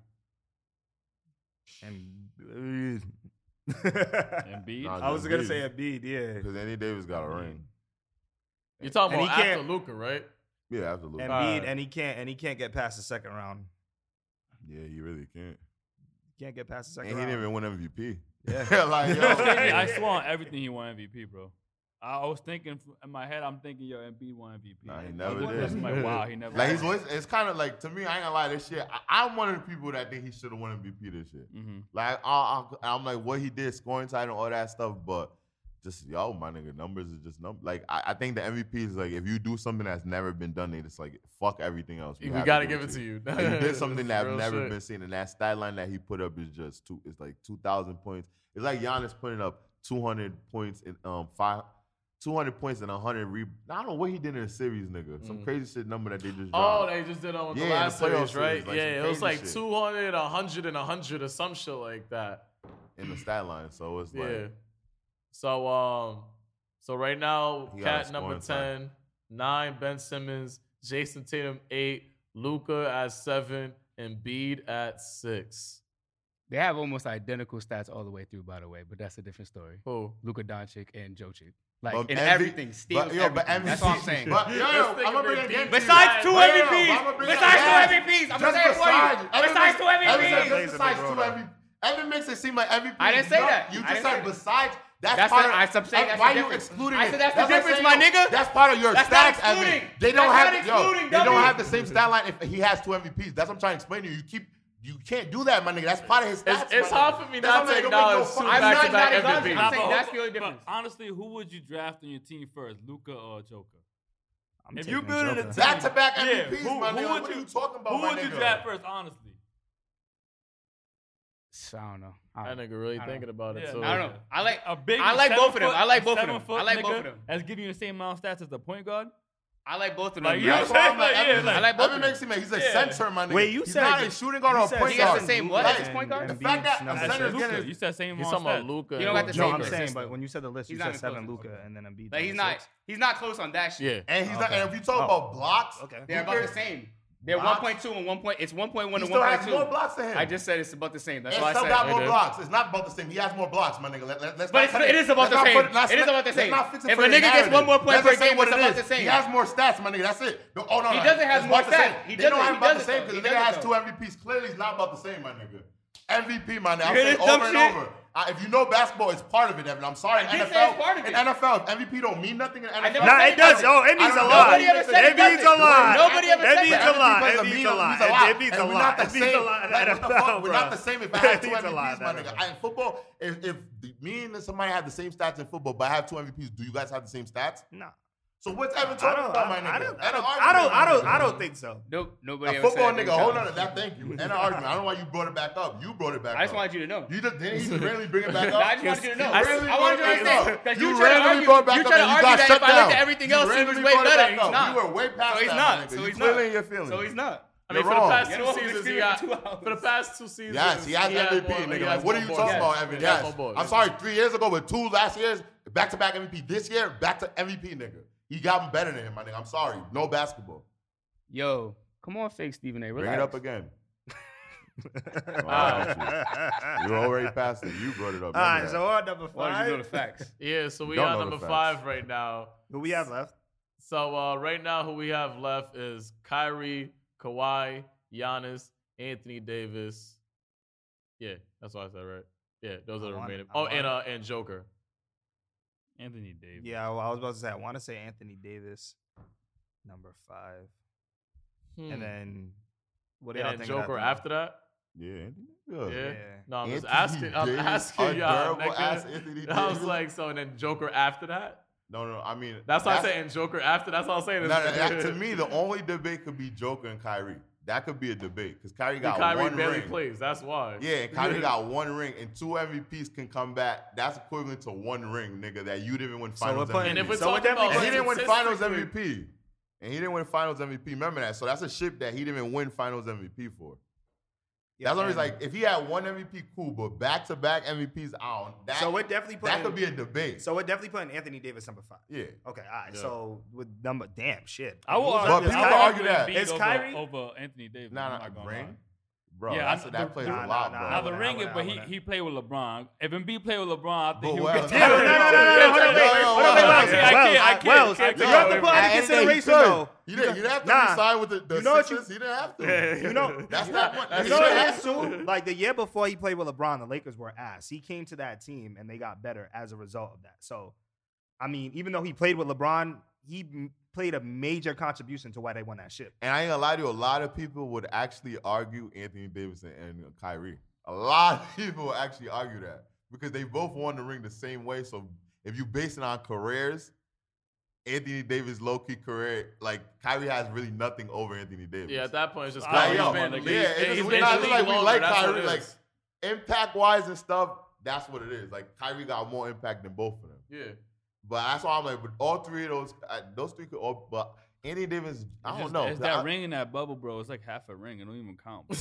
[SPEAKER 4] And
[SPEAKER 2] Embiid.
[SPEAKER 5] Nah,
[SPEAKER 4] I was gonna say Embiid, yeah.
[SPEAKER 5] Because Anthony Davis got a ring.
[SPEAKER 1] You're talking
[SPEAKER 4] And
[SPEAKER 1] about
[SPEAKER 4] he
[SPEAKER 1] after
[SPEAKER 4] can't-
[SPEAKER 1] Luca, right?
[SPEAKER 5] Yeah, absolutely.
[SPEAKER 4] Embiid,
[SPEAKER 1] Uh,
[SPEAKER 4] and he can't, and he can't get past the second round.
[SPEAKER 5] yeah, he really can't.
[SPEAKER 4] Can't get past the second
[SPEAKER 5] And he
[SPEAKER 4] round.
[SPEAKER 5] didn't even win MVP.
[SPEAKER 4] Yeah.
[SPEAKER 5] like, yo,
[SPEAKER 2] Yeah, I
[SPEAKER 5] I
[SPEAKER 2] swear on everything he won MVP, bro. I I was thinking in my head, I'm thinking, yo, Embiid won MVP.
[SPEAKER 5] Nah, he
[SPEAKER 2] I
[SPEAKER 5] never
[SPEAKER 2] looked at
[SPEAKER 5] did.
[SPEAKER 2] this, I'm like, wow, he never.
[SPEAKER 5] like his voice. It's kind of like to me. I ain't gonna lie. This shit. I, I'm one of the people that think he should have won MVP this year.
[SPEAKER 2] hmm
[SPEAKER 5] Like, I, I, am like, what he did, scoring title, all that stuff. But just yo, my nigga, numbers is just numbers. Like, I, I think the MVP is like if you do something that's never been done, they just like fuck everything else.
[SPEAKER 1] We
[SPEAKER 5] have
[SPEAKER 1] gotta
[SPEAKER 5] do
[SPEAKER 1] give it to you.
[SPEAKER 5] Like, you did something
[SPEAKER 1] It's
[SPEAKER 5] that I've
[SPEAKER 1] real
[SPEAKER 5] never
[SPEAKER 1] shit.
[SPEAKER 5] been seen, and that stat line that he put up is just two. It's like two thousand points. It's like Giannis putting up two hundred points in um five. 200 points and 100 re- I don't know what he did in the series, nigga. Some
[SPEAKER 1] Mm.
[SPEAKER 5] crazy shit number that they just
[SPEAKER 1] Oh,
[SPEAKER 5] dropped.
[SPEAKER 1] they just did on with the
[SPEAKER 5] Yeah,
[SPEAKER 1] last
[SPEAKER 5] the playoff
[SPEAKER 1] series, right?
[SPEAKER 5] series, like
[SPEAKER 1] yeah,
[SPEAKER 5] some
[SPEAKER 1] it was
[SPEAKER 5] crazy
[SPEAKER 1] like
[SPEAKER 5] shit.
[SPEAKER 1] 200, 100, and 100 or some shit like that.
[SPEAKER 5] in the stat line. So it's like
[SPEAKER 1] yeah. So um, so right now,
[SPEAKER 5] He got
[SPEAKER 1] cat
[SPEAKER 5] a
[SPEAKER 1] number
[SPEAKER 5] scoring
[SPEAKER 1] 10, 9, Ben Simmons, Jason Tatum, 8, Luca at 7, and Embiid at 6.
[SPEAKER 3] They have almost identical stats all the way through, by the way, but that's a different story.
[SPEAKER 1] Cool.
[SPEAKER 3] Luka Doncic and Jokic, like
[SPEAKER 5] But
[SPEAKER 3] in
[SPEAKER 5] MV
[SPEAKER 3] everything, steals
[SPEAKER 5] um, but, yo, but
[SPEAKER 3] everything. That's all I'm saying.
[SPEAKER 5] But yo, yo,
[SPEAKER 1] This nigga
[SPEAKER 5] I'm gonna bring
[SPEAKER 1] been
[SPEAKER 5] it
[SPEAKER 1] beat.
[SPEAKER 5] again. to you.
[SPEAKER 3] Besides two
[SPEAKER 5] But yo, I'ma
[SPEAKER 3] MVPs,
[SPEAKER 5] bring it
[SPEAKER 3] besides
[SPEAKER 5] back.
[SPEAKER 3] two MVPs, I'm gonna
[SPEAKER 5] Just
[SPEAKER 3] say it
[SPEAKER 5] besides-
[SPEAKER 3] for you. Besides two
[SPEAKER 5] Evan said
[SPEAKER 3] MVPs.
[SPEAKER 4] Besides-
[SPEAKER 5] just besides two MVP. Evan makes it seem like MVP.
[SPEAKER 3] I didn't
[SPEAKER 5] is
[SPEAKER 3] say
[SPEAKER 5] not-
[SPEAKER 3] that.
[SPEAKER 5] You
[SPEAKER 3] I
[SPEAKER 5] just
[SPEAKER 3] didn't say
[SPEAKER 5] said
[SPEAKER 3] that.
[SPEAKER 5] besides. That's,
[SPEAKER 3] That's
[SPEAKER 5] part
[SPEAKER 3] not-
[SPEAKER 5] of,
[SPEAKER 3] I'm saying that's the
[SPEAKER 5] why you
[SPEAKER 3] difference.
[SPEAKER 5] excluding
[SPEAKER 3] I
[SPEAKER 5] it?
[SPEAKER 3] said that's the
[SPEAKER 5] like
[SPEAKER 3] difference,
[SPEAKER 5] saying,
[SPEAKER 3] my
[SPEAKER 5] yo,
[SPEAKER 3] nigga.
[SPEAKER 5] That's part of your
[SPEAKER 3] That's not
[SPEAKER 5] stats, Evan.
[SPEAKER 3] excluding.
[SPEAKER 5] They don't
[SPEAKER 3] That's
[SPEAKER 5] have
[SPEAKER 3] not
[SPEAKER 5] yo,
[SPEAKER 3] excluding,
[SPEAKER 5] They don't
[SPEAKER 3] dummy.
[SPEAKER 5] have the same stat line if he has two MVPs. That's what I'm trying to explain to you. You keep. You can't do that, my nigga. That's part of his stats.
[SPEAKER 1] It's, it's
[SPEAKER 5] my
[SPEAKER 1] hard
[SPEAKER 5] nigga.
[SPEAKER 1] for me
[SPEAKER 5] That's
[SPEAKER 1] not
[SPEAKER 5] why
[SPEAKER 1] to
[SPEAKER 5] I'm like,
[SPEAKER 1] acknowledge
[SPEAKER 5] don't make
[SPEAKER 1] two
[SPEAKER 5] no
[SPEAKER 1] back
[SPEAKER 3] I'm not
[SPEAKER 1] to
[SPEAKER 3] not
[SPEAKER 1] back
[SPEAKER 3] acknowledging. I'm
[SPEAKER 1] MVPs.
[SPEAKER 3] saying
[SPEAKER 2] But
[SPEAKER 3] that's
[SPEAKER 2] who-
[SPEAKER 3] the only
[SPEAKER 2] but
[SPEAKER 3] difference.
[SPEAKER 2] honestly, who would you draft on your team first, Luca or Joker?
[SPEAKER 4] I'm
[SPEAKER 2] If
[SPEAKER 4] taking
[SPEAKER 2] you building a
[SPEAKER 4] Joker.
[SPEAKER 2] team-
[SPEAKER 5] Back to back
[SPEAKER 2] Yeah,
[SPEAKER 5] MVPs,
[SPEAKER 2] who-
[SPEAKER 5] my
[SPEAKER 2] who
[SPEAKER 5] nigga.
[SPEAKER 2] would
[SPEAKER 5] what are
[SPEAKER 2] you-
[SPEAKER 5] you talking about,
[SPEAKER 2] Who
[SPEAKER 5] my
[SPEAKER 2] would
[SPEAKER 5] nigga?
[SPEAKER 2] you draft first, honestly?
[SPEAKER 3] So, I don't know. I
[SPEAKER 1] That
[SPEAKER 3] don't know.
[SPEAKER 1] nigga really
[SPEAKER 3] I don't-
[SPEAKER 1] thinking about it.
[SPEAKER 2] Yeah,
[SPEAKER 1] too.
[SPEAKER 3] I don't know. I like
[SPEAKER 2] A big.
[SPEAKER 3] I like
[SPEAKER 2] seven
[SPEAKER 3] both of them.
[SPEAKER 2] foot-
[SPEAKER 3] I like both of
[SPEAKER 2] seven
[SPEAKER 3] them.
[SPEAKER 2] foot
[SPEAKER 3] I like
[SPEAKER 2] nigga
[SPEAKER 3] both of them.
[SPEAKER 2] That's giving you the same amount of stats as the point guard.
[SPEAKER 3] I like both of them.
[SPEAKER 2] Like,
[SPEAKER 3] bro.
[SPEAKER 2] you know what I'm saying?
[SPEAKER 5] Like,
[SPEAKER 2] Like, yeah,
[SPEAKER 5] I
[SPEAKER 2] like,
[SPEAKER 5] like
[SPEAKER 3] like
[SPEAKER 5] both
[SPEAKER 3] both
[SPEAKER 5] Evan
[SPEAKER 3] of them.
[SPEAKER 5] makes him like he's a
[SPEAKER 2] Yeah.
[SPEAKER 5] center, my nigga.
[SPEAKER 4] Wait, you
[SPEAKER 5] he's
[SPEAKER 4] said-
[SPEAKER 5] not a shooting guard
[SPEAKER 4] you
[SPEAKER 5] or a
[SPEAKER 4] said
[SPEAKER 5] point
[SPEAKER 3] he
[SPEAKER 5] guard.
[SPEAKER 3] got the same what
[SPEAKER 5] Like,
[SPEAKER 3] as point
[SPEAKER 5] The
[SPEAKER 3] guard?
[SPEAKER 5] fact that
[SPEAKER 4] Embiid's
[SPEAKER 5] a
[SPEAKER 4] number
[SPEAKER 5] center's
[SPEAKER 4] six.
[SPEAKER 5] getting
[SPEAKER 2] Luka, you said same
[SPEAKER 1] He's
[SPEAKER 2] amount
[SPEAKER 1] talking
[SPEAKER 2] of
[SPEAKER 1] about
[SPEAKER 2] stats.
[SPEAKER 1] Luca.
[SPEAKER 3] You don't got the
[SPEAKER 4] No,
[SPEAKER 3] same
[SPEAKER 4] I'm
[SPEAKER 3] Joker.
[SPEAKER 4] saying, but when you said the list,
[SPEAKER 3] He's
[SPEAKER 4] you
[SPEAKER 3] not
[SPEAKER 4] said
[SPEAKER 3] as
[SPEAKER 4] seven
[SPEAKER 3] close as
[SPEAKER 4] Luca and then Embiid.
[SPEAKER 3] Like he's
[SPEAKER 4] on
[SPEAKER 3] not
[SPEAKER 4] six.
[SPEAKER 3] he's not close on that shit.
[SPEAKER 1] Yeah.
[SPEAKER 5] And he's not.
[SPEAKER 4] Okay.
[SPEAKER 5] And if you talk
[SPEAKER 4] Oh.
[SPEAKER 5] about blocks,
[SPEAKER 4] Okay.
[SPEAKER 3] They're about the same. They're one
[SPEAKER 5] Blocks?
[SPEAKER 3] point two and one point. It's one point one
[SPEAKER 5] he
[SPEAKER 3] and
[SPEAKER 5] still
[SPEAKER 3] one
[SPEAKER 5] has more
[SPEAKER 3] point
[SPEAKER 5] blocks than
[SPEAKER 3] two.
[SPEAKER 5] him.
[SPEAKER 3] I just said it's about the same. That's
[SPEAKER 5] It's
[SPEAKER 3] why I
[SPEAKER 5] still
[SPEAKER 3] said.
[SPEAKER 5] got more
[SPEAKER 1] It is.
[SPEAKER 5] blocks. It's not about the same. He has more blocks, my nigga. Let, let, let's
[SPEAKER 3] But
[SPEAKER 5] not
[SPEAKER 3] it's-
[SPEAKER 5] cut
[SPEAKER 3] it is about
[SPEAKER 5] let's
[SPEAKER 3] the
[SPEAKER 5] not
[SPEAKER 3] same.
[SPEAKER 5] Put, let's,
[SPEAKER 3] It is
[SPEAKER 5] let's-
[SPEAKER 3] about the
[SPEAKER 5] let's
[SPEAKER 3] same.
[SPEAKER 5] not fix it
[SPEAKER 3] If
[SPEAKER 5] for
[SPEAKER 3] a
[SPEAKER 5] the
[SPEAKER 3] nigga gets
[SPEAKER 5] narrative.
[SPEAKER 3] one more point
[SPEAKER 5] Let's
[SPEAKER 3] per
[SPEAKER 5] just say
[SPEAKER 3] game,
[SPEAKER 5] what
[SPEAKER 3] it's
[SPEAKER 5] it
[SPEAKER 3] about
[SPEAKER 5] is.
[SPEAKER 3] the same.
[SPEAKER 5] He has more stats, my nigga. That's it. No, oh no,
[SPEAKER 3] He
[SPEAKER 5] no,
[SPEAKER 3] doesn't
[SPEAKER 5] it's
[SPEAKER 3] have
[SPEAKER 5] about
[SPEAKER 3] more
[SPEAKER 5] the same.
[SPEAKER 3] stats. He
[SPEAKER 5] They
[SPEAKER 3] doesn't-
[SPEAKER 5] don't have
[SPEAKER 3] he
[SPEAKER 5] about the
[SPEAKER 3] doesn't
[SPEAKER 5] same
[SPEAKER 3] though.
[SPEAKER 5] because
[SPEAKER 3] He
[SPEAKER 5] the nigga
[SPEAKER 3] doesn't
[SPEAKER 5] has two
[SPEAKER 3] though.
[SPEAKER 5] MVPs. Clearly, he's not about the same, my nigga. MVP, my nigga.
[SPEAKER 3] You
[SPEAKER 5] I
[SPEAKER 3] hear this
[SPEAKER 5] said over
[SPEAKER 3] dumb
[SPEAKER 5] and
[SPEAKER 3] shit?
[SPEAKER 5] over. I, if you know basketball, it's part of it, Evan. I'm sorry.
[SPEAKER 3] I did
[SPEAKER 5] NFL,
[SPEAKER 3] say it's part of
[SPEAKER 5] in
[SPEAKER 3] it.
[SPEAKER 5] NFL, if MVP don't mean nothing in NFL.
[SPEAKER 3] never
[SPEAKER 4] Nah,
[SPEAKER 3] said
[SPEAKER 4] it does. Oh, it means a lot.
[SPEAKER 3] Nobody ever said
[SPEAKER 4] It means a lot.
[SPEAKER 3] Nobody ever said
[SPEAKER 4] It means
[SPEAKER 3] that.
[SPEAKER 4] a lot. It means a lot. It- It means a
[SPEAKER 5] And we're not
[SPEAKER 4] lot.
[SPEAKER 5] the
[SPEAKER 4] It means a
[SPEAKER 5] same.
[SPEAKER 4] lot. in
[SPEAKER 5] Like, what the
[SPEAKER 4] NFL,
[SPEAKER 5] fuck? We're not
[SPEAKER 4] bro.
[SPEAKER 5] the same if I had
[SPEAKER 4] It
[SPEAKER 5] two
[SPEAKER 4] means a lot
[SPEAKER 5] MVPs, my
[SPEAKER 4] in
[SPEAKER 5] nigga.
[SPEAKER 4] NFL.
[SPEAKER 5] I- In football, if, if the- me and somebody had the same stats in football, but I have two MVPs, do you guys have the same stats?
[SPEAKER 4] Nah.
[SPEAKER 5] So what's Evan
[SPEAKER 4] I
[SPEAKER 5] talking
[SPEAKER 4] don't,
[SPEAKER 5] about, my
[SPEAKER 4] I
[SPEAKER 5] nigga?
[SPEAKER 4] don't, I
[SPEAKER 5] End
[SPEAKER 4] don't,
[SPEAKER 5] of
[SPEAKER 4] I don't, I
[SPEAKER 5] argument,
[SPEAKER 4] don't,
[SPEAKER 5] my
[SPEAKER 4] I
[SPEAKER 5] nigga.
[SPEAKER 4] don't think so.
[SPEAKER 3] Nope, nobody
[SPEAKER 5] A
[SPEAKER 3] ever
[SPEAKER 5] football
[SPEAKER 3] said
[SPEAKER 5] nigga, hold on
[SPEAKER 3] that.
[SPEAKER 5] to that. Thank you. And an argument. I don't know why you brought it back up. You brought it back up.
[SPEAKER 3] I just wanted you to know.
[SPEAKER 5] You just didn't even really bring it back
[SPEAKER 3] No,
[SPEAKER 5] up.
[SPEAKER 3] I just wanted you to know.
[SPEAKER 5] You randomly
[SPEAKER 3] I wanted you to
[SPEAKER 5] brought it
[SPEAKER 3] understand.
[SPEAKER 5] back up.
[SPEAKER 3] Because
[SPEAKER 5] You
[SPEAKER 3] you try to
[SPEAKER 5] randomly
[SPEAKER 3] argue,
[SPEAKER 5] brought it back
[SPEAKER 3] you
[SPEAKER 5] up
[SPEAKER 3] try to
[SPEAKER 5] and you
[SPEAKER 3] argue
[SPEAKER 5] got
[SPEAKER 3] that
[SPEAKER 5] shut
[SPEAKER 3] if I looked
[SPEAKER 5] down.
[SPEAKER 3] at everything
[SPEAKER 5] You
[SPEAKER 3] else, he was
[SPEAKER 5] randomly
[SPEAKER 3] way
[SPEAKER 5] brought it
[SPEAKER 3] better.
[SPEAKER 5] back
[SPEAKER 3] He's
[SPEAKER 5] up.
[SPEAKER 3] not.
[SPEAKER 5] You were way past
[SPEAKER 3] So he's
[SPEAKER 5] that, my
[SPEAKER 3] not.
[SPEAKER 5] nigga.
[SPEAKER 3] So
[SPEAKER 5] You
[SPEAKER 3] he's
[SPEAKER 5] clearly
[SPEAKER 3] not.
[SPEAKER 5] your feelings.
[SPEAKER 3] So he's not.
[SPEAKER 1] I mean,
[SPEAKER 5] You're
[SPEAKER 1] for the
[SPEAKER 5] wrong.
[SPEAKER 1] past
[SPEAKER 3] You
[SPEAKER 1] two
[SPEAKER 3] know, we
[SPEAKER 1] seasons,
[SPEAKER 3] could
[SPEAKER 1] he
[SPEAKER 3] be
[SPEAKER 1] got
[SPEAKER 3] two hours.
[SPEAKER 1] for the past two seasons.
[SPEAKER 5] Yes, he has
[SPEAKER 1] had
[SPEAKER 5] MVP,
[SPEAKER 1] more- he
[SPEAKER 5] nigga.
[SPEAKER 1] has
[SPEAKER 5] Like, what are
[SPEAKER 1] more
[SPEAKER 5] you
[SPEAKER 1] balls.
[SPEAKER 5] talking about,
[SPEAKER 1] Yes,
[SPEAKER 5] Evan?
[SPEAKER 1] he has
[SPEAKER 5] Yes.
[SPEAKER 1] more balls.
[SPEAKER 5] I'm sorry, three years ago with two last years, back to back MVP. This year, back to MVP, nigga. He got him better than him, my nigga. I'm sorry. No basketball.
[SPEAKER 3] Yo, come on, fake Stephen A.
[SPEAKER 5] Bring
[SPEAKER 3] Relax.
[SPEAKER 5] it up again.
[SPEAKER 4] All
[SPEAKER 5] You already passed it. You brought it up.
[SPEAKER 4] right, so we're on number
[SPEAKER 3] Why don't you know the
[SPEAKER 4] five.
[SPEAKER 3] facts?
[SPEAKER 1] Yeah, so we
[SPEAKER 5] Don't
[SPEAKER 1] are
[SPEAKER 5] know the
[SPEAKER 1] number
[SPEAKER 5] facts.
[SPEAKER 1] five right now.
[SPEAKER 4] Who we have left?
[SPEAKER 1] So uh, right now, who we have left is Kyrie, Kawhi, Giannis, Anthony Davis. Yeah, that's what I said, right? Yeah, those are
[SPEAKER 4] I
[SPEAKER 1] the
[SPEAKER 4] want it.
[SPEAKER 1] remaining.
[SPEAKER 4] I
[SPEAKER 1] Oh,
[SPEAKER 4] want
[SPEAKER 1] and
[SPEAKER 4] it.
[SPEAKER 1] uh, and Joker.
[SPEAKER 2] Anthony Davis.
[SPEAKER 4] Yeah, well, I was about to say I want to say Anthony Davis, number five,
[SPEAKER 1] Hmm.
[SPEAKER 4] and then what do
[SPEAKER 1] and
[SPEAKER 4] y'all
[SPEAKER 1] then
[SPEAKER 4] think?
[SPEAKER 1] Joker after that.
[SPEAKER 5] Yeah.
[SPEAKER 1] Yeah.
[SPEAKER 5] Yeah.
[SPEAKER 1] No, I'm just
[SPEAKER 5] Anthony
[SPEAKER 1] asking. I'm
[SPEAKER 5] Davis,
[SPEAKER 1] asking y'all.
[SPEAKER 5] unbearable ass
[SPEAKER 1] Nigga.
[SPEAKER 5] Anthony
[SPEAKER 1] I was
[SPEAKER 5] Davis.
[SPEAKER 1] like, so and then Joker after that.
[SPEAKER 5] no, no. I mean,
[SPEAKER 1] That's what I said. And Joker after. That's all I'm saying.
[SPEAKER 5] No,
[SPEAKER 1] is-
[SPEAKER 5] no, that, to me, the only debate could be Joker and Kyrie. That could be a debate because Kyrie got
[SPEAKER 1] Kyrie
[SPEAKER 5] one
[SPEAKER 1] barely
[SPEAKER 5] ring.
[SPEAKER 1] plays. That's why.
[SPEAKER 5] Yeah, and Kyrie got one ring, and two MVPs can come back. That's equivalent to one ring, nigga. That you didn't win
[SPEAKER 4] So
[SPEAKER 5] finals.
[SPEAKER 4] we're putting-
[SPEAKER 1] And if
[SPEAKER 5] MVP.
[SPEAKER 1] we're
[SPEAKER 4] So we're
[SPEAKER 1] talking about
[SPEAKER 5] and he didn't win finals
[SPEAKER 1] statistically-
[SPEAKER 5] MVP, and he didn't win finals MVP. Remember that. So that's a ship that he didn't even win finals MVP for. That's always like if he had one MVP, cool, but back to back MVPs, I don't. That,
[SPEAKER 4] So we're definitely putting.
[SPEAKER 5] that could be a debate.
[SPEAKER 4] so we're definitely putting Anthony Davis number five.
[SPEAKER 5] yeah,
[SPEAKER 4] Okay, all right.
[SPEAKER 1] Yeah.
[SPEAKER 4] So with number, damn shit.
[SPEAKER 2] I will
[SPEAKER 4] Who's
[SPEAKER 5] But
[SPEAKER 4] up
[SPEAKER 2] argue,
[SPEAKER 4] this
[SPEAKER 5] people
[SPEAKER 2] I will
[SPEAKER 4] guy?
[SPEAKER 5] argue that.
[SPEAKER 2] Embiid
[SPEAKER 4] It's
[SPEAKER 2] over,
[SPEAKER 4] Kyrie?
[SPEAKER 2] over Anthony Davis.
[SPEAKER 5] nah,
[SPEAKER 2] I'm
[SPEAKER 5] nah,
[SPEAKER 2] gonna lie.
[SPEAKER 5] ring, bro.
[SPEAKER 2] Yeah,
[SPEAKER 5] that's,
[SPEAKER 2] I-
[SPEAKER 5] that
[SPEAKER 2] the-
[SPEAKER 5] plays
[SPEAKER 4] Nah,
[SPEAKER 5] a lot,
[SPEAKER 4] nah,
[SPEAKER 5] bro.
[SPEAKER 4] nah,
[SPEAKER 2] Now
[SPEAKER 4] I
[SPEAKER 2] the
[SPEAKER 4] wouldn't, I
[SPEAKER 2] ring is,
[SPEAKER 4] wouldn't,
[SPEAKER 2] but
[SPEAKER 4] I
[SPEAKER 2] he,
[SPEAKER 4] wouldn't.
[SPEAKER 2] he played with LeBron. If Embiid played with LeBron, I
[SPEAKER 5] But
[SPEAKER 2] think he
[SPEAKER 5] well-
[SPEAKER 2] would get
[SPEAKER 5] Yeah,
[SPEAKER 4] No, no, no, no, no, no,
[SPEAKER 5] Hold on,
[SPEAKER 4] wait,
[SPEAKER 5] hold on,
[SPEAKER 4] wait, wait,
[SPEAKER 5] hold on.
[SPEAKER 4] wait, wait.
[SPEAKER 2] I can't- I
[SPEAKER 4] Wells,
[SPEAKER 2] can't-
[SPEAKER 4] Wells,
[SPEAKER 2] I can't.
[SPEAKER 4] you have to
[SPEAKER 5] No,
[SPEAKER 4] put
[SPEAKER 5] and
[SPEAKER 4] into
[SPEAKER 5] he
[SPEAKER 4] consideration
[SPEAKER 5] could.
[SPEAKER 4] though.
[SPEAKER 5] You didn't, you didn't have to
[SPEAKER 4] Nah.
[SPEAKER 5] resign with the, the
[SPEAKER 4] You know what you-
[SPEAKER 5] Sixers. You, didn't have to.
[SPEAKER 4] You know-
[SPEAKER 5] that's not what.
[SPEAKER 4] You know what it is too? Like the year before he played with LeBron, the Lakers were ass. He came to that team and they got better as a result of that. So, I mean, even though he played with LeBron, he m- played a major contribution to why they won that ship.
[SPEAKER 5] And I ain't gonna lie to you, a lot of people would actually argue Anthony Davis and, and Kyrie. A lot of people would actually argue that because they both won the ring the same way. So if you base it on careers, Anthony Davis' low key career, like Kyrie has really nothing over Anthony Davis.
[SPEAKER 1] Yeah, at that point, it's just
[SPEAKER 2] Like,
[SPEAKER 1] Kyrie's
[SPEAKER 2] yo,
[SPEAKER 1] been in the league.
[SPEAKER 2] yeah,
[SPEAKER 5] it's just-
[SPEAKER 1] He's
[SPEAKER 5] we're
[SPEAKER 1] been in
[SPEAKER 5] not-
[SPEAKER 1] the
[SPEAKER 5] it's
[SPEAKER 1] league
[SPEAKER 5] like we
[SPEAKER 1] longer.
[SPEAKER 5] like
[SPEAKER 1] That's what
[SPEAKER 5] Kyrie,
[SPEAKER 1] it
[SPEAKER 5] like-
[SPEAKER 1] is.
[SPEAKER 5] impact wise and stuff, that's what it is. Like Kyrie got more impact than both of them.
[SPEAKER 1] yeah.
[SPEAKER 5] But that's why I'm like, but all three of those, uh, those three could all, but Anthony Davis, I don't
[SPEAKER 2] It's just-
[SPEAKER 5] know.
[SPEAKER 2] It's that ring in that bubble, bro. It's like half a ring. It don't even count. Bro.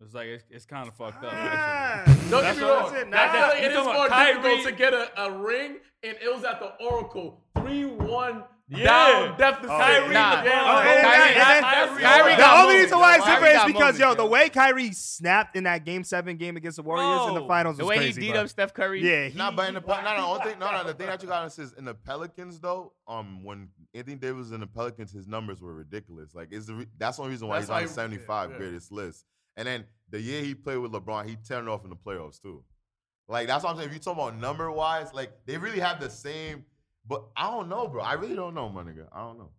[SPEAKER 2] it's like it's, it's kind of fucked up.
[SPEAKER 5] Ah.
[SPEAKER 4] Ah,
[SPEAKER 2] actually.
[SPEAKER 1] Don't
[SPEAKER 2] That's
[SPEAKER 1] get me
[SPEAKER 2] what
[SPEAKER 1] wrong.
[SPEAKER 2] I said.
[SPEAKER 1] I
[SPEAKER 2] Nah,
[SPEAKER 1] feel
[SPEAKER 2] nah,
[SPEAKER 1] like
[SPEAKER 2] you
[SPEAKER 1] it is
[SPEAKER 2] talking
[SPEAKER 1] more
[SPEAKER 2] about
[SPEAKER 1] difficult
[SPEAKER 2] Kyrie-
[SPEAKER 1] to get a, a ring, and it was at the Oracle. 3 1
[SPEAKER 2] Yeah.
[SPEAKER 1] down deficit.
[SPEAKER 4] Kyrie,
[SPEAKER 1] Nah.
[SPEAKER 2] LeBron.
[SPEAKER 1] Yeah.
[SPEAKER 2] Oh,
[SPEAKER 4] and-
[SPEAKER 1] Kyrie,
[SPEAKER 4] and- and-
[SPEAKER 1] Kyrie-
[SPEAKER 3] Kyrie
[SPEAKER 1] Kyrie
[SPEAKER 4] the
[SPEAKER 3] got
[SPEAKER 1] got
[SPEAKER 4] only
[SPEAKER 3] moments,
[SPEAKER 4] reason why it's
[SPEAKER 3] yo. Kyrie
[SPEAKER 4] different is
[SPEAKER 3] got
[SPEAKER 4] because
[SPEAKER 3] moments,
[SPEAKER 4] yo,
[SPEAKER 3] yo.
[SPEAKER 4] the way Kyrie snapped in that Game Seven game against the Warriors in the
[SPEAKER 2] Bro,
[SPEAKER 4] finals
[SPEAKER 3] The
[SPEAKER 4] was
[SPEAKER 3] way
[SPEAKER 4] crazy.
[SPEAKER 3] he
[SPEAKER 4] bro.
[SPEAKER 3] beat up Steph Curry.
[SPEAKER 4] yeah, he,
[SPEAKER 5] Not but in the not the only thing, no, no, the thing that you gotta understand is in the Pelicans though, um, when Anthony Davis was in the Pelicans, his numbers were ridiculous. Like, is the re- that's the only reason why
[SPEAKER 1] That's
[SPEAKER 5] he's on
[SPEAKER 1] why
[SPEAKER 5] the
[SPEAKER 1] he-
[SPEAKER 5] 75
[SPEAKER 1] yeah.
[SPEAKER 5] greatest list. And then the year he played with LeBron, he turned off in the playoffs too. Like that's what I'm saying. If you talking about number wise, like they really have the same. But I don't know, bro. I really don't know, my nigga. I don't know.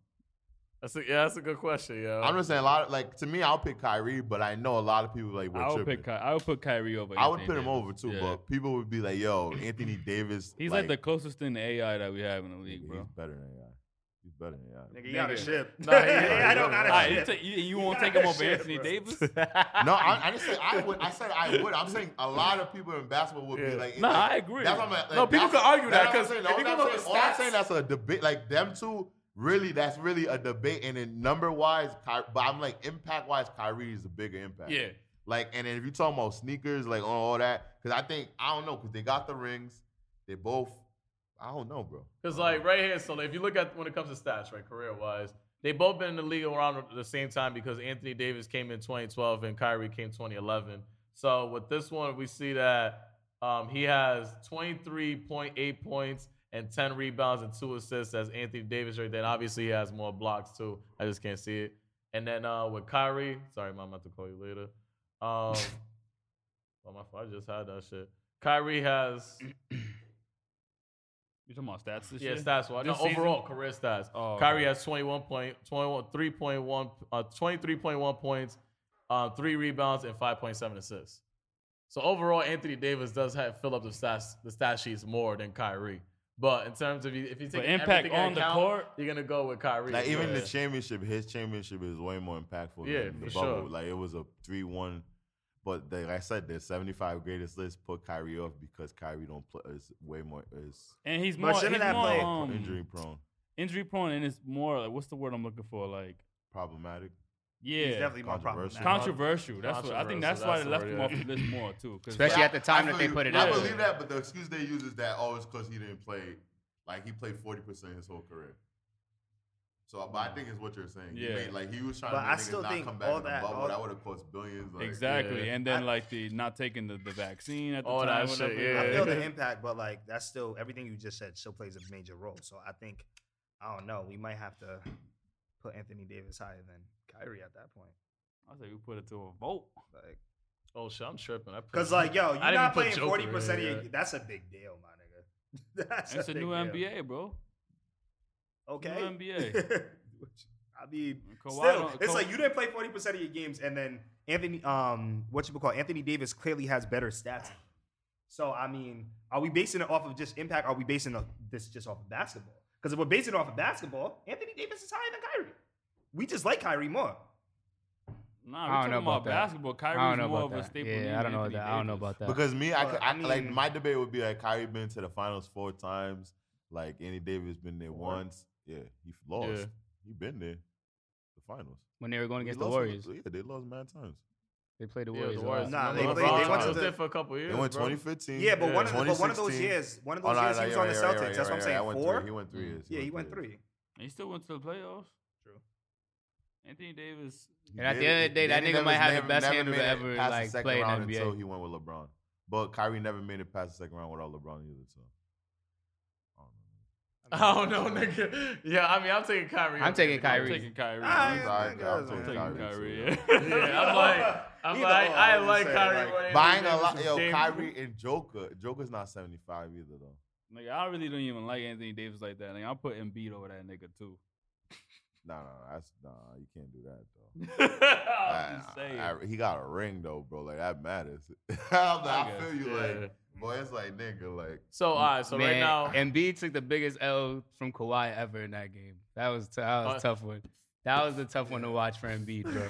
[SPEAKER 1] That's a, yeah, that's a good question,
[SPEAKER 2] Uh,
[SPEAKER 1] yo.
[SPEAKER 5] I'm just saying a lot. Of, like to me, I'll pick Kyrie, but I know a lot of people like. were
[SPEAKER 2] I would
[SPEAKER 5] tripping.
[SPEAKER 2] pick. Ky- I would put Kyrie over.
[SPEAKER 5] I would
[SPEAKER 2] Anthony
[SPEAKER 5] put him
[SPEAKER 2] Davis.
[SPEAKER 5] over too,
[SPEAKER 2] Yeah.
[SPEAKER 5] but people would be like, "Yo, Anthony Davis."
[SPEAKER 2] he's like, the closest thing to AI that we have in the league, bro.
[SPEAKER 5] He's better than AI. He's better than AI.
[SPEAKER 4] Nigga, you got a
[SPEAKER 2] Nigga.
[SPEAKER 4] ship.
[SPEAKER 1] Nah, he-
[SPEAKER 4] I don't got
[SPEAKER 5] All
[SPEAKER 2] All
[SPEAKER 4] a
[SPEAKER 2] right,
[SPEAKER 4] ship.
[SPEAKER 2] you, take- you, you won't take him over Anthony Davis?
[SPEAKER 5] No, I, I just said I would. I said I would. I'm saying a lot of people in basketball would
[SPEAKER 1] Yeah.
[SPEAKER 5] be like,
[SPEAKER 2] Nah,
[SPEAKER 5] like,
[SPEAKER 2] I agree.
[SPEAKER 5] That's what I'm at, like,
[SPEAKER 1] No, people
[SPEAKER 5] that's-
[SPEAKER 1] could argue that,
[SPEAKER 5] that's what I'm
[SPEAKER 1] 'cause
[SPEAKER 5] saying.
[SPEAKER 1] if
[SPEAKER 5] All
[SPEAKER 1] you
[SPEAKER 5] I'm
[SPEAKER 1] come up
[SPEAKER 5] saying-
[SPEAKER 1] with
[SPEAKER 5] all I'm
[SPEAKER 1] stats-
[SPEAKER 5] saying that's a debate. Like them two, really, that's really a debate. And in number wise, Ky- but I'm like impact wise, Kyrie is a bigger impact.
[SPEAKER 1] yeah.
[SPEAKER 5] Like, and if you're talking about sneakers, like on all that, because I think I don't know, because they got the rings, they both. I don't know, bro.
[SPEAKER 1] Because, like, right here, so like, if you look at when it comes to stats, right, career wise, they both been in the league around the same time because Anthony Davis came in 2012 and Kyrie came 2011. So, with this one, we see that um, he has 23.8 points and 10 rebounds and two assists as Anthony Davis right then. Obviously, he has more blocks, too. I just can't see it. And then uh, with Kyrie, sorry, mom, I'm about to call you later. Um, oh, my fault. I just had that shit. Kyrie has
[SPEAKER 2] You talking about stats this
[SPEAKER 1] yeah
[SPEAKER 2] year?
[SPEAKER 1] stats. Well, no,
[SPEAKER 2] This season?
[SPEAKER 1] overall career stats.
[SPEAKER 2] Oh,
[SPEAKER 1] Kyrie
[SPEAKER 2] okay.
[SPEAKER 1] has 21 point, 21, 3.1, uh, 23.1 points, um, three rebounds, and 5.7 assists. So overall, Anthony Davis does have fill up the stats, the stat sheets more than Kyrie. But in terms of you- if you
[SPEAKER 2] But
[SPEAKER 1] take
[SPEAKER 2] impact on the court.
[SPEAKER 1] you're gonna go with Kyrie.
[SPEAKER 5] Like even
[SPEAKER 1] Yeah.
[SPEAKER 5] the championship, his championship is way more impactful.
[SPEAKER 1] Yeah,
[SPEAKER 5] than the
[SPEAKER 1] for
[SPEAKER 5] bubble.
[SPEAKER 1] sure.
[SPEAKER 5] Like it was a three-one, but like I said, the seventy-five greatest list put Kyrie off because Kyrie don't play is way more is
[SPEAKER 2] And he's
[SPEAKER 4] But
[SPEAKER 2] more,
[SPEAKER 4] shouldn't
[SPEAKER 2] he's
[SPEAKER 4] that
[SPEAKER 2] more
[SPEAKER 4] play-
[SPEAKER 2] um,
[SPEAKER 5] injury
[SPEAKER 2] injury.
[SPEAKER 5] prone,
[SPEAKER 2] prone and it's more like what's the word I'm looking for? Like
[SPEAKER 5] problematic.
[SPEAKER 2] yeah.
[SPEAKER 4] He's definitely more
[SPEAKER 5] Controversial.
[SPEAKER 4] problematic.
[SPEAKER 2] controversial. That's what I
[SPEAKER 1] Controversial,
[SPEAKER 2] think that's why
[SPEAKER 1] that's
[SPEAKER 2] they
[SPEAKER 1] the
[SPEAKER 2] left
[SPEAKER 1] word,
[SPEAKER 2] him
[SPEAKER 1] yeah.
[SPEAKER 2] off the list more too. 'cause-
[SPEAKER 3] Especially at the time
[SPEAKER 5] I
[SPEAKER 3] that
[SPEAKER 5] feel
[SPEAKER 3] they put
[SPEAKER 5] you.
[SPEAKER 3] it
[SPEAKER 5] I
[SPEAKER 3] out.
[SPEAKER 5] believe that, but the excuse they use is that oh, it's because he didn't play. Like he played forty percent his whole career. So, but I think it's what you're saying. He
[SPEAKER 2] Yeah.
[SPEAKER 5] made- like he was trying
[SPEAKER 4] But
[SPEAKER 5] to
[SPEAKER 4] I
[SPEAKER 5] make
[SPEAKER 4] still
[SPEAKER 5] niggas not
[SPEAKER 4] think
[SPEAKER 5] come back
[SPEAKER 4] all
[SPEAKER 5] in the
[SPEAKER 4] that-
[SPEAKER 5] bubble.
[SPEAKER 4] all-
[SPEAKER 5] that would have cost billions. Like,
[SPEAKER 2] exactly.
[SPEAKER 1] Yeah.
[SPEAKER 2] And then
[SPEAKER 4] I-
[SPEAKER 2] like the not taking the, the vaccine at the
[SPEAKER 1] All
[SPEAKER 2] time.
[SPEAKER 1] that shit,
[SPEAKER 2] whatever.
[SPEAKER 1] yeah.
[SPEAKER 4] I feel the
[SPEAKER 1] Yeah.
[SPEAKER 4] impact, but like that's still everything you just said still plays a major role. So I think I don't know. We might have to put Anthony Davis higher than Kyrie at that point.
[SPEAKER 2] I say we put it to a vote.
[SPEAKER 4] Like,
[SPEAKER 1] oh shit, I'm tripping. I put-
[SPEAKER 4] cause like yo,
[SPEAKER 1] I
[SPEAKER 4] you're
[SPEAKER 1] didn't
[SPEAKER 4] not
[SPEAKER 1] put
[SPEAKER 4] playing
[SPEAKER 1] Joker
[SPEAKER 4] forty percent of
[SPEAKER 1] in,
[SPEAKER 4] your.
[SPEAKER 1] yeah.
[SPEAKER 4] That's a big deal, my nigga. that's
[SPEAKER 2] It's a
[SPEAKER 4] big
[SPEAKER 2] new
[SPEAKER 4] deal.
[SPEAKER 2] NBA, bro.
[SPEAKER 4] Okay.
[SPEAKER 2] NBA.
[SPEAKER 4] Which- I mean,
[SPEAKER 2] Kawhi
[SPEAKER 4] still,
[SPEAKER 2] don't-
[SPEAKER 4] it's
[SPEAKER 2] Ka-
[SPEAKER 4] like you didn't play forty percent of your games, and then Anthony, um, what you call Anthony Davis clearly has better stats. So I mean, are we basing it off of just impact? Are we basing the- this just off of basketball? Because if we're basing it off of basketball, Anthony Davis is higher than Kyrie. We just like Kyrie more.
[SPEAKER 2] Nah,
[SPEAKER 3] I don't
[SPEAKER 2] we're talking
[SPEAKER 3] know
[SPEAKER 2] about,
[SPEAKER 3] about that.
[SPEAKER 2] basketball.
[SPEAKER 3] I don't
[SPEAKER 2] Kyrie's
[SPEAKER 3] know
[SPEAKER 2] more
[SPEAKER 3] about
[SPEAKER 2] of a
[SPEAKER 3] that.
[SPEAKER 2] staple. leader
[SPEAKER 3] yeah,
[SPEAKER 2] than
[SPEAKER 3] I don't know.
[SPEAKER 2] Anthony
[SPEAKER 3] That. I don't know
[SPEAKER 2] Davis.
[SPEAKER 3] about that.
[SPEAKER 5] Because me, I,
[SPEAKER 4] But,
[SPEAKER 5] could,
[SPEAKER 4] I
[SPEAKER 5] I, could- like
[SPEAKER 4] mean-
[SPEAKER 5] my debate would be like Kyrie been to the finals four times, like Andy Davis been there once. Yeah, he lost.
[SPEAKER 1] Yeah.
[SPEAKER 5] He been there, the finals.
[SPEAKER 3] when they were going
[SPEAKER 5] He
[SPEAKER 3] against the
[SPEAKER 5] lost a-
[SPEAKER 3] Warriors,
[SPEAKER 5] Yeah, they lost mad times.
[SPEAKER 3] they played the
[SPEAKER 1] yeah,
[SPEAKER 3] Warriors.
[SPEAKER 1] the
[SPEAKER 3] a lot.
[SPEAKER 1] Warriors.
[SPEAKER 4] Nah, they-
[SPEAKER 1] LeBron
[SPEAKER 5] they- they went to
[SPEAKER 1] was
[SPEAKER 4] the-
[SPEAKER 1] there for a couple years.
[SPEAKER 5] they went
[SPEAKER 1] bro.
[SPEAKER 5] 2015.
[SPEAKER 4] Yeah, but one of
[SPEAKER 1] Yeah.
[SPEAKER 4] the, but one of those
[SPEAKER 5] 2016.
[SPEAKER 4] years, one of
[SPEAKER 5] Oh,
[SPEAKER 4] those
[SPEAKER 5] no,
[SPEAKER 4] years
[SPEAKER 5] no,
[SPEAKER 4] he was
[SPEAKER 5] you're
[SPEAKER 4] on the
[SPEAKER 5] right,
[SPEAKER 4] Celtics.
[SPEAKER 5] you're right, you're
[SPEAKER 4] That's what I'm
[SPEAKER 5] right,
[SPEAKER 4] saying.
[SPEAKER 5] I went
[SPEAKER 4] Four.
[SPEAKER 5] Three. He went three years.
[SPEAKER 4] yeah, he went
[SPEAKER 5] three years.
[SPEAKER 4] three.
[SPEAKER 2] And he still went to the playoffs.
[SPEAKER 4] True.
[SPEAKER 2] Anthony Davis.
[SPEAKER 3] And at the
[SPEAKER 5] Did-
[SPEAKER 3] end of the day, that
[SPEAKER 5] Anthony
[SPEAKER 3] nigga might have
[SPEAKER 5] Davis
[SPEAKER 3] the
[SPEAKER 5] never-
[SPEAKER 3] best
[SPEAKER 5] never
[SPEAKER 3] handle
[SPEAKER 5] made
[SPEAKER 3] to
[SPEAKER 5] it
[SPEAKER 3] ever,
[SPEAKER 5] past the
[SPEAKER 3] like,
[SPEAKER 5] second
[SPEAKER 3] play in
[SPEAKER 5] round
[SPEAKER 3] NBA.
[SPEAKER 5] until he went with LeBron. But Kyrie never made it past the second round without LeBron either. So. I don't know.
[SPEAKER 1] I don't know, nigga. Yeah, I mean, I'm taking Kyrie.
[SPEAKER 3] I'm
[SPEAKER 1] over Anthony
[SPEAKER 3] taking
[SPEAKER 2] I'm
[SPEAKER 3] Kyrie.
[SPEAKER 2] taking Kyrie.
[SPEAKER 4] Ah,
[SPEAKER 5] He's
[SPEAKER 4] yeah,
[SPEAKER 2] I'm
[SPEAKER 4] I
[SPEAKER 5] all right, though. I'm
[SPEAKER 4] guess,
[SPEAKER 5] taking
[SPEAKER 4] man.
[SPEAKER 2] taking
[SPEAKER 5] Kyrie.
[SPEAKER 2] Kyrie.
[SPEAKER 5] too.
[SPEAKER 1] Yeah, I'm like, I'm
[SPEAKER 4] Either
[SPEAKER 1] like,
[SPEAKER 4] or,
[SPEAKER 1] I
[SPEAKER 4] I'm just
[SPEAKER 1] like
[SPEAKER 4] saying,
[SPEAKER 1] Kyrie.
[SPEAKER 4] like,
[SPEAKER 1] more than
[SPEAKER 5] But I
[SPEAKER 1] Anthony
[SPEAKER 5] ain't gonna lie,
[SPEAKER 1] Davis'
[SPEAKER 5] yo,
[SPEAKER 1] game.
[SPEAKER 5] Kyrie and Joker. Joker's not 75 either, though.
[SPEAKER 2] Nigga, I really don't even like Anthony Davis like that. Like, I'll put Embiid over that nigga too.
[SPEAKER 5] Nah, nah, nah, that's, nah you can't do that, though.
[SPEAKER 2] I'm just
[SPEAKER 5] I-
[SPEAKER 2] saying.
[SPEAKER 5] I- I- he got a ring, though, bro. Like, that matters. I'm like, I,
[SPEAKER 2] guess,
[SPEAKER 5] feel you,
[SPEAKER 1] yeah.
[SPEAKER 5] like, boy, it's like, nigga, like,
[SPEAKER 1] So, all right, so right
[SPEAKER 3] Man,
[SPEAKER 1] now,
[SPEAKER 3] Embiid took the biggest L from Kawhi ever in that game. That was t- that was
[SPEAKER 1] Uh,
[SPEAKER 3] a tough one. That was a tough one to watch for Embiid, bro.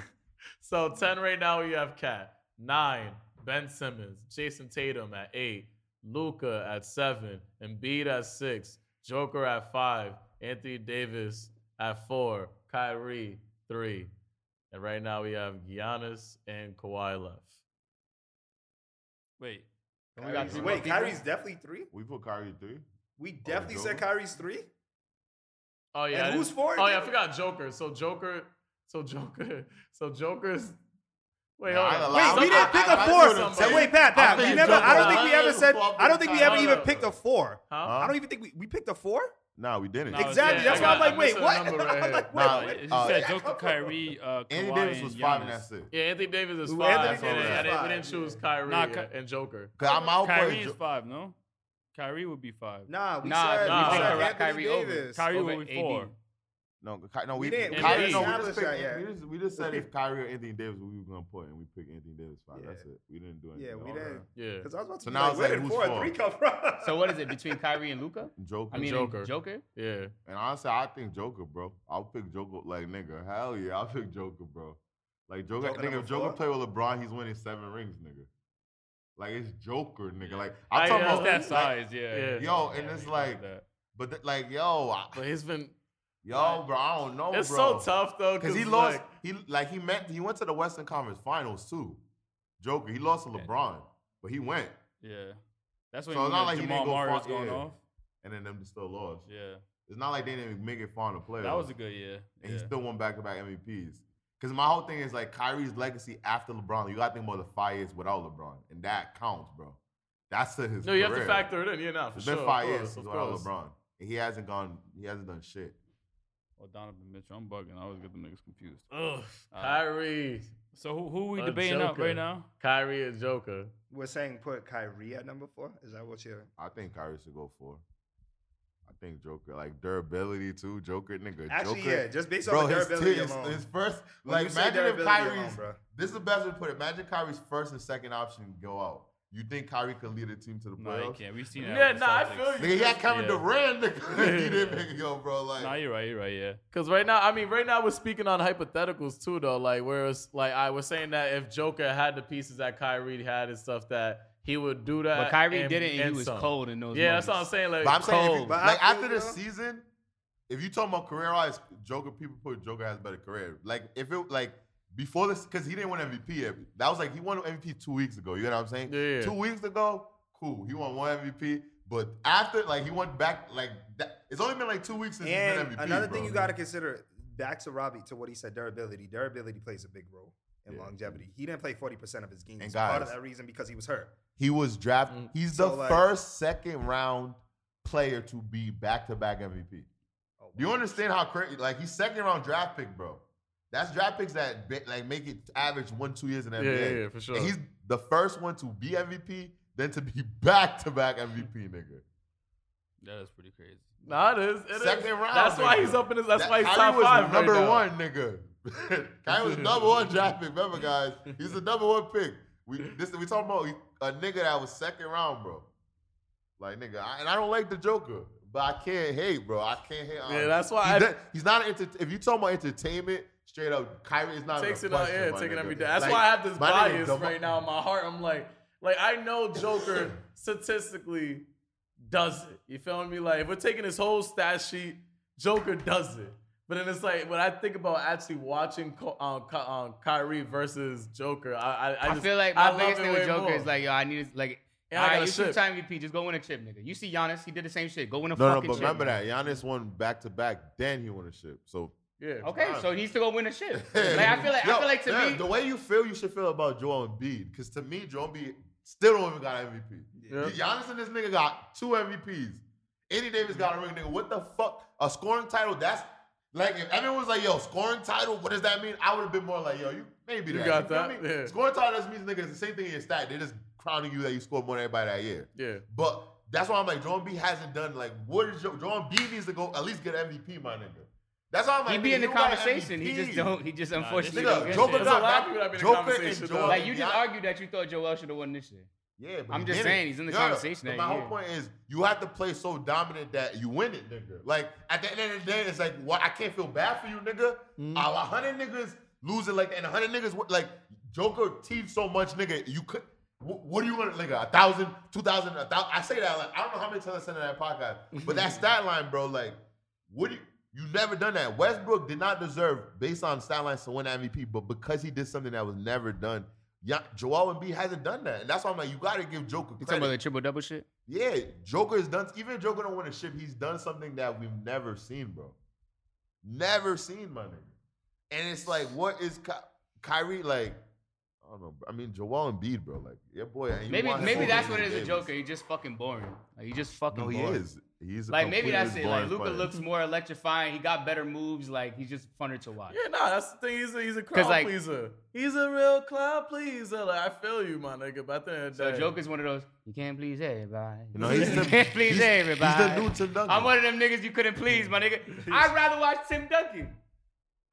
[SPEAKER 1] so 10 right now, you have Cat. Nine, Ben Simmons. Jason Tatum at eight. Luca at seven. Embiid at six. Joker at five. Anthony Davis at four. Kyrie, three. And right now, we have Giannis and Kawhi left.
[SPEAKER 2] Wait,
[SPEAKER 3] We got three more
[SPEAKER 4] Wait,
[SPEAKER 3] people.
[SPEAKER 4] Kyrie's definitely three.
[SPEAKER 5] we put Kyrie three.
[SPEAKER 4] We definitely
[SPEAKER 5] Joker?
[SPEAKER 4] said Kyrie's three.
[SPEAKER 1] Oh, yeah. I
[SPEAKER 4] And
[SPEAKER 1] didn't-
[SPEAKER 4] who's four?
[SPEAKER 1] Oh yeah, I forgot Joker. So Joker, so Joker, so Joker's. Wait,
[SPEAKER 5] Nah,
[SPEAKER 1] hold
[SPEAKER 5] I
[SPEAKER 1] on.
[SPEAKER 5] ain't
[SPEAKER 4] Wait,
[SPEAKER 5] gonna lie.
[SPEAKER 4] we didn't pick a
[SPEAKER 5] I- I
[SPEAKER 1] knew
[SPEAKER 4] four.
[SPEAKER 1] somebody.
[SPEAKER 4] So wait, Pat, Pat, we
[SPEAKER 1] thinking
[SPEAKER 4] never. I don't
[SPEAKER 1] Joker.
[SPEAKER 4] think we ever said. I don't think we ever
[SPEAKER 1] Hold
[SPEAKER 4] even
[SPEAKER 1] up.
[SPEAKER 4] picked a four.
[SPEAKER 1] Huh?
[SPEAKER 4] I don't even think we, we picked a four.
[SPEAKER 5] Nah, we didn't.
[SPEAKER 2] Nah, I was
[SPEAKER 4] exactly.
[SPEAKER 2] saying,
[SPEAKER 4] That's
[SPEAKER 2] I
[SPEAKER 4] why I'm
[SPEAKER 2] got-
[SPEAKER 4] like,
[SPEAKER 1] I
[SPEAKER 4] wait,
[SPEAKER 1] missed
[SPEAKER 4] what? Oh,
[SPEAKER 1] another number right
[SPEAKER 4] I'm like,
[SPEAKER 1] here.
[SPEAKER 4] wait,
[SPEAKER 5] Nah,
[SPEAKER 4] wait.
[SPEAKER 2] you
[SPEAKER 5] uh,
[SPEAKER 2] said Joker, Kyrie, uh, Kawhi,
[SPEAKER 5] Andy Davis
[SPEAKER 2] and
[SPEAKER 5] was
[SPEAKER 2] Giannis.
[SPEAKER 5] five, and that's it.
[SPEAKER 1] Yeah, Anthony Davis is
[SPEAKER 4] Ooh,
[SPEAKER 1] five. so I
[SPEAKER 4] Anthony
[SPEAKER 5] Davis
[SPEAKER 1] didn't- I
[SPEAKER 5] is
[SPEAKER 1] didn't, we
[SPEAKER 4] five,
[SPEAKER 1] didn't choose
[SPEAKER 4] yeah.
[SPEAKER 1] Kyrie
[SPEAKER 2] Nah, Ky-
[SPEAKER 1] and Joker.
[SPEAKER 5] Cause I'm out
[SPEAKER 2] Kyrie is
[SPEAKER 5] playing.
[SPEAKER 2] five, no? Kyrie would be five.
[SPEAKER 4] Nah, we
[SPEAKER 3] Nah,
[SPEAKER 4] said,
[SPEAKER 1] nah,
[SPEAKER 4] we said
[SPEAKER 1] Kyrie-
[SPEAKER 4] Anthony
[SPEAKER 3] Kyrie over.
[SPEAKER 4] Davis.
[SPEAKER 2] Kyrie
[SPEAKER 3] Over
[SPEAKER 2] would be
[SPEAKER 3] AD.
[SPEAKER 2] four.
[SPEAKER 5] No, Ky- no,
[SPEAKER 4] We
[SPEAKER 5] we,
[SPEAKER 4] didn't-
[SPEAKER 5] didn't.
[SPEAKER 1] we
[SPEAKER 5] Kyrie,
[SPEAKER 1] didn't
[SPEAKER 5] no, we
[SPEAKER 4] establish
[SPEAKER 5] just, picked,
[SPEAKER 4] that yet.
[SPEAKER 5] we, just, we just said if Kyrie or Anthony Davis, we were gonna put, and we picked Anthony Davis five.
[SPEAKER 4] Yeah.
[SPEAKER 5] That's it. We didn't do anything.
[SPEAKER 4] Yeah, we
[SPEAKER 5] else.
[SPEAKER 4] didn't.
[SPEAKER 1] Yeah.
[SPEAKER 4] Because I was about to
[SPEAKER 5] So
[SPEAKER 4] be
[SPEAKER 5] now
[SPEAKER 4] like,
[SPEAKER 5] it's
[SPEAKER 4] where
[SPEAKER 5] like,
[SPEAKER 4] did
[SPEAKER 5] who's
[SPEAKER 4] four and
[SPEAKER 5] four?
[SPEAKER 4] three come from?
[SPEAKER 3] So what is it between Kyrie and Luca?
[SPEAKER 5] Joker.
[SPEAKER 3] I mean,
[SPEAKER 1] Joker.
[SPEAKER 3] Joker. Joker.
[SPEAKER 1] Yeah.
[SPEAKER 5] And honestly, I think Joker, bro. I'll pick Joker. Like, nigga, hell yeah, I'll pick Joker, bro. Like, Joker,
[SPEAKER 4] Joker
[SPEAKER 5] nigga,
[SPEAKER 4] number
[SPEAKER 5] if Joker
[SPEAKER 4] four?
[SPEAKER 5] play with LeBron, he's winning seven rings, nigga. Like, it's Joker, nigga. Like,
[SPEAKER 1] I-
[SPEAKER 5] I'm talking
[SPEAKER 1] yeah,
[SPEAKER 5] about
[SPEAKER 2] uh, That's that
[SPEAKER 5] like,
[SPEAKER 2] size, yeah.
[SPEAKER 1] yeah.
[SPEAKER 5] Yo, and it's
[SPEAKER 2] we
[SPEAKER 5] like-
[SPEAKER 2] got that.
[SPEAKER 5] But, th- like, yo, I,
[SPEAKER 1] But he's been
[SPEAKER 5] yo, bro, I don't know,
[SPEAKER 1] it's
[SPEAKER 5] Oh, bro.
[SPEAKER 1] so tough though.
[SPEAKER 5] Because he lost, he like he meant he went to the Western Conference Finals too. Joker, he lost to LeBron, but he went,
[SPEAKER 2] Yeah. That's when
[SPEAKER 5] So it's not
[SPEAKER 2] Jamal
[SPEAKER 5] like he didn't go
[SPEAKER 2] Murray was
[SPEAKER 5] far-
[SPEAKER 2] going
[SPEAKER 5] yeah.
[SPEAKER 2] off.
[SPEAKER 5] and then them still lost.
[SPEAKER 2] Yeah.
[SPEAKER 5] It's not like they didn't make it far in the playoffs.
[SPEAKER 2] That was a good year.
[SPEAKER 5] and
[SPEAKER 2] yeah.
[SPEAKER 5] he still won back-to-back MVPs. Because my whole thing is like Kyrie's legacy after LeBron. You got to think about the five years without Lebron, and that counts, bro. That's to his.
[SPEAKER 1] No, you have to
[SPEAKER 5] career.
[SPEAKER 1] factor it in. Yeah, not for
[SPEAKER 5] It's
[SPEAKER 1] sure.
[SPEAKER 5] been
[SPEAKER 1] of
[SPEAKER 5] five
[SPEAKER 1] course,
[SPEAKER 5] years
[SPEAKER 1] of
[SPEAKER 5] without
[SPEAKER 1] course.
[SPEAKER 5] LeBron. And He hasn't gone. He hasn't done shit.
[SPEAKER 2] Or Oh, Donovan Mitchell. I'm bugging. I always get them niggas confused.
[SPEAKER 1] Ugh,
[SPEAKER 2] Uh,
[SPEAKER 1] Kyrie,
[SPEAKER 2] So who who we
[SPEAKER 1] A
[SPEAKER 2] debating
[SPEAKER 1] Uh,
[SPEAKER 2] up
[SPEAKER 1] joker.
[SPEAKER 2] right now?
[SPEAKER 1] Kyrie a Joker.
[SPEAKER 6] We're saying put Kyrie at number four. Is that what you're?
[SPEAKER 5] I think Kyrie should go for. I think Joker, like durability too. Joker, nigga.
[SPEAKER 6] Actually,
[SPEAKER 5] Joker.
[SPEAKER 6] yeah, just based on
[SPEAKER 5] Bro,
[SPEAKER 6] the
[SPEAKER 5] his,
[SPEAKER 6] durability
[SPEAKER 5] his,
[SPEAKER 6] alone.
[SPEAKER 5] his first,
[SPEAKER 6] When
[SPEAKER 5] like,
[SPEAKER 6] you say
[SPEAKER 5] imagine if
[SPEAKER 6] durability alone,
[SPEAKER 5] Kyrie's.
[SPEAKER 6] bro.
[SPEAKER 5] This is the best way to put it. Imagine Kyrie's first and second option go out. You think Kyrie could lead a team to the
[SPEAKER 2] No, you
[SPEAKER 5] playoffs?
[SPEAKER 2] can't. We've seen that.
[SPEAKER 1] Yeah,
[SPEAKER 2] with the
[SPEAKER 1] nah, I
[SPEAKER 2] Celtics.
[SPEAKER 1] feel you.
[SPEAKER 5] Nigga, he had Kevin
[SPEAKER 2] Yeah.
[SPEAKER 5] Durant. Nigga, he didn't make it go, bro. Like,
[SPEAKER 2] Nah, you're right. You're right. Yeah.
[SPEAKER 1] Because right now, I mean, right now we're speaking on hypotheticals too, though. Like, whereas, like, I was saying that if Joker had the pieces that Kyrie had and stuff, that he would do that.
[SPEAKER 3] But Kyrie
[SPEAKER 1] and-
[SPEAKER 3] did it, and,
[SPEAKER 1] and
[SPEAKER 3] he was
[SPEAKER 1] some.
[SPEAKER 3] cold in those.
[SPEAKER 1] Yeah, that's what I'm
[SPEAKER 3] moments.
[SPEAKER 1] saying. Like,
[SPEAKER 5] But I'm saying, if you,
[SPEAKER 1] cold.
[SPEAKER 6] But I
[SPEAKER 5] like
[SPEAKER 6] feel
[SPEAKER 5] after the
[SPEAKER 6] you.
[SPEAKER 5] season, if you talking about career wise, Joker people put Joker has better career. Like if it like before this, because he didn't win MVP. every- That was like he won MVP two weeks ago. You know what I'm saying?
[SPEAKER 1] Yeah.
[SPEAKER 5] Two weeks ago, cool. He won one MVP, but after like he went back like that. It's only been like two weeks since he's
[SPEAKER 6] And
[SPEAKER 5] been MVP.
[SPEAKER 6] another
[SPEAKER 5] bro.
[SPEAKER 6] thing you got to consider back to Robbie to what he said durability. Durability plays a big role in
[SPEAKER 5] Yeah.
[SPEAKER 6] longevity. He didn't play 40% of his games.
[SPEAKER 5] And
[SPEAKER 6] Part of
[SPEAKER 5] guys-
[SPEAKER 6] that reason because he was hurt.
[SPEAKER 5] He was drafted.
[SPEAKER 1] Mm.
[SPEAKER 5] He's
[SPEAKER 6] So,
[SPEAKER 5] the
[SPEAKER 6] like-
[SPEAKER 5] first second round player to be back to back MVP.
[SPEAKER 6] Oh,
[SPEAKER 5] Do you
[SPEAKER 6] wow.
[SPEAKER 5] understand how crazy? Like he's second round draft pick, bro. That's draft picks that ba- like make it average one two years in the
[SPEAKER 1] yeah,
[SPEAKER 5] NBA.
[SPEAKER 1] yeah, yeah, for sure.
[SPEAKER 5] And he's the first one to be MVP, then to be back to back MVP, nigga.
[SPEAKER 2] That is pretty crazy.
[SPEAKER 1] nah, it is. it is.
[SPEAKER 5] Second round,
[SPEAKER 1] That's why
[SPEAKER 5] nigga.
[SPEAKER 1] he's up in his. That's
[SPEAKER 5] That-
[SPEAKER 1] why he's
[SPEAKER 5] Kyrie
[SPEAKER 1] top
[SPEAKER 5] was
[SPEAKER 1] five.
[SPEAKER 5] number
[SPEAKER 1] right now.
[SPEAKER 5] one, nigga. Kyrie was number one draft pick. Remember, guys, he's the number one pick. We this we talking about a nigga that was second round, bro. Like nigga, I, and I don't like the Joker, but I can't hate, bro. I can't hate.
[SPEAKER 1] Yeah, that's why
[SPEAKER 5] He
[SPEAKER 1] I-
[SPEAKER 5] does- he's not. An enter, if you talking about entertainment, straight up, Kyrie is not.
[SPEAKER 1] takes
[SPEAKER 5] a
[SPEAKER 1] it out,
[SPEAKER 5] question,
[SPEAKER 1] yeah,
[SPEAKER 5] my
[SPEAKER 1] take it
[SPEAKER 5] nigga.
[SPEAKER 1] every day. That's
[SPEAKER 5] Like,
[SPEAKER 1] why I have this
[SPEAKER 5] my nigga,
[SPEAKER 1] bias
[SPEAKER 5] the-
[SPEAKER 1] right now in my heart. I'm like, like I know Joker statistically does it. You feeling me? Like if we're taking his whole stat sheet, Joker does it. But then it's like when I think about actually watching Ko- um, Ky- um, Kyrie versus Joker, I I, I,
[SPEAKER 3] I,
[SPEAKER 1] just,
[SPEAKER 3] feel like
[SPEAKER 1] I
[SPEAKER 3] my
[SPEAKER 1] love
[SPEAKER 3] biggest
[SPEAKER 1] it
[SPEAKER 3] thing with
[SPEAKER 1] way
[SPEAKER 3] Joker
[SPEAKER 1] more.
[SPEAKER 3] is like, yo, I need to, like,
[SPEAKER 1] And I
[SPEAKER 3] all
[SPEAKER 1] got
[SPEAKER 3] right,
[SPEAKER 1] a
[SPEAKER 3] you
[SPEAKER 1] chip.
[SPEAKER 3] two time MVP, just go win a chip, nigga. You see Giannis, he did the same shit. Go win a
[SPEAKER 5] No, no,
[SPEAKER 3] fucking
[SPEAKER 5] but
[SPEAKER 3] chip.
[SPEAKER 5] remember that Giannis won back to back. Then he won a ship. So
[SPEAKER 1] yeah.
[SPEAKER 3] Okay, so he needs to go win a ship. Like, I feel like, I
[SPEAKER 5] Yo,
[SPEAKER 3] feel like to
[SPEAKER 5] yeah,
[SPEAKER 3] me,
[SPEAKER 5] the way you feel, you should feel about Joel Embiid. Because to me, Joel Embiid still don't even got an MVP.
[SPEAKER 1] Yeah.
[SPEAKER 5] Giannis and this nigga got two MVPs. Andy Davis got a ring, nigga. What the fuck? A scoring title? That's like if everyone was like, "Yo, scoring title, what does that mean?" I would have been more like, "Yo, you maybe
[SPEAKER 1] You got
[SPEAKER 5] that." feel
[SPEAKER 1] that?
[SPEAKER 5] me?
[SPEAKER 1] Yeah.
[SPEAKER 5] Scoring title just means nigga. It's the same thing in your stat. They're just crowning you that you scored more than everybody that year.
[SPEAKER 1] Yeah.
[SPEAKER 5] But that's why I'm like, Joel B hasn't done like what is Joel, Joel B needs to go at least get MVP, my nigga. That's why I'm like,
[SPEAKER 3] he be
[SPEAKER 5] nigga,
[SPEAKER 3] in the
[SPEAKER 5] you got an
[SPEAKER 3] conversation. He just
[SPEAKER 5] MVP.
[SPEAKER 3] don't. He just unfortunately
[SPEAKER 5] nigga,
[SPEAKER 3] don't get
[SPEAKER 5] Joker
[SPEAKER 3] it.
[SPEAKER 1] There's a lot of
[SPEAKER 5] got back-
[SPEAKER 1] people that been in
[SPEAKER 5] Joker and
[SPEAKER 1] conversation.
[SPEAKER 5] Joel-
[SPEAKER 1] though.
[SPEAKER 3] Like you
[SPEAKER 5] Yeah.
[SPEAKER 3] just argued that you thought Joel should have won this year.
[SPEAKER 5] Yeah, but
[SPEAKER 3] I'm
[SPEAKER 5] he
[SPEAKER 3] just
[SPEAKER 5] didn't.
[SPEAKER 3] saying, he's in the conversation
[SPEAKER 5] but
[SPEAKER 3] that
[SPEAKER 5] my
[SPEAKER 3] year.
[SPEAKER 5] whole point is, you have to play so dominant that you win it, nigga. Like at the end of the day, it's like, what? I can't feel bad for you, nigga.
[SPEAKER 3] Mm-hmm.
[SPEAKER 5] A hundred niggas losing, like, and a hundred niggas wa- like Joker teed so much, nigga. You could. wh- What are you gonna, nigga? A thousand, two thousand, a thousand. I say that like I don't know how many times I said it in that podcast, but that stat line, bro, like, what do you? You never done that. Westbrook did not deserve, based on stat lines, to win MVP, but because he did something that was never done, yeah, Joel Embiid hasn't done that, and that's why I'm like, you got to give Joker
[SPEAKER 3] You talking about the
[SPEAKER 5] credit.
[SPEAKER 3] triple double shit?
[SPEAKER 5] Yeah, Joker has done. Even if Joker don't win a ship, he's done something that we've never seen, bro. Never seen, my nigga. And it's like, what is Ky- Kyrie like? I don't know. bro. I mean, Joel Embiid, bro. Like, yeah, boy. and you
[SPEAKER 3] Maybe
[SPEAKER 5] want him
[SPEAKER 3] maybe
[SPEAKER 5] over
[SPEAKER 3] that's
[SPEAKER 5] Anthony
[SPEAKER 3] what it is. A
[SPEAKER 5] Davis.
[SPEAKER 3] Joker. He's just fucking boring. Like he just fucking.
[SPEAKER 5] No, he
[SPEAKER 3] boring.
[SPEAKER 5] is. He's a
[SPEAKER 3] Like maybe
[SPEAKER 5] complete-
[SPEAKER 3] that's
[SPEAKER 5] he's
[SPEAKER 3] it. Like
[SPEAKER 5] boring
[SPEAKER 3] Luca
[SPEAKER 5] player.
[SPEAKER 3] looks more electrifying. He got better moves. Like he's just funner to watch.
[SPEAKER 1] Yeah, nah, that's the thing. He's a he's a crowd
[SPEAKER 3] like-
[SPEAKER 1] pleaser. He's a real crowd pleaser. Like I feel you, my nigga. But at the end of the
[SPEAKER 3] So
[SPEAKER 1] day,
[SPEAKER 3] Joker's one of those. You can't please everybody.
[SPEAKER 5] You know, he's
[SPEAKER 3] you
[SPEAKER 5] the,
[SPEAKER 3] can't please
[SPEAKER 5] he's,
[SPEAKER 3] everybody.
[SPEAKER 5] He's the new Tim Duncan.
[SPEAKER 3] I'm one of them niggas you couldn't please, my nigga. I'd rather watch Tim Duncan.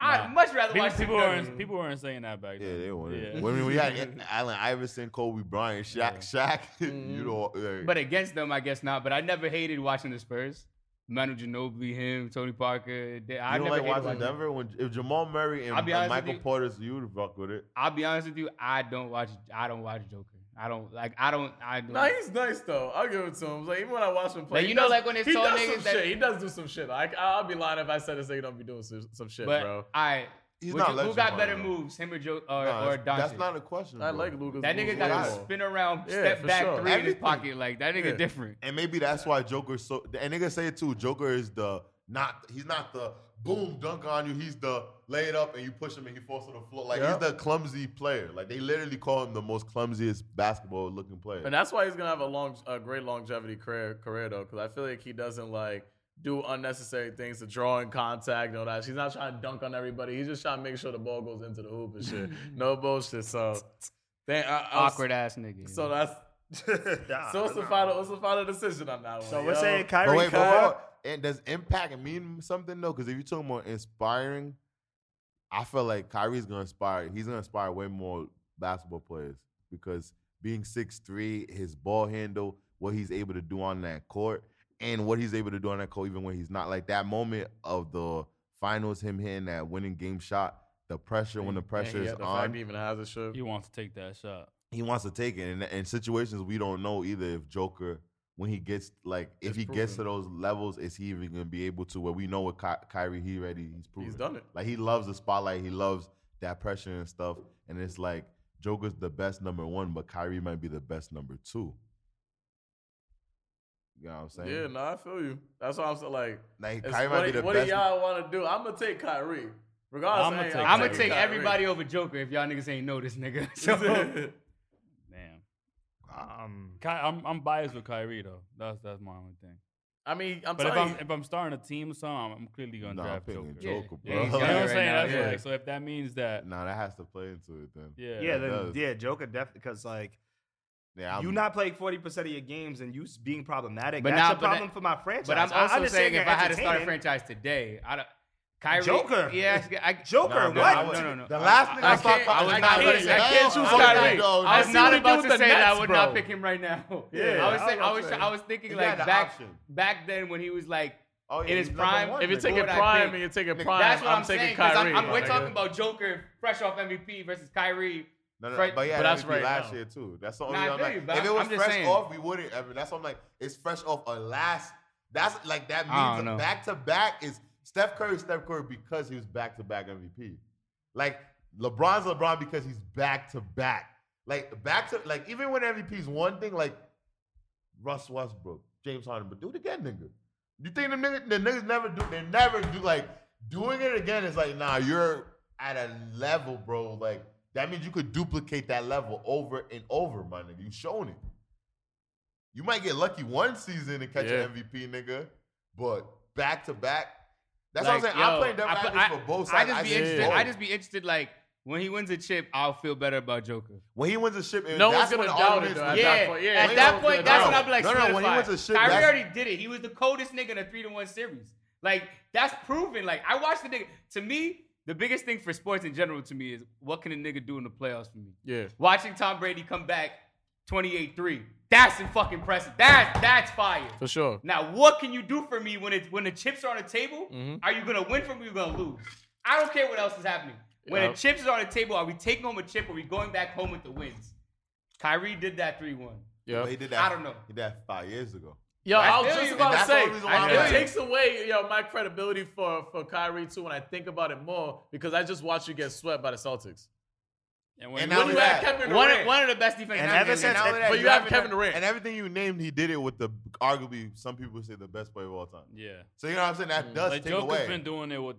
[SPEAKER 3] I'd
[SPEAKER 2] Nah.
[SPEAKER 3] much rather
[SPEAKER 2] People,
[SPEAKER 3] watch Tim
[SPEAKER 2] people
[SPEAKER 3] Duncan.
[SPEAKER 2] weren't people weren't saying that back
[SPEAKER 5] Yeah,
[SPEAKER 2] then.
[SPEAKER 5] they wanted.
[SPEAKER 2] Yeah.
[SPEAKER 5] When we- we had Allen Iverson, Kobe Bryant, Shaq, Shaq.
[SPEAKER 3] Mm-hmm.
[SPEAKER 5] you know, like,
[SPEAKER 3] But against them, I guess not. But I never hated watching the Spurs. Manu Ginobili, him, Tony Parker. They, I
[SPEAKER 5] you don't
[SPEAKER 3] never
[SPEAKER 5] like
[SPEAKER 3] hated
[SPEAKER 5] watching
[SPEAKER 3] watching them.
[SPEAKER 5] Denver when if Jamal Murray and,
[SPEAKER 3] I'll be
[SPEAKER 5] and
[SPEAKER 3] honest with
[SPEAKER 5] Michael
[SPEAKER 3] you.
[SPEAKER 5] Porter's you would fuck with it.
[SPEAKER 3] I'll be honest with you. I don't watch. I don't watch Joker. I don't like. I don't. I don't.
[SPEAKER 1] Nah, he's nice though. I'll give it to him. Like even when I watch him play,
[SPEAKER 3] Like,
[SPEAKER 1] he
[SPEAKER 3] you know,
[SPEAKER 1] does-
[SPEAKER 3] like, when it's
[SPEAKER 1] he
[SPEAKER 3] tall
[SPEAKER 1] does
[SPEAKER 3] niggas
[SPEAKER 1] some
[SPEAKER 3] that-
[SPEAKER 1] shit. He does do some shit. Like I'll be lying if I said this nigga don't be doing some, some shit,
[SPEAKER 3] but
[SPEAKER 1] bro.
[SPEAKER 3] I.
[SPEAKER 5] He's
[SPEAKER 3] would
[SPEAKER 5] not
[SPEAKER 3] you- who
[SPEAKER 5] legend
[SPEAKER 3] got
[SPEAKER 5] Manu,
[SPEAKER 3] better
[SPEAKER 5] though.
[SPEAKER 3] moves, him or Joe
[SPEAKER 5] Nah,
[SPEAKER 3] or, or
[SPEAKER 5] that's, that's
[SPEAKER 3] Doncic?
[SPEAKER 5] not a question.
[SPEAKER 1] I
[SPEAKER 5] bro.
[SPEAKER 1] like Luka's
[SPEAKER 3] that
[SPEAKER 1] moves
[SPEAKER 3] nigga got a
[SPEAKER 5] Yeah.
[SPEAKER 1] overall.
[SPEAKER 3] spin around,
[SPEAKER 1] Yeah,
[SPEAKER 3] step
[SPEAKER 1] for
[SPEAKER 3] back
[SPEAKER 1] sure.
[SPEAKER 3] three in his
[SPEAKER 5] Everything.
[SPEAKER 3] pocket. Like that nigga
[SPEAKER 1] Yeah.
[SPEAKER 3] different.
[SPEAKER 5] And maybe that's why Joker's so. And niggas say it too. Joker is the not. He's not the boom dunk on you. He's the lay it up and you push him and he falls to the floor. Like
[SPEAKER 1] Yeah.
[SPEAKER 5] he's the clumsy player. Like they literally call him the most clumsiest basketball looking player.
[SPEAKER 1] And that's why he's gonna have a long, a great longevity career, career though, because I feel like he doesn't like do unnecessary things to draw in contact and all that. She's not trying to dunk on everybody. He's just trying to make sure the ball goes into the hoop and shit. no bullshit. So, Dang, I- I was-
[SPEAKER 3] Awkward ass nigga.
[SPEAKER 1] So that's
[SPEAKER 6] Nah,
[SPEAKER 1] so it's the
[SPEAKER 6] nah.
[SPEAKER 1] final it's the final decision on that one.
[SPEAKER 4] So we're
[SPEAKER 1] yo.
[SPEAKER 4] saying
[SPEAKER 5] But
[SPEAKER 4] Kyrie.
[SPEAKER 5] wait,
[SPEAKER 4] Ky-
[SPEAKER 5] before, and does impact mean something though? Because if you're talking about inspiring, I feel like Kyrie's gonna inspire. He's gonna inspire way more basketball players because being six three, his ball handle, what he's able to do on that court, and what he's able to do on that court, even when he's not like that moment of the finals, him hitting that winning game shot, the pressure when the
[SPEAKER 1] And he
[SPEAKER 5] pressure is
[SPEAKER 1] had the fact
[SPEAKER 5] on
[SPEAKER 1] he even has a shit.
[SPEAKER 2] He wants to take that shot.
[SPEAKER 5] he wants to take it. And in situations we don't know either if Joker, when he gets like if
[SPEAKER 1] It's
[SPEAKER 5] he gets to
[SPEAKER 1] proven.
[SPEAKER 5] those levels, is he even gonna be able to? Where we know with Ky- Kyrie, he already he's proven.
[SPEAKER 1] He's done it.
[SPEAKER 5] Like he loves the spotlight. He loves that pressure and stuff. And it's like Joker's the best number one, but Kyrie might be the best number two. You know what I'm saying?
[SPEAKER 1] Yeah, no, I feel you. That's why I'm so like,
[SPEAKER 5] Like
[SPEAKER 1] it's
[SPEAKER 5] Kyrie might
[SPEAKER 1] what,
[SPEAKER 5] be the
[SPEAKER 1] what do
[SPEAKER 5] best.
[SPEAKER 1] y'all want to do? I'm gonna take Kyrie, regardless.
[SPEAKER 2] I'ma
[SPEAKER 1] hey,
[SPEAKER 2] take
[SPEAKER 3] I'm
[SPEAKER 2] I'ma
[SPEAKER 3] gonna
[SPEAKER 2] Kyrie.
[SPEAKER 3] take
[SPEAKER 1] Kyrie.
[SPEAKER 3] everybody over Joker if y'all niggas ain't know this nigga. So, damn.
[SPEAKER 4] um,
[SPEAKER 2] Ky- I'm I'm biased with Kyrie though. That's that's my only thing.
[SPEAKER 1] I mean, I'm
[SPEAKER 2] But if
[SPEAKER 1] telling
[SPEAKER 2] I'm
[SPEAKER 1] you,
[SPEAKER 2] if I'm starting a team or something, I'm, I'm clearly gonna
[SPEAKER 5] Nah, I'm
[SPEAKER 2] draft Joker.
[SPEAKER 5] picking
[SPEAKER 3] Yeah.
[SPEAKER 5] Joker,
[SPEAKER 2] Yeah, you
[SPEAKER 5] bro.
[SPEAKER 2] know what I'm
[SPEAKER 3] Right
[SPEAKER 2] saying?
[SPEAKER 3] now,
[SPEAKER 2] that's
[SPEAKER 1] yeah.
[SPEAKER 2] like, so if that means that,
[SPEAKER 5] nah, that has to play into it then.
[SPEAKER 2] yeah,
[SPEAKER 4] yeah,
[SPEAKER 5] it
[SPEAKER 4] then,
[SPEAKER 5] does.
[SPEAKER 4] yeah, Joker definitely because like
[SPEAKER 5] Yeah, I'm-
[SPEAKER 4] you not playing forty percent of your games and you s- being problematic.
[SPEAKER 3] But
[SPEAKER 4] that's
[SPEAKER 3] now-
[SPEAKER 4] a
[SPEAKER 3] but that-
[SPEAKER 4] problem for my franchise.
[SPEAKER 3] But I'm
[SPEAKER 4] I
[SPEAKER 3] also
[SPEAKER 4] understand
[SPEAKER 3] saying if
[SPEAKER 4] you're
[SPEAKER 3] I had to start a
[SPEAKER 4] entertaining.
[SPEAKER 3] franchise today, I don't. Kyrie,
[SPEAKER 4] Joker.
[SPEAKER 3] yeah, I, I-
[SPEAKER 4] Joker,
[SPEAKER 3] no, no,
[SPEAKER 4] what?
[SPEAKER 3] I was- No, no, no.
[SPEAKER 5] The last thing I,
[SPEAKER 1] I
[SPEAKER 5] saw,
[SPEAKER 1] can't- I was
[SPEAKER 5] Kyrie-
[SPEAKER 1] not
[SPEAKER 3] gonna say- I
[SPEAKER 5] Damn,
[SPEAKER 3] can't choose
[SPEAKER 5] I'm not
[SPEAKER 3] Kyrie.
[SPEAKER 5] gonna go,
[SPEAKER 3] I was
[SPEAKER 1] see what
[SPEAKER 5] no.
[SPEAKER 3] not
[SPEAKER 1] he did
[SPEAKER 3] about
[SPEAKER 1] with
[SPEAKER 3] to
[SPEAKER 1] the
[SPEAKER 3] say that I
[SPEAKER 1] Nets,
[SPEAKER 3] would
[SPEAKER 1] bro.
[SPEAKER 3] not pick him right now.
[SPEAKER 4] Yeah,
[SPEAKER 3] I was saying,
[SPEAKER 4] I
[SPEAKER 3] I
[SPEAKER 4] was
[SPEAKER 3] was,
[SPEAKER 4] saying.
[SPEAKER 3] I was thinking
[SPEAKER 5] You
[SPEAKER 3] like
[SPEAKER 5] had the
[SPEAKER 3] back,
[SPEAKER 5] option.
[SPEAKER 3] back then when he was like
[SPEAKER 5] Oh, yeah,
[SPEAKER 3] in his
[SPEAKER 5] he's number
[SPEAKER 3] prime.
[SPEAKER 5] one,
[SPEAKER 1] if you're
[SPEAKER 5] nigga.
[SPEAKER 1] taking
[SPEAKER 3] what I
[SPEAKER 1] prime
[SPEAKER 3] think.
[SPEAKER 1] and you're taking
[SPEAKER 5] Nigga,
[SPEAKER 1] prime,
[SPEAKER 3] that's what I'm,
[SPEAKER 1] taking
[SPEAKER 3] saying. 'cause
[SPEAKER 1] Kyrie.
[SPEAKER 3] I'm, I'm,
[SPEAKER 1] my
[SPEAKER 3] we're
[SPEAKER 1] nigga.
[SPEAKER 3] talking about Joker fresh off MVP versus Kyrie.
[SPEAKER 5] No, no,
[SPEAKER 3] Fred-
[SPEAKER 5] but yeah,
[SPEAKER 1] but
[SPEAKER 5] that's
[SPEAKER 1] that's
[SPEAKER 5] right
[SPEAKER 1] right
[SPEAKER 5] last
[SPEAKER 1] now.
[SPEAKER 5] year too. That's the only.
[SPEAKER 3] Nah, I
[SPEAKER 5] thing I'm
[SPEAKER 3] feel
[SPEAKER 5] like,
[SPEAKER 3] you, but
[SPEAKER 5] if it
[SPEAKER 3] I'm-
[SPEAKER 5] was
[SPEAKER 3] I'm just
[SPEAKER 5] fresh
[SPEAKER 3] saying.
[SPEAKER 5] off, we wouldn't. ever. That's what I'm like. It's fresh off a last. That's like that
[SPEAKER 3] I don't know.
[SPEAKER 5] means back to back is Steph Curry. Steph Curry because he was back to back MVP. Like LeBron's LeBron because he's back to back. Like back to like even when MVP's one thing like Russ Westbrook, James Harden, but do it again, nigga. You think the niggas, the niggas never do? They never do. Like doing it again is like, nah, you're at a level, bro. Like that means you could duplicate that level over and over, my nigga. You shown it. You might get lucky one season and catch
[SPEAKER 1] Yeah.
[SPEAKER 5] an MVP, nigga, but back to back. That's what I'm saying. I'm
[SPEAKER 3] yo,
[SPEAKER 5] playing double
[SPEAKER 3] I put-
[SPEAKER 5] I, for both sides.
[SPEAKER 3] I just be
[SPEAKER 5] see
[SPEAKER 3] interested.
[SPEAKER 5] both.
[SPEAKER 3] I just be interested. Like when he wins a chip, I'll feel better about Joker.
[SPEAKER 5] when he wins a ship, and
[SPEAKER 1] No
[SPEAKER 5] that's
[SPEAKER 1] one's gonna
[SPEAKER 5] when the
[SPEAKER 1] doubt it
[SPEAKER 5] arguments
[SPEAKER 1] though. At
[SPEAKER 5] start.
[SPEAKER 3] yeah,
[SPEAKER 1] that point, yeah.
[SPEAKER 3] at
[SPEAKER 1] They
[SPEAKER 3] that
[SPEAKER 1] don't
[SPEAKER 3] point,
[SPEAKER 1] feel
[SPEAKER 3] that's
[SPEAKER 1] that.
[SPEAKER 3] when I'm like,
[SPEAKER 5] No, no,
[SPEAKER 3] solidified.
[SPEAKER 5] when he went to shit,
[SPEAKER 3] Kyrie
[SPEAKER 5] that's-
[SPEAKER 3] already did it. He was the coldest nigga in a three to one series. Like that's proven. Like I watched the nigga. To me, the biggest thing for sports in general to me is what can a nigga do in the playoffs for me.
[SPEAKER 1] Yeah.
[SPEAKER 3] Watching Tom Brady come back 28-3, that's in fucking impressive. That that's fire.
[SPEAKER 1] for sure.
[SPEAKER 3] Now, what can you do for me when it's when the chips are on the table?
[SPEAKER 1] Mhm.
[SPEAKER 3] Are you gonna win for me? Or you gonna lose? I don't care what else is happening. When
[SPEAKER 1] Yep.
[SPEAKER 3] the chips are on the table, are we taking home a chip? Or are we going back home with the wins? Kyrie did that three one.
[SPEAKER 1] Yeah.
[SPEAKER 5] But he did that.
[SPEAKER 3] I don't know.
[SPEAKER 5] He did that five years ago.
[SPEAKER 1] Yo,
[SPEAKER 3] I
[SPEAKER 1] I, was
[SPEAKER 3] feel
[SPEAKER 1] just
[SPEAKER 3] you,
[SPEAKER 1] about
[SPEAKER 5] and
[SPEAKER 1] to
[SPEAKER 5] that's the
[SPEAKER 1] say,
[SPEAKER 5] only reason why
[SPEAKER 3] I
[SPEAKER 1] it
[SPEAKER 3] feel you.
[SPEAKER 1] takes away yo my credibility for for Kyrie too when I think about it more because I just watched you get swept by the Celtics.
[SPEAKER 2] and when
[SPEAKER 5] And
[SPEAKER 2] you
[SPEAKER 5] now
[SPEAKER 1] When
[SPEAKER 2] win
[SPEAKER 1] you
[SPEAKER 5] it's
[SPEAKER 1] had
[SPEAKER 5] that.
[SPEAKER 1] Kevin
[SPEAKER 3] One,
[SPEAKER 1] Durant,
[SPEAKER 3] one of the best defense.
[SPEAKER 4] And
[SPEAKER 3] I've
[SPEAKER 4] ever
[SPEAKER 3] ever
[SPEAKER 4] since-
[SPEAKER 3] seen.
[SPEAKER 5] not only
[SPEAKER 1] but you have
[SPEAKER 5] haven't-
[SPEAKER 1] Kevin Durant.
[SPEAKER 5] and everything you named, he did it with the arguably some people say the best player of all time.
[SPEAKER 2] yeah,
[SPEAKER 5] So you know what I'm saying? That
[SPEAKER 3] Mm,
[SPEAKER 5] does
[SPEAKER 2] like
[SPEAKER 5] take
[SPEAKER 2] Joker's
[SPEAKER 5] away.
[SPEAKER 2] been doing it with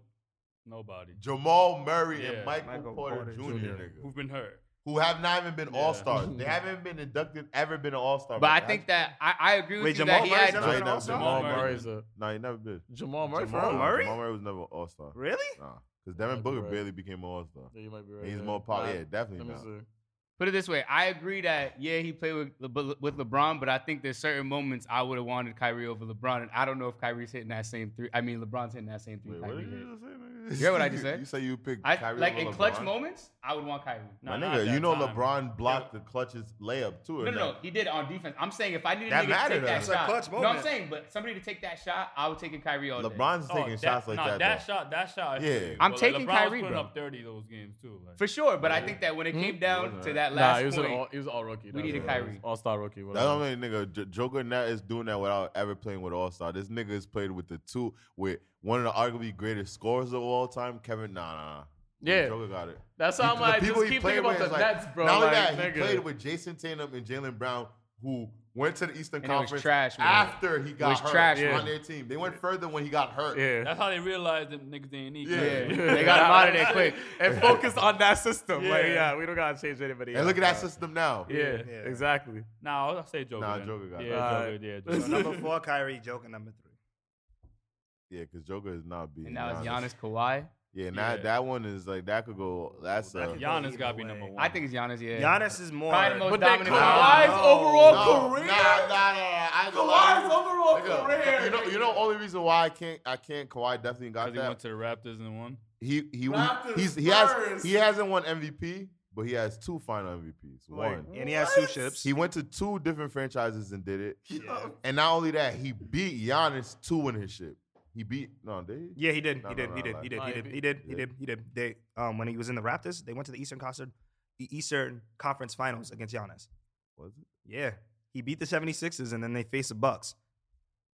[SPEAKER 2] nobody
[SPEAKER 5] Jamal Murray and
[SPEAKER 2] Yeah.
[SPEAKER 5] Michael,
[SPEAKER 4] Michael
[SPEAKER 5] Porter,
[SPEAKER 4] Porter
[SPEAKER 5] Jr.
[SPEAKER 1] Jr..
[SPEAKER 5] Nigga,
[SPEAKER 2] who've been hurt.
[SPEAKER 5] who have not even been All Stars.
[SPEAKER 1] Mhm.
[SPEAKER 5] They haven't been inducted, ever been an All Star.
[SPEAKER 3] But I think that I, I agree with
[SPEAKER 4] Wait,
[SPEAKER 3] you
[SPEAKER 4] Jamal
[SPEAKER 3] that he
[SPEAKER 4] Murray's
[SPEAKER 3] had.
[SPEAKER 4] never
[SPEAKER 5] Nah, he
[SPEAKER 4] been
[SPEAKER 5] never-
[SPEAKER 4] all-star?
[SPEAKER 2] Jamal
[SPEAKER 1] Jamal
[SPEAKER 2] Murray.
[SPEAKER 1] Murray's a
[SPEAKER 5] no, he never did.
[SPEAKER 1] Jamal Murray.
[SPEAKER 4] Jamal
[SPEAKER 1] for real?
[SPEAKER 4] Murray?
[SPEAKER 5] Jamal Murray was never All Star.
[SPEAKER 4] Really?
[SPEAKER 5] Nah, because Devin
[SPEAKER 1] That's
[SPEAKER 5] Booker
[SPEAKER 1] right.
[SPEAKER 5] barely became an All Star.
[SPEAKER 1] Yeah, you might be right.
[SPEAKER 5] He's
[SPEAKER 1] there.
[SPEAKER 5] more popular.
[SPEAKER 1] Nah,
[SPEAKER 5] Yeah,
[SPEAKER 1] Let
[SPEAKER 5] definitely
[SPEAKER 1] me
[SPEAKER 5] not.
[SPEAKER 1] see.
[SPEAKER 3] Put it this way, I agree that yeah, he played with Le- with LeBron, but I think there's certain moments I would have wanted Kyrie over LeBron, and I don't know if Kyrie's hitting that same three. I mean, LeBron's hitting that same three.
[SPEAKER 5] Wait, what
[SPEAKER 3] Kyrie
[SPEAKER 5] did
[SPEAKER 3] hit.
[SPEAKER 5] you just say? nigga?
[SPEAKER 3] You hear what I just said?
[SPEAKER 5] You say you picked
[SPEAKER 3] I
[SPEAKER 5] Kyrie
[SPEAKER 3] like
[SPEAKER 5] over
[SPEAKER 3] in clutch
[SPEAKER 5] LeBron?
[SPEAKER 3] moments, I would want Kyrie.
[SPEAKER 5] My
[SPEAKER 2] Nah, not
[SPEAKER 5] nigga,
[SPEAKER 2] that
[SPEAKER 5] you know
[SPEAKER 2] time.
[SPEAKER 5] LeBron blocked the clutches layup too.
[SPEAKER 3] No,
[SPEAKER 5] and
[SPEAKER 3] no,
[SPEAKER 5] that-
[SPEAKER 3] no. He did on defense. I'm saying if I needed
[SPEAKER 5] That
[SPEAKER 3] a nigga to
[SPEAKER 5] mattered,
[SPEAKER 3] take
[SPEAKER 5] though.
[SPEAKER 3] that
[SPEAKER 5] It's
[SPEAKER 6] a
[SPEAKER 3] shot,
[SPEAKER 6] clutch
[SPEAKER 3] no,
[SPEAKER 6] moment.
[SPEAKER 3] I'm saying, but somebody to take that shot, I would take a Kyrie all day.
[SPEAKER 5] LeBron's
[SPEAKER 2] Oh,
[SPEAKER 5] taking
[SPEAKER 2] that-
[SPEAKER 5] shots like
[SPEAKER 2] nah,
[SPEAKER 5] that.
[SPEAKER 2] that
[SPEAKER 5] though.
[SPEAKER 2] shot, that shot. is
[SPEAKER 5] Yeah.
[SPEAKER 2] big,
[SPEAKER 3] I'm
[SPEAKER 2] but, like,
[SPEAKER 3] taking
[SPEAKER 2] LeBron was
[SPEAKER 3] Kyrie,
[SPEAKER 2] putting
[SPEAKER 3] bro.
[SPEAKER 2] up thirty those games too. Like,
[SPEAKER 3] for sure. But I think that when it came down
[SPEAKER 5] Wasn't
[SPEAKER 3] to
[SPEAKER 5] it?
[SPEAKER 3] that
[SPEAKER 1] Nah,
[SPEAKER 3] last
[SPEAKER 1] he was an
[SPEAKER 3] point,
[SPEAKER 1] all, he was all rookie.
[SPEAKER 3] we need a Kyrie.
[SPEAKER 1] All star rookie.
[SPEAKER 5] That's
[SPEAKER 1] Whatever.
[SPEAKER 5] what I mean, nigga. J- Joker now is doing that without ever playing with All Star. This nigga has played with the two, with one of the arguably greatest scorers of all time, Kevin. Nah, nah, nah.
[SPEAKER 1] Yeah.
[SPEAKER 5] Joker got it.
[SPEAKER 1] That's how I'm
[SPEAKER 5] The
[SPEAKER 1] like. Just
[SPEAKER 5] people he
[SPEAKER 1] keep
[SPEAKER 5] played
[SPEAKER 1] thinking about
[SPEAKER 5] with
[SPEAKER 1] the
[SPEAKER 5] is like-
[SPEAKER 1] Nets, bro.
[SPEAKER 5] Not only
[SPEAKER 1] like,
[SPEAKER 5] that, he
[SPEAKER 1] nigga.
[SPEAKER 5] played with Jason Tatum and Jalen Brown, who went to the Eastern
[SPEAKER 3] And it was
[SPEAKER 5] Conference
[SPEAKER 3] trash with him.
[SPEAKER 5] after he got
[SPEAKER 3] was
[SPEAKER 5] hurt
[SPEAKER 3] trash
[SPEAKER 1] with
[SPEAKER 5] on
[SPEAKER 1] him.
[SPEAKER 5] their team. They went further when he got hurt.
[SPEAKER 1] Yeah.
[SPEAKER 2] that's how they realized them niggas they ain't need.
[SPEAKER 5] Yeah.
[SPEAKER 2] Kyrie.
[SPEAKER 3] yeah, they got him out of there quick.
[SPEAKER 1] and focus on that system. Like,
[SPEAKER 2] Yeah.
[SPEAKER 1] yeah, we don't gotta change anybody.
[SPEAKER 5] And look at
[SPEAKER 1] else,
[SPEAKER 5] that
[SPEAKER 1] bro.
[SPEAKER 5] system now.
[SPEAKER 1] Yeah,
[SPEAKER 6] Yeah.
[SPEAKER 1] exactly.
[SPEAKER 2] Nah, I'll I'll say Joker.
[SPEAKER 5] Nah,
[SPEAKER 2] then.
[SPEAKER 5] Joker got it.
[SPEAKER 2] Yeah,
[SPEAKER 1] Alright.
[SPEAKER 2] Joker. Yeah,
[SPEAKER 1] So
[SPEAKER 2] Joker.
[SPEAKER 4] So number four, Kyrie. Joker number three.
[SPEAKER 5] Yeah, because Joker is not beating.
[SPEAKER 3] And now it's
[SPEAKER 5] Giannis.
[SPEAKER 3] Giannis Kawhi.
[SPEAKER 5] Yeah, now
[SPEAKER 2] Yeah.
[SPEAKER 5] that one is like that could go. That's
[SPEAKER 6] That
[SPEAKER 5] a,
[SPEAKER 6] could go
[SPEAKER 2] Giannis
[SPEAKER 6] either
[SPEAKER 2] gotta be
[SPEAKER 6] way.
[SPEAKER 2] number one.
[SPEAKER 3] I think it's Giannis. Yeah.
[SPEAKER 4] Giannis is more.
[SPEAKER 3] Probably the most
[SPEAKER 1] But then
[SPEAKER 3] dominant.
[SPEAKER 1] Kawhi's
[SPEAKER 3] player.
[SPEAKER 1] overall
[SPEAKER 5] No,
[SPEAKER 1] career.
[SPEAKER 5] Nah, nah, nah, nah. I ain't gonna lie to you.
[SPEAKER 1] Kawhi's overall
[SPEAKER 5] Nigga,
[SPEAKER 1] career.
[SPEAKER 5] You know, you know, only reason why I can't, I can't. Kawhi definitely got
[SPEAKER 2] Because he went
[SPEAKER 5] that.
[SPEAKER 2] to the Raptors and won.
[SPEAKER 5] He, he,
[SPEAKER 1] Raptors
[SPEAKER 5] he's, he has,
[SPEAKER 1] first.
[SPEAKER 5] he hasn't won MVP, but he has two final MVPs.
[SPEAKER 4] Like,
[SPEAKER 5] One.
[SPEAKER 4] and he has two
[SPEAKER 1] What?
[SPEAKER 4] ships.
[SPEAKER 5] He went to two different franchises and did it.
[SPEAKER 1] Yeah.
[SPEAKER 5] And not only that, he beat Giannis two in his ship. He beat no, did he?
[SPEAKER 4] yeah, he did.
[SPEAKER 5] No,
[SPEAKER 4] he
[SPEAKER 5] no,
[SPEAKER 4] did.
[SPEAKER 5] no,
[SPEAKER 4] he did.
[SPEAKER 5] like-
[SPEAKER 4] He did.
[SPEAKER 1] No,
[SPEAKER 4] He
[SPEAKER 1] he
[SPEAKER 4] did.
[SPEAKER 1] beat-
[SPEAKER 4] He did. He
[SPEAKER 5] yeah.
[SPEAKER 4] did. He did. They um when he was in the Raptors, they went to the Eastern Conference, the Eastern Conference Finals against Giannis.
[SPEAKER 5] Was it?
[SPEAKER 4] Yeah, he beat the 76ers and then they faced the Bucks.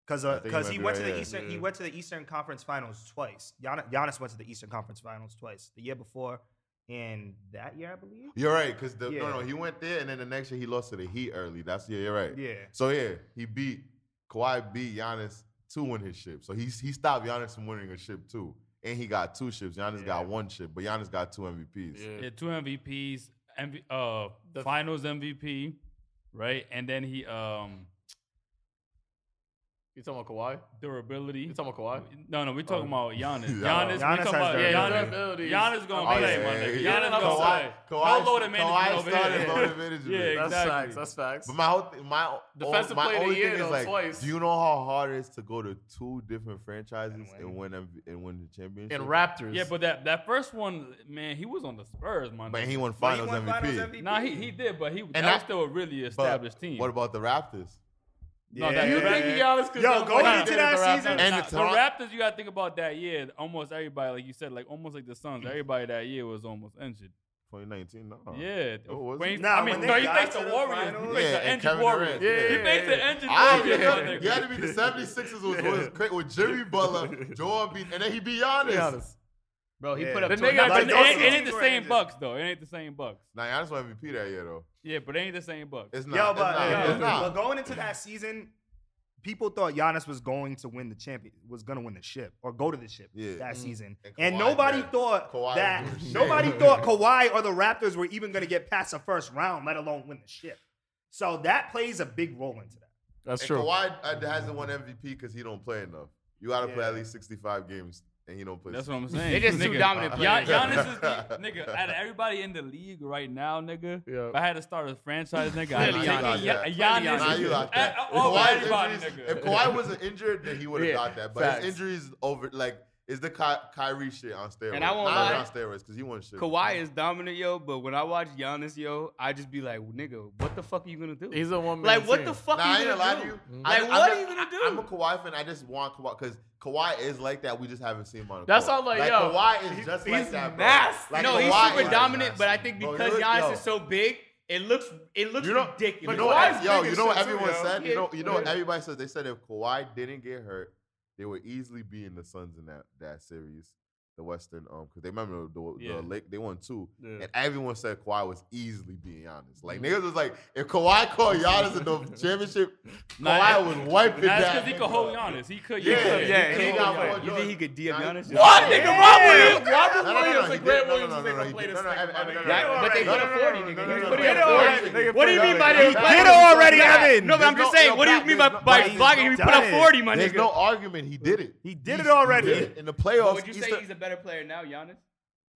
[SPEAKER 4] Because
[SPEAKER 5] I think you
[SPEAKER 4] because
[SPEAKER 5] might
[SPEAKER 4] he
[SPEAKER 5] be
[SPEAKER 4] went
[SPEAKER 5] right,
[SPEAKER 4] to the
[SPEAKER 5] yeah.
[SPEAKER 4] Eastern he went to the Eastern Conference Finals twice. Giannis, Giannis went to the Eastern Conference Finals twice the year before and that year I believe.
[SPEAKER 5] You're right, because the
[SPEAKER 4] Yeah.
[SPEAKER 5] no, no, he went there, and then the next year he lost to the Heat early. That's yeah, you're right.
[SPEAKER 4] Yeah,
[SPEAKER 5] So yeah, he beat Kawhi beat Giannis to win his ship. So he he stopped Giannis from winning a ship too, and he got two ships. Giannis got one ship, but Giannis got two MVPs.
[SPEAKER 2] Yeah, two MVPs, MV, uh,
[SPEAKER 1] The-
[SPEAKER 2] Finals MVP, right? And then he um
[SPEAKER 1] You talking about Kawhi?
[SPEAKER 2] durability.
[SPEAKER 1] You talking about Kawhi?
[SPEAKER 2] No, no, we talking
[SPEAKER 5] Oh.
[SPEAKER 2] about Giannis. Giannis,
[SPEAKER 5] No.
[SPEAKER 4] Giannis
[SPEAKER 2] we
[SPEAKER 4] has
[SPEAKER 2] talking about
[SPEAKER 4] durability.
[SPEAKER 2] yeah, Giannis.
[SPEAKER 1] Durability.
[SPEAKER 2] Giannis gonna
[SPEAKER 5] Oh,
[SPEAKER 2] play,
[SPEAKER 5] yeah,
[SPEAKER 2] my
[SPEAKER 5] yeah,
[SPEAKER 2] nigga.
[SPEAKER 5] yeah.
[SPEAKER 2] Giannis gonna
[SPEAKER 5] Kawhi-
[SPEAKER 2] play.
[SPEAKER 5] Kawhi-
[SPEAKER 2] no loaded
[SPEAKER 5] Kawhi
[SPEAKER 2] management over
[SPEAKER 5] started
[SPEAKER 2] here.
[SPEAKER 5] loaded management.
[SPEAKER 2] Yeah,
[SPEAKER 5] That's
[SPEAKER 1] That's
[SPEAKER 2] exactly.
[SPEAKER 1] facts. That's facts.
[SPEAKER 5] But my whole th- my
[SPEAKER 1] Defensive
[SPEAKER 5] my
[SPEAKER 1] player of the
[SPEAKER 5] only
[SPEAKER 1] year,
[SPEAKER 5] thing is
[SPEAKER 1] though,
[SPEAKER 5] like,
[SPEAKER 1] twice.
[SPEAKER 5] do you know how hard it is to go to two different franchises
[SPEAKER 4] And
[SPEAKER 5] and win and win, the championship?
[SPEAKER 1] and Raptors.
[SPEAKER 2] Yeah, but that that first one, man, he was on the Spurs, my
[SPEAKER 5] but
[SPEAKER 2] nigga.
[SPEAKER 5] he won
[SPEAKER 4] But he
[SPEAKER 5] Finals
[SPEAKER 4] won
[SPEAKER 5] MVP.
[SPEAKER 2] Nah, he, he did, but he that,
[SPEAKER 5] I-
[SPEAKER 2] was still a really
[SPEAKER 5] But
[SPEAKER 2] established team.
[SPEAKER 5] What about the Raptors?
[SPEAKER 2] no,
[SPEAKER 4] Yeah.
[SPEAKER 2] that,
[SPEAKER 1] you
[SPEAKER 2] the,
[SPEAKER 1] think
[SPEAKER 2] Raptors-
[SPEAKER 1] Giannis could
[SPEAKER 4] Yo,
[SPEAKER 1] do
[SPEAKER 4] going
[SPEAKER 1] what he
[SPEAKER 4] into
[SPEAKER 1] did with
[SPEAKER 4] that
[SPEAKER 1] the
[SPEAKER 4] season-
[SPEAKER 1] Raptors?
[SPEAKER 5] And the
[SPEAKER 2] the
[SPEAKER 5] Toron-
[SPEAKER 2] Raptors, you gotta think about that year. Almost everybody, like you said, like almost like the Suns. Everybody that year was almost injured.
[SPEAKER 5] 2019, no.
[SPEAKER 2] Yeah.
[SPEAKER 5] Mm. Oh, was
[SPEAKER 2] When
[SPEAKER 5] it?
[SPEAKER 2] he-
[SPEAKER 4] Nah,
[SPEAKER 2] I mean,
[SPEAKER 4] when they
[SPEAKER 2] no, he
[SPEAKER 4] got
[SPEAKER 2] faced
[SPEAKER 4] to
[SPEAKER 2] the
[SPEAKER 4] the
[SPEAKER 2] Warriors.
[SPEAKER 4] finals-
[SPEAKER 2] He
[SPEAKER 5] Yeah,
[SPEAKER 2] faced the
[SPEAKER 5] and
[SPEAKER 2] injured
[SPEAKER 5] Kevin
[SPEAKER 2] Warriors.
[SPEAKER 5] Durant. Yeah,
[SPEAKER 1] yeah,
[SPEAKER 2] He faced
[SPEAKER 1] yeah.
[SPEAKER 2] the injured
[SPEAKER 5] I
[SPEAKER 2] Warriors. my nigga.
[SPEAKER 5] you had to be the 76ers was, was great with Jimmy Butler, Joel Embiid, and then he beat Giannis.
[SPEAKER 3] Bro, he
[SPEAKER 4] Yeah.
[SPEAKER 3] put up.
[SPEAKER 1] The nigga-
[SPEAKER 3] 29
[SPEAKER 2] But
[SPEAKER 4] Like,
[SPEAKER 2] it,
[SPEAKER 4] those
[SPEAKER 2] ain't- it ain't
[SPEAKER 4] teams
[SPEAKER 2] the
[SPEAKER 4] were
[SPEAKER 2] same
[SPEAKER 4] injured.
[SPEAKER 2] Bucks though. It ain't the same Bucks.
[SPEAKER 5] Nah, Giannis won MVP that year though.
[SPEAKER 2] Yeah, but it ain't the same Bucks.
[SPEAKER 5] It's not.
[SPEAKER 4] Yo,
[SPEAKER 5] it's
[SPEAKER 4] but,
[SPEAKER 5] not,
[SPEAKER 4] yo,
[SPEAKER 5] it's not.
[SPEAKER 4] but going into that season, people thought Giannis was going to win the champion, was going to win the ship or go to the ship
[SPEAKER 5] Yeah.
[SPEAKER 4] that
[SPEAKER 5] Mm.
[SPEAKER 4] season,
[SPEAKER 5] And
[SPEAKER 4] and,
[SPEAKER 5] Kawhi
[SPEAKER 4] nobody
[SPEAKER 5] did.
[SPEAKER 4] thought
[SPEAKER 5] Kawhi
[SPEAKER 4] that
[SPEAKER 5] was doing shit.
[SPEAKER 4] nobody thought Kawhi or the Raptors were even going to get past the first round, let alone win the ship. So that plays a big role into that.
[SPEAKER 1] That's
[SPEAKER 5] and
[SPEAKER 1] true.
[SPEAKER 5] Kawhi uh, hasn't won MVP because he don't play enough. You got to play
[SPEAKER 4] Yeah.
[SPEAKER 5] at least 65 games, and he don't play.
[SPEAKER 2] That's
[SPEAKER 5] 60.
[SPEAKER 2] what I'm saying.
[SPEAKER 3] They just two
[SPEAKER 2] Nigga,
[SPEAKER 3] dominant
[SPEAKER 2] Gian-
[SPEAKER 3] players.
[SPEAKER 2] Giannis is the nigga. Out of everybody in the league right now, nigga.
[SPEAKER 1] Yeah.
[SPEAKER 2] If I had to start a franchise, nigga, I'd
[SPEAKER 3] Clearly
[SPEAKER 2] take
[SPEAKER 3] Giannis.
[SPEAKER 2] Gian-
[SPEAKER 5] Yeah.
[SPEAKER 2] Giannis.
[SPEAKER 5] Nah, you like that.
[SPEAKER 2] Uh,
[SPEAKER 5] If
[SPEAKER 2] over
[SPEAKER 5] Kawhi's
[SPEAKER 2] everybody,
[SPEAKER 5] injuries-
[SPEAKER 2] nigga.
[SPEAKER 5] If Kawhi wasn't injured, then he would have
[SPEAKER 1] Yeah,
[SPEAKER 5] got that. But
[SPEAKER 1] facts.
[SPEAKER 5] his injuries over like is the Ky- Kyrie shit on steroids.
[SPEAKER 3] And I won't
[SPEAKER 5] Nah,
[SPEAKER 3] lie.
[SPEAKER 5] not steroids because he won shit.
[SPEAKER 3] Kawhi is dominant, yo. But when I watch Giannis, yo, I just be like, nigga, what the fuck are you gonna do?
[SPEAKER 1] He's a one
[SPEAKER 3] like, what the fuck
[SPEAKER 5] Nah,
[SPEAKER 3] are
[SPEAKER 5] I
[SPEAKER 3] you gonna
[SPEAKER 5] ain't gonna lie
[SPEAKER 3] do?
[SPEAKER 5] to you.
[SPEAKER 3] Like,
[SPEAKER 5] I,
[SPEAKER 3] what
[SPEAKER 5] I'm
[SPEAKER 3] are you
[SPEAKER 5] not-
[SPEAKER 3] gonna do?
[SPEAKER 5] I, am a Kawhi fan. I just want Kawhi because Kawhi is like that. We just haven't seen him on. the
[SPEAKER 1] That's
[SPEAKER 5] court.
[SPEAKER 1] all like, yo,
[SPEAKER 5] Kawhi is
[SPEAKER 1] he's-
[SPEAKER 5] just
[SPEAKER 1] he's
[SPEAKER 5] like that. Bro.
[SPEAKER 1] nasty.
[SPEAKER 5] Like,
[SPEAKER 3] no, he's
[SPEAKER 5] Kawhi
[SPEAKER 3] super
[SPEAKER 5] is
[SPEAKER 3] dominant,
[SPEAKER 5] nasty.
[SPEAKER 3] but I think
[SPEAKER 5] Bro,
[SPEAKER 3] because
[SPEAKER 5] you know-
[SPEAKER 3] Giannis
[SPEAKER 5] yo.
[SPEAKER 3] is so big, it looks it looks
[SPEAKER 5] You know,
[SPEAKER 3] ridiculous.
[SPEAKER 5] You know,
[SPEAKER 1] Kawhi's
[SPEAKER 5] what, yo,
[SPEAKER 1] big
[SPEAKER 5] you
[SPEAKER 1] as
[SPEAKER 5] know what
[SPEAKER 1] shit, too,
[SPEAKER 5] everyone
[SPEAKER 1] yo.
[SPEAKER 5] said. You know,
[SPEAKER 3] Yeah.
[SPEAKER 5] you know what everybody says. They said if Kawhi didn't get hurt, they would easily be in the Suns in that that series, the Western. Um, because they remember the, the
[SPEAKER 2] Yeah.
[SPEAKER 5] Lake, they won two,
[SPEAKER 1] Yeah.
[SPEAKER 5] and everyone said Kawhi was easily being Giannis. Like niggas was like, if Kawhi caught Giannis in the championship,
[SPEAKER 2] Nah,
[SPEAKER 5] Kawhi was wiping
[SPEAKER 2] Nah,
[SPEAKER 5] that.
[SPEAKER 2] that's because he could hold Giannis. He could.
[SPEAKER 5] Yeah,
[SPEAKER 2] could,
[SPEAKER 5] yeah,
[SPEAKER 2] could
[SPEAKER 5] he
[SPEAKER 2] hold
[SPEAKER 5] got
[SPEAKER 2] Giannis.
[SPEAKER 5] one.
[SPEAKER 3] You think he could DM Giannis?
[SPEAKER 1] What,
[SPEAKER 3] yo?
[SPEAKER 1] nigga? Rob Williams.
[SPEAKER 5] No, no, no,
[SPEAKER 1] Robert
[SPEAKER 5] no,
[SPEAKER 1] Williams and
[SPEAKER 5] he did-
[SPEAKER 1] Grant
[SPEAKER 5] no, no,
[SPEAKER 1] Williams
[SPEAKER 5] no,
[SPEAKER 1] is
[SPEAKER 5] no, no,
[SPEAKER 1] gonna
[SPEAKER 5] he
[SPEAKER 1] play
[SPEAKER 5] did-
[SPEAKER 1] this
[SPEAKER 5] no, no,
[SPEAKER 1] thing.
[SPEAKER 5] Evan, Evan,
[SPEAKER 1] my
[SPEAKER 5] Evan,
[SPEAKER 1] nigga.
[SPEAKER 3] Yeah, but they
[SPEAKER 5] No,
[SPEAKER 3] put
[SPEAKER 5] no,
[SPEAKER 3] a
[SPEAKER 5] no,
[SPEAKER 3] 40,
[SPEAKER 5] no,
[SPEAKER 3] nigga.
[SPEAKER 5] no,
[SPEAKER 3] They
[SPEAKER 5] no,
[SPEAKER 3] put
[SPEAKER 5] no,
[SPEAKER 3] in
[SPEAKER 5] no,
[SPEAKER 1] They
[SPEAKER 3] 40.
[SPEAKER 1] put in
[SPEAKER 3] What do you mean by
[SPEAKER 4] He
[SPEAKER 3] that?
[SPEAKER 4] did already, Evan.
[SPEAKER 3] No, but I'm just
[SPEAKER 5] There's no-
[SPEAKER 3] saying, what do you
[SPEAKER 5] no,
[SPEAKER 3] mean by,
[SPEAKER 5] there's no-
[SPEAKER 3] by
[SPEAKER 5] there's
[SPEAKER 3] blocking? He
[SPEAKER 4] no
[SPEAKER 3] put up
[SPEAKER 4] doubt.
[SPEAKER 3] 40, my
[SPEAKER 5] There's
[SPEAKER 3] nigga.
[SPEAKER 5] no argument. He did it.
[SPEAKER 4] He did
[SPEAKER 5] He's-
[SPEAKER 4] it
[SPEAKER 5] he
[SPEAKER 4] already.
[SPEAKER 5] did it. in the playoffs.
[SPEAKER 3] But would you
[SPEAKER 5] he
[SPEAKER 3] say
[SPEAKER 5] still-
[SPEAKER 3] he's a better player now, Giannis?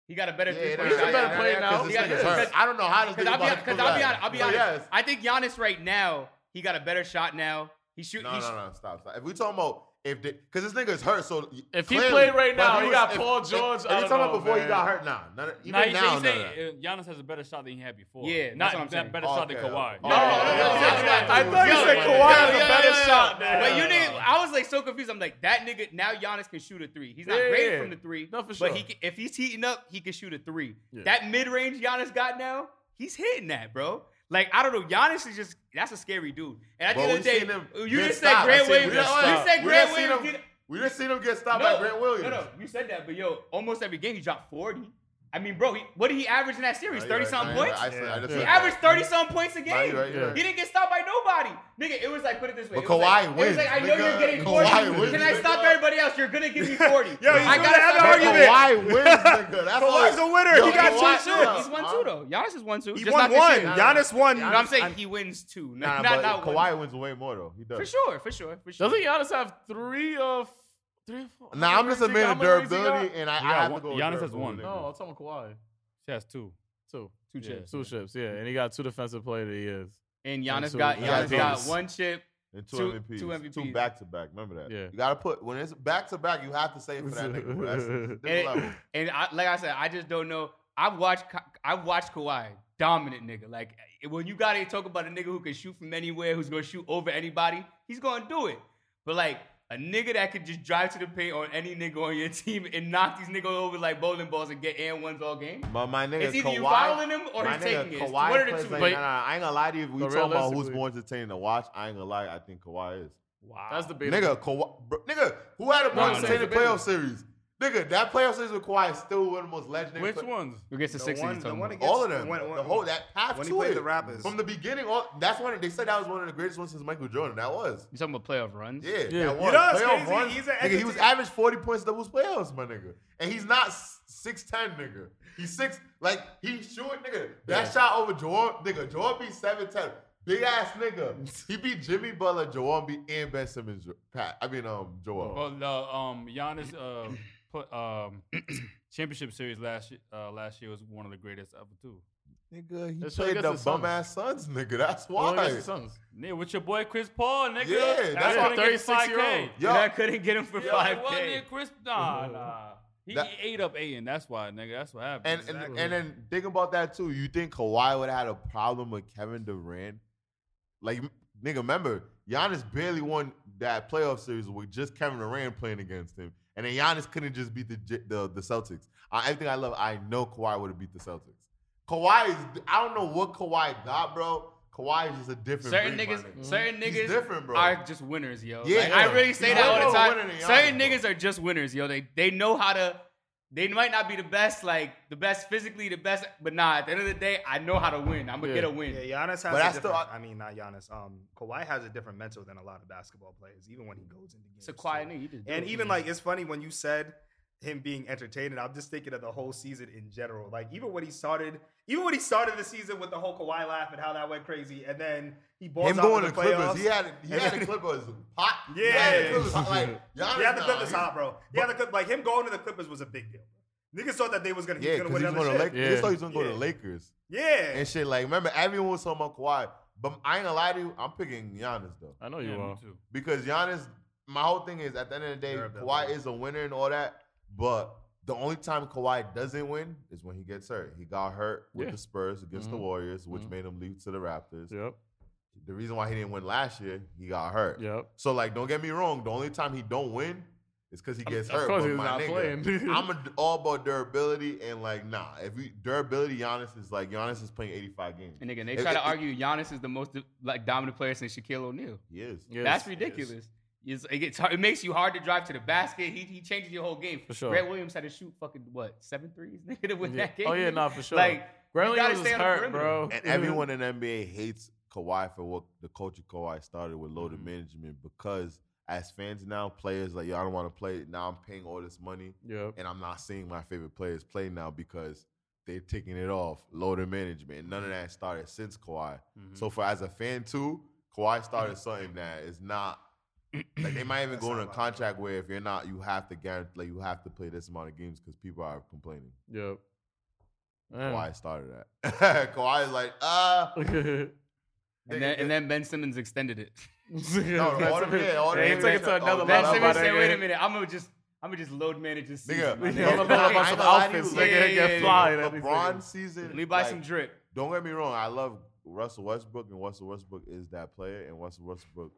[SPEAKER 3] He got a better
[SPEAKER 5] Yeah,
[SPEAKER 3] three-point
[SPEAKER 5] nah,
[SPEAKER 1] He's a
[SPEAKER 5] nah,
[SPEAKER 3] shot
[SPEAKER 1] better
[SPEAKER 5] nah,
[SPEAKER 3] now.
[SPEAKER 1] player
[SPEAKER 5] nah,
[SPEAKER 1] now.
[SPEAKER 5] 'cause this
[SPEAKER 3] Yeah,
[SPEAKER 5] nigga's
[SPEAKER 3] yeah,
[SPEAKER 5] hurt.
[SPEAKER 3] 'cause-
[SPEAKER 5] I don't know how this
[SPEAKER 3] Because
[SPEAKER 5] nigga
[SPEAKER 3] I'll be,
[SPEAKER 5] about to
[SPEAKER 3] cause
[SPEAKER 5] come
[SPEAKER 3] I'll be
[SPEAKER 5] back.
[SPEAKER 3] honest. I'll be
[SPEAKER 5] So,
[SPEAKER 3] honest.
[SPEAKER 5] yes.
[SPEAKER 3] I think Giannis right now, he got a better shot now. He shoot.
[SPEAKER 5] No,
[SPEAKER 3] he
[SPEAKER 5] no,
[SPEAKER 3] shoot-
[SPEAKER 5] no, stop, stop. If we talking about if the because this nigga is hurt, so
[SPEAKER 1] If he
[SPEAKER 5] clearly-
[SPEAKER 1] played right
[SPEAKER 5] but if
[SPEAKER 1] now,
[SPEAKER 5] he
[SPEAKER 1] he
[SPEAKER 5] was-
[SPEAKER 1] got
[SPEAKER 5] if-
[SPEAKER 1] Paul George,
[SPEAKER 5] If,
[SPEAKER 1] I
[SPEAKER 5] if
[SPEAKER 1] don't
[SPEAKER 5] you talking about
[SPEAKER 1] know,
[SPEAKER 5] before he
[SPEAKER 1] man.
[SPEAKER 5] got hurt, now, nah, none of- even
[SPEAKER 2] Nah, he,
[SPEAKER 5] now,
[SPEAKER 2] he
[SPEAKER 5] none
[SPEAKER 2] saying
[SPEAKER 5] of that.
[SPEAKER 2] uh, Giannis has a better shot than he had before.
[SPEAKER 3] Yeah, that's
[SPEAKER 2] not
[SPEAKER 3] what I'm
[SPEAKER 2] that
[SPEAKER 3] saying.
[SPEAKER 2] better
[SPEAKER 5] Oh,
[SPEAKER 2] shot
[SPEAKER 5] okay,
[SPEAKER 2] than Kawhi.
[SPEAKER 1] no, no,
[SPEAKER 5] okay. No,
[SPEAKER 1] no, I thought you said Kawhi has a better shot. than-
[SPEAKER 3] But you nigga, I was like so confused. I'm like, that nigga now Giannis can shoot a three. He's not
[SPEAKER 1] Yeah,
[SPEAKER 3] great
[SPEAKER 1] yeah.
[SPEAKER 3] from the three,
[SPEAKER 1] No, for
[SPEAKER 3] but
[SPEAKER 1] sure.
[SPEAKER 3] he can, if he's heating up, he can shoot a three.
[SPEAKER 1] Yeah.
[SPEAKER 3] That mid range Giannis got now, he's hitting that, bro. Like I don't know, Giannis is just that's a scary dude. And at
[SPEAKER 5] Bro,
[SPEAKER 3] the end
[SPEAKER 5] we
[SPEAKER 3] of the day,
[SPEAKER 5] seen him
[SPEAKER 3] you
[SPEAKER 5] get
[SPEAKER 3] just said
[SPEAKER 5] stopped. I
[SPEAKER 3] Grant
[SPEAKER 5] said
[SPEAKER 3] Williams.
[SPEAKER 5] we
[SPEAKER 3] You
[SPEAKER 5] just stopped.
[SPEAKER 3] said
[SPEAKER 5] We
[SPEAKER 3] Grant
[SPEAKER 5] just seen
[SPEAKER 3] Williams.
[SPEAKER 5] him-
[SPEAKER 3] did-
[SPEAKER 5] We just seen him get stopped by Grant Williams.
[SPEAKER 3] No, no, you said that, but yo, almost every game he dropped 40. I mean, bro, he, what did he average in that series?
[SPEAKER 5] Nah,
[SPEAKER 3] 30
[SPEAKER 5] you're right,
[SPEAKER 3] something
[SPEAKER 5] nah, you're
[SPEAKER 3] points?
[SPEAKER 5] right. I said- I just
[SPEAKER 1] He
[SPEAKER 5] said
[SPEAKER 3] He
[SPEAKER 5] that.
[SPEAKER 3] averaged 30 something points a
[SPEAKER 5] Nah,
[SPEAKER 3] game.
[SPEAKER 5] you're right, you're right.
[SPEAKER 3] He didn't get stopped by nobody. Nigga, it was like, put it this way.
[SPEAKER 5] But
[SPEAKER 3] it was
[SPEAKER 5] Kawhi
[SPEAKER 3] like, It was
[SPEAKER 5] wins,
[SPEAKER 3] like, I know
[SPEAKER 5] nigga.
[SPEAKER 3] you're getting
[SPEAKER 5] Kawhi
[SPEAKER 3] 40.
[SPEAKER 5] wins,
[SPEAKER 3] Can I
[SPEAKER 5] nigga.
[SPEAKER 3] stop everybody else? You're going to give me 40.
[SPEAKER 4] Yo, he's
[SPEAKER 3] I
[SPEAKER 4] doing
[SPEAKER 3] gotta
[SPEAKER 4] that
[SPEAKER 3] stop
[SPEAKER 4] argument.
[SPEAKER 3] everybody.
[SPEAKER 5] Kawhi wins, nigga. That's
[SPEAKER 4] Kawhi's
[SPEAKER 5] all-
[SPEAKER 4] a winner.
[SPEAKER 5] Yo,
[SPEAKER 4] He got
[SPEAKER 5] Kawhi-
[SPEAKER 4] two
[SPEAKER 5] Nah,
[SPEAKER 3] He's one
[SPEAKER 5] huh?
[SPEAKER 3] two though. Giannis is one two.
[SPEAKER 4] He
[SPEAKER 3] Just
[SPEAKER 4] won
[SPEAKER 3] not this
[SPEAKER 4] one.
[SPEAKER 3] year.
[SPEAKER 4] Giannis won.
[SPEAKER 3] You know what I'm saying he wins two.
[SPEAKER 5] Nah,
[SPEAKER 3] not
[SPEAKER 5] but
[SPEAKER 3] not one.
[SPEAKER 5] Kawhi wins way more though. He does.
[SPEAKER 3] For sure, for sure, for sure.
[SPEAKER 1] Doesn't Giannis have three of Three or four.
[SPEAKER 5] Nah, I'm just a man of durability, and I, I
[SPEAKER 7] You got
[SPEAKER 5] have
[SPEAKER 7] one-
[SPEAKER 5] to go. with
[SPEAKER 7] Giannis has
[SPEAKER 5] durability.
[SPEAKER 7] one.
[SPEAKER 1] No,
[SPEAKER 3] Oh,
[SPEAKER 1] I'm talking Kawhi.
[SPEAKER 7] She has two.
[SPEAKER 1] Two.
[SPEAKER 7] Two
[SPEAKER 2] Yeah.
[SPEAKER 7] chips.
[SPEAKER 1] Two ships, yeah. And he got two defensive player of the years.
[SPEAKER 3] And
[SPEAKER 1] And
[SPEAKER 3] Giannis
[SPEAKER 1] two-
[SPEAKER 3] got
[SPEAKER 1] Yeah,
[SPEAKER 3] Giannis got
[SPEAKER 1] MVPs.
[SPEAKER 3] one chip.
[SPEAKER 5] And two,
[SPEAKER 3] Two-
[SPEAKER 5] MVPs.
[SPEAKER 3] two
[SPEAKER 5] Two
[SPEAKER 3] MVPs.
[SPEAKER 5] back to back. Remember that.
[SPEAKER 1] Yeah.
[SPEAKER 5] You gotta put when it's back to back, you have to say it for that nigga. Bro. That's it's a different level.
[SPEAKER 3] And, and I, like I said, I just don't know. I watched Ka- I watched Kawhi dominant nigga. Like eh, when you gotta talk about a nigga who can shoot from anywhere, who's gonna shoot over anybody, he's gonna do it. But like a nigga that could just drive to the paint on any nigga on your team and knock these niggas over like bowling balls and get and ones all game.
[SPEAKER 5] My, my nigga
[SPEAKER 3] It's either
[SPEAKER 5] Kawhi,
[SPEAKER 3] you fouling him or
[SPEAKER 5] my
[SPEAKER 3] he's
[SPEAKER 5] nigga
[SPEAKER 3] taking it. It's
[SPEAKER 5] Kawhi
[SPEAKER 3] one of the
[SPEAKER 5] plays
[SPEAKER 3] two.
[SPEAKER 5] Like,
[SPEAKER 1] But-
[SPEAKER 5] nah, nah, I ain't gonna lie to you. If we
[SPEAKER 1] But
[SPEAKER 5] talking about who's
[SPEAKER 1] realistically-
[SPEAKER 5] more entertaining to watch, I ain't gonna lie. I think Kawhi is.
[SPEAKER 7] Wow.
[SPEAKER 1] That's the big
[SPEAKER 5] Nigga, Kawhi, bro, nigga, who had the
[SPEAKER 7] No,
[SPEAKER 5] most
[SPEAKER 7] no,
[SPEAKER 5] entertaining
[SPEAKER 7] it's a
[SPEAKER 5] playoff series? Nigga, that playoff series with Kawhi is still one of the most legendary.
[SPEAKER 7] Which
[SPEAKER 5] play-
[SPEAKER 7] ones?
[SPEAKER 3] Against the,
[SPEAKER 6] The
[SPEAKER 3] Sixers,
[SPEAKER 6] one-
[SPEAKER 3] he's
[SPEAKER 6] the
[SPEAKER 3] talking
[SPEAKER 6] one
[SPEAKER 3] about.
[SPEAKER 6] against-
[SPEAKER 5] All of them.
[SPEAKER 6] when- when-
[SPEAKER 5] the whole that half
[SPEAKER 6] when he
[SPEAKER 5] to
[SPEAKER 6] played
[SPEAKER 5] it.
[SPEAKER 6] the Raptors.
[SPEAKER 5] from the beginning. All, that's one. They said that was one of the greatest ones since Michael Jordan. That was.
[SPEAKER 3] You talking about playoff runs?
[SPEAKER 5] Yeah,
[SPEAKER 1] Yeah.
[SPEAKER 5] that
[SPEAKER 1] You
[SPEAKER 6] know
[SPEAKER 5] was.
[SPEAKER 6] what's
[SPEAKER 5] playoff
[SPEAKER 6] crazy?
[SPEAKER 5] runs.
[SPEAKER 6] He's an
[SPEAKER 5] nigga, he was
[SPEAKER 6] entity.
[SPEAKER 5] average forty points doubles playoffs, my nigga, and he's not six ten, nigga. He's six like he's short, nigga. That shot over Joel, nigga. Joel beat seven ten, big ass nigga. He beat Jimmy Butler, Joel beat and Ben Simmons. Pat, I mean um Joel.
[SPEAKER 7] Well, the um Giannis uh put, um championship series last year, uh, last year was one of the greatest ever too.
[SPEAKER 5] Nigga, he
[SPEAKER 1] That's
[SPEAKER 5] played
[SPEAKER 1] against
[SPEAKER 5] the
[SPEAKER 1] the
[SPEAKER 5] bum ass Suns, nigga. That's
[SPEAKER 1] Well,
[SPEAKER 5] why.
[SPEAKER 1] against the Suns.
[SPEAKER 7] Yeah, with your boy Chris Paul, nigga.
[SPEAKER 5] Yeah,
[SPEAKER 7] I
[SPEAKER 5] that's why
[SPEAKER 7] couldn't get
[SPEAKER 1] 36 year
[SPEAKER 7] 5K.
[SPEAKER 1] old.
[SPEAKER 5] Yo,
[SPEAKER 3] I couldn't get him for
[SPEAKER 7] Yo,
[SPEAKER 3] five
[SPEAKER 7] what,
[SPEAKER 3] K.
[SPEAKER 7] nigga, Chris, nah, nah. He
[SPEAKER 5] That-
[SPEAKER 7] ate up Aiden. That's why, nigga. That's what happened.
[SPEAKER 5] And, and and then think about that too. You think Kawhi would have had a problem with Kevin Durant? Like m- nigga, remember Giannis barely won that playoff series with just Kevin Durant playing against him, and then Giannis couldn't just beat the J- the, the Celtics. I, everything I love, I know Kawhi would have beat the Celtics. Kawhi is I don't know what Kawhi got, bro. Kawhi is just a different.
[SPEAKER 3] Certain
[SPEAKER 5] breed, my
[SPEAKER 3] niggas,
[SPEAKER 5] nigga.
[SPEAKER 3] certain
[SPEAKER 5] He's
[SPEAKER 3] niggas
[SPEAKER 5] different, bro.
[SPEAKER 3] are just winners, yo.
[SPEAKER 5] Yeah,
[SPEAKER 3] like, I
[SPEAKER 5] yeah.
[SPEAKER 3] really say
[SPEAKER 5] He's
[SPEAKER 3] that all the
[SPEAKER 5] way more
[SPEAKER 3] time.
[SPEAKER 5] winning than
[SPEAKER 3] Certain
[SPEAKER 5] Giannis,
[SPEAKER 3] niggas are just winners, yo. They they know how to. They might not be the best, like the best physically, the best, but nah. At the end of the day, I know how to win. I'm gonna
[SPEAKER 1] Yeah.
[SPEAKER 3] get a win.
[SPEAKER 6] Yeah, Giannis has
[SPEAKER 5] But
[SPEAKER 6] a
[SPEAKER 5] I
[SPEAKER 6] different.
[SPEAKER 5] still-
[SPEAKER 6] I mean, not Giannis. Um, Kawhi has a different mental than a lot of basketball players, even when he goes into games.
[SPEAKER 3] It's a quiet
[SPEAKER 6] too.
[SPEAKER 3] nigga. You just do
[SPEAKER 6] And
[SPEAKER 5] Mm-hmm.
[SPEAKER 3] it,
[SPEAKER 6] even
[SPEAKER 3] man.
[SPEAKER 6] like it's funny when you said him being entertaining. I'm just thinking of the whole season in general. Like even when he started, even when he started the season with the whole Kawhi laugh and how that went crazy, and then he balls
[SPEAKER 5] Him
[SPEAKER 6] out
[SPEAKER 5] going
[SPEAKER 6] in
[SPEAKER 5] to
[SPEAKER 6] the
[SPEAKER 5] Clippers,
[SPEAKER 6] playoffs.
[SPEAKER 5] he had
[SPEAKER 6] And
[SPEAKER 5] he had
[SPEAKER 6] then-
[SPEAKER 5] the Clippers hot. He
[SPEAKER 6] Yeah.
[SPEAKER 5] had the Clippers hot. Like Giannis,
[SPEAKER 6] He had the
[SPEAKER 5] nah,
[SPEAKER 6] Clippers
[SPEAKER 5] he-
[SPEAKER 6] hot, bro. He had the Clip, like him going to the Clippers was a big deal. Niggas thought that they was gonna, he
[SPEAKER 5] Yeah,
[SPEAKER 6] was gonna
[SPEAKER 5] because
[SPEAKER 6] win
[SPEAKER 5] he's
[SPEAKER 6] another
[SPEAKER 5] going to
[SPEAKER 6] shit.
[SPEAKER 5] Lakers. They
[SPEAKER 1] Yeah.
[SPEAKER 5] thought he was going to go
[SPEAKER 6] Yeah.
[SPEAKER 5] to Lakers
[SPEAKER 6] Yeah,
[SPEAKER 5] and shit. Like, remember, everyone was talking about Kawhi, but I ain't gonna lie to you. I'm picking Giannis though,
[SPEAKER 1] I know
[SPEAKER 7] Yeah,
[SPEAKER 1] you
[SPEAKER 7] me
[SPEAKER 1] are.
[SPEAKER 7] too.
[SPEAKER 5] because Giannis. My whole thing is at the end of the day,
[SPEAKER 6] Durability.
[SPEAKER 5] Kawhi is a winner and all that. But the only time Kawhi doesn't win is when he gets hurt. He got hurt with
[SPEAKER 1] Yeah.
[SPEAKER 5] the Spurs against the
[SPEAKER 1] Mhm.
[SPEAKER 5] Warriors, which
[SPEAKER 1] Mhm.
[SPEAKER 5] made him leave to the Raptors.
[SPEAKER 1] Yep.
[SPEAKER 5] The reason why he didn't win last year, he got hurt.
[SPEAKER 1] Yep.
[SPEAKER 5] So like, don't get me wrong. The only time he don't win is because he gets
[SPEAKER 1] of
[SPEAKER 5] hurt.
[SPEAKER 1] course
[SPEAKER 5] but
[SPEAKER 1] he's
[SPEAKER 5] my
[SPEAKER 1] not
[SPEAKER 5] nigga,
[SPEAKER 1] playing.
[SPEAKER 5] I'm a, all about durability and like, nah. If we durability, Giannis is like Giannis is playing 85 games.
[SPEAKER 3] and nigga, they
[SPEAKER 5] If-
[SPEAKER 3] try to
[SPEAKER 5] if-
[SPEAKER 3] argue Giannis is the most like dominant player since Shaquille O'Neal.
[SPEAKER 5] He is.
[SPEAKER 1] Yes,
[SPEAKER 3] That's
[SPEAKER 1] yes.
[SPEAKER 3] ridiculous. It's, it gets hard, it makes you hard to drive to the basket. He, he changes your whole game.
[SPEAKER 1] For sure.
[SPEAKER 3] Grant Williams had to shoot fucking what seven threes, nigga, to win
[SPEAKER 1] Yeah.
[SPEAKER 3] that game.
[SPEAKER 1] Oh yeah,
[SPEAKER 3] nigga.
[SPEAKER 1] nah, for sure.
[SPEAKER 3] Like
[SPEAKER 1] Grant
[SPEAKER 3] you gotta
[SPEAKER 1] Williams is
[SPEAKER 3] stay on the
[SPEAKER 1] hurt,
[SPEAKER 3] perimeter.
[SPEAKER 1] bro.
[SPEAKER 5] And everyone in the NBA hates Kawhi for what the culture Kawhi started with loaded management because as fans now, players like, yo, I don't want to play. Now I'm paying all this money
[SPEAKER 1] Yep.
[SPEAKER 5] and I'm not seeing my favorite players play now because they're taking it off loaded management. None of that started since Kawhi.
[SPEAKER 3] Mm-hmm.
[SPEAKER 5] So for as a fan too, Kawhi started something that is not like they might even
[SPEAKER 6] That's
[SPEAKER 5] go in
[SPEAKER 6] not
[SPEAKER 5] a
[SPEAKER 6] right.
[SPEAKER 5] contract where if you're not, you have to guarantee like you have to play this amount of games because people are complaining.
[SPEAKER 1] Yep.
[SPEAKER 3] Mm.
[SPEAKER 5] Kawhi started that. Kawhi is like, uh,
[SPEAKER 1] Man.
[SPEAKER 3] And then, and then Ben Simmons extended it.
[SPEAKER 5] No, all them- yeah, all them
[SPEAKER 1] They took it to
[SPEAKER 5] niggas-
[SPEAKER 1] another
[SPEAKER 5] oh,
[SPEAKER 3] Ben
[SPEAKER 1] level.
[SPEAKER 5] nah,
[SPEAKER 1] by
[SPEAKER 3] Simmons
[SPEAKER 5] nah,
[SPEAKER 1] that
[SPEAKER 3] said,
[SPEAKER 1] game.
[SPEAKER 3] "Wait a minute, I'm gonna just, I'm gonna just load manage this season.
[SPEAKER 5] Nigga,
[SPEAKER 3] my
[SPEAKER 1] Yeah,
[SPEAKER 5] Nigga,
[SPEAKER 1] I'm
[SPEAKER 3] nigga."
[SPEAKER 1] gonna
[SPEAKER 5] I
[SPEAKER 1] buy
[SPEAKER 5] ain't
[SPEAKER 1] myself
[SPEAKER 5] gonna lie to
[SPEAKER 1] outfits, nigga.
[SPEAKER 5] you.
[SPEAKER 1] They
[SPEAKER 3] Yeah,
[SPEAKER 1] get
[SPEAKER 3] yeah,
[SPEAKER 1] fly
[SPEAKER 5] Le-
[SPEAKER 1] that they
[SPEAKER 5] LeBron
[SPEAKER 1] say.
[SPEAKER 5] season.
[SPEAKER 3] Let me buy
[SPEAKER 5] like,
[SPEAKER 3] some drip.
[SPEAKER 5] Don't get me wrong. I love Russell Westbrook, and Russell Westbrook is that player, and Russell Westbrook,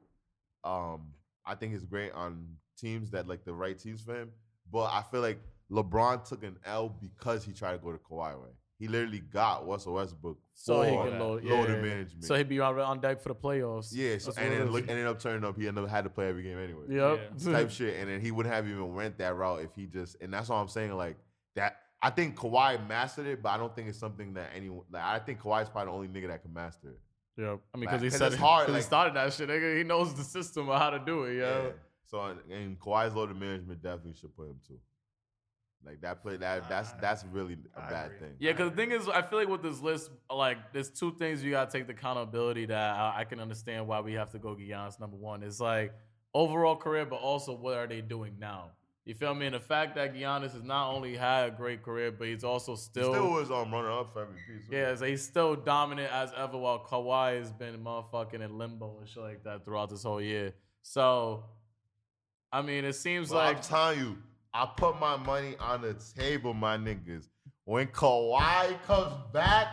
[SPEAKER 5] um, I think is great on teams that like the right teams for him. But I feel like LeBron took an L because he tried to go to Kawhi way. He literally got Russell Westbrook
[SPEAKER 1] So he
[SPEAKER 5] for
[SPEAKER 1] can load, yeah.
[SPEAKER 5] loaded management.
[SPEAKER 1] So he'd be on, on deck for the playoffs.
[SPEAKER 5] yeah, so,
[SPEAKER 1] That's what
[SPEAKER 5] and
[SPEAKER 1] it
[SPEAKER 5] then
[SPEAKER 1] is.
[SPEAKER 5] look, ended up turning up. He ended up had to play every game anyway
[SPEAKER 1] Yep.
[SPEAKER 5] type shit, and then he wouldn't have even went that route if he just. And that's all I'm saying. Like that, I think Kawhi mastered it, but I don't think it's something that anyone. Like, I think Kawhi's probably the only nigga that can master it.
[SPEAKER 1] Yep. I mean, because
[SPEAKER 5] Like,
[SPEAKER 1] he
[SPEAKER 5] 'cause
[SPEAKER 1] said
[SPEAKER 5] it's hard,
[SPEAKER 1] 'cause he
[SPEAKER 5] like-
[SPEAKER 1] started that shit. Nigga. He knows the system of how to do it. Yo.
[SPEAKER 5] So and Kawhi's loaded management definitely should put him too. Like that play, that that's that's really a
[SPEAKER 6] I
[SPEAKER 5] bad
[SPEAKER 6] agree.
[SPEAKER 5] thing.
[SPEAKER 1] Yeah, because the thing is, I feel like with this list, like, there's two things you gotta take the accountability that I, I can understand why we have to go get Giannis. Number one, it's like overall career, but also what are they doing now? You feel me? And the fact that Giannis has not only had a great career, but he's also still,
[SPEAKER 5] Still was um, runner up for MVP. So
[SPEAKER 1] yeah, so he's still dominant as ever. While Kawhi has been motherfucking in limbo and shit like that throughout this whole year. So, I mean, it seems
[SPEAKER 5] But I'm
[SPEAKER 1] like
[SPEAKER 5] telling you, I put my money on the table, my niggas. When Kawhi comes back,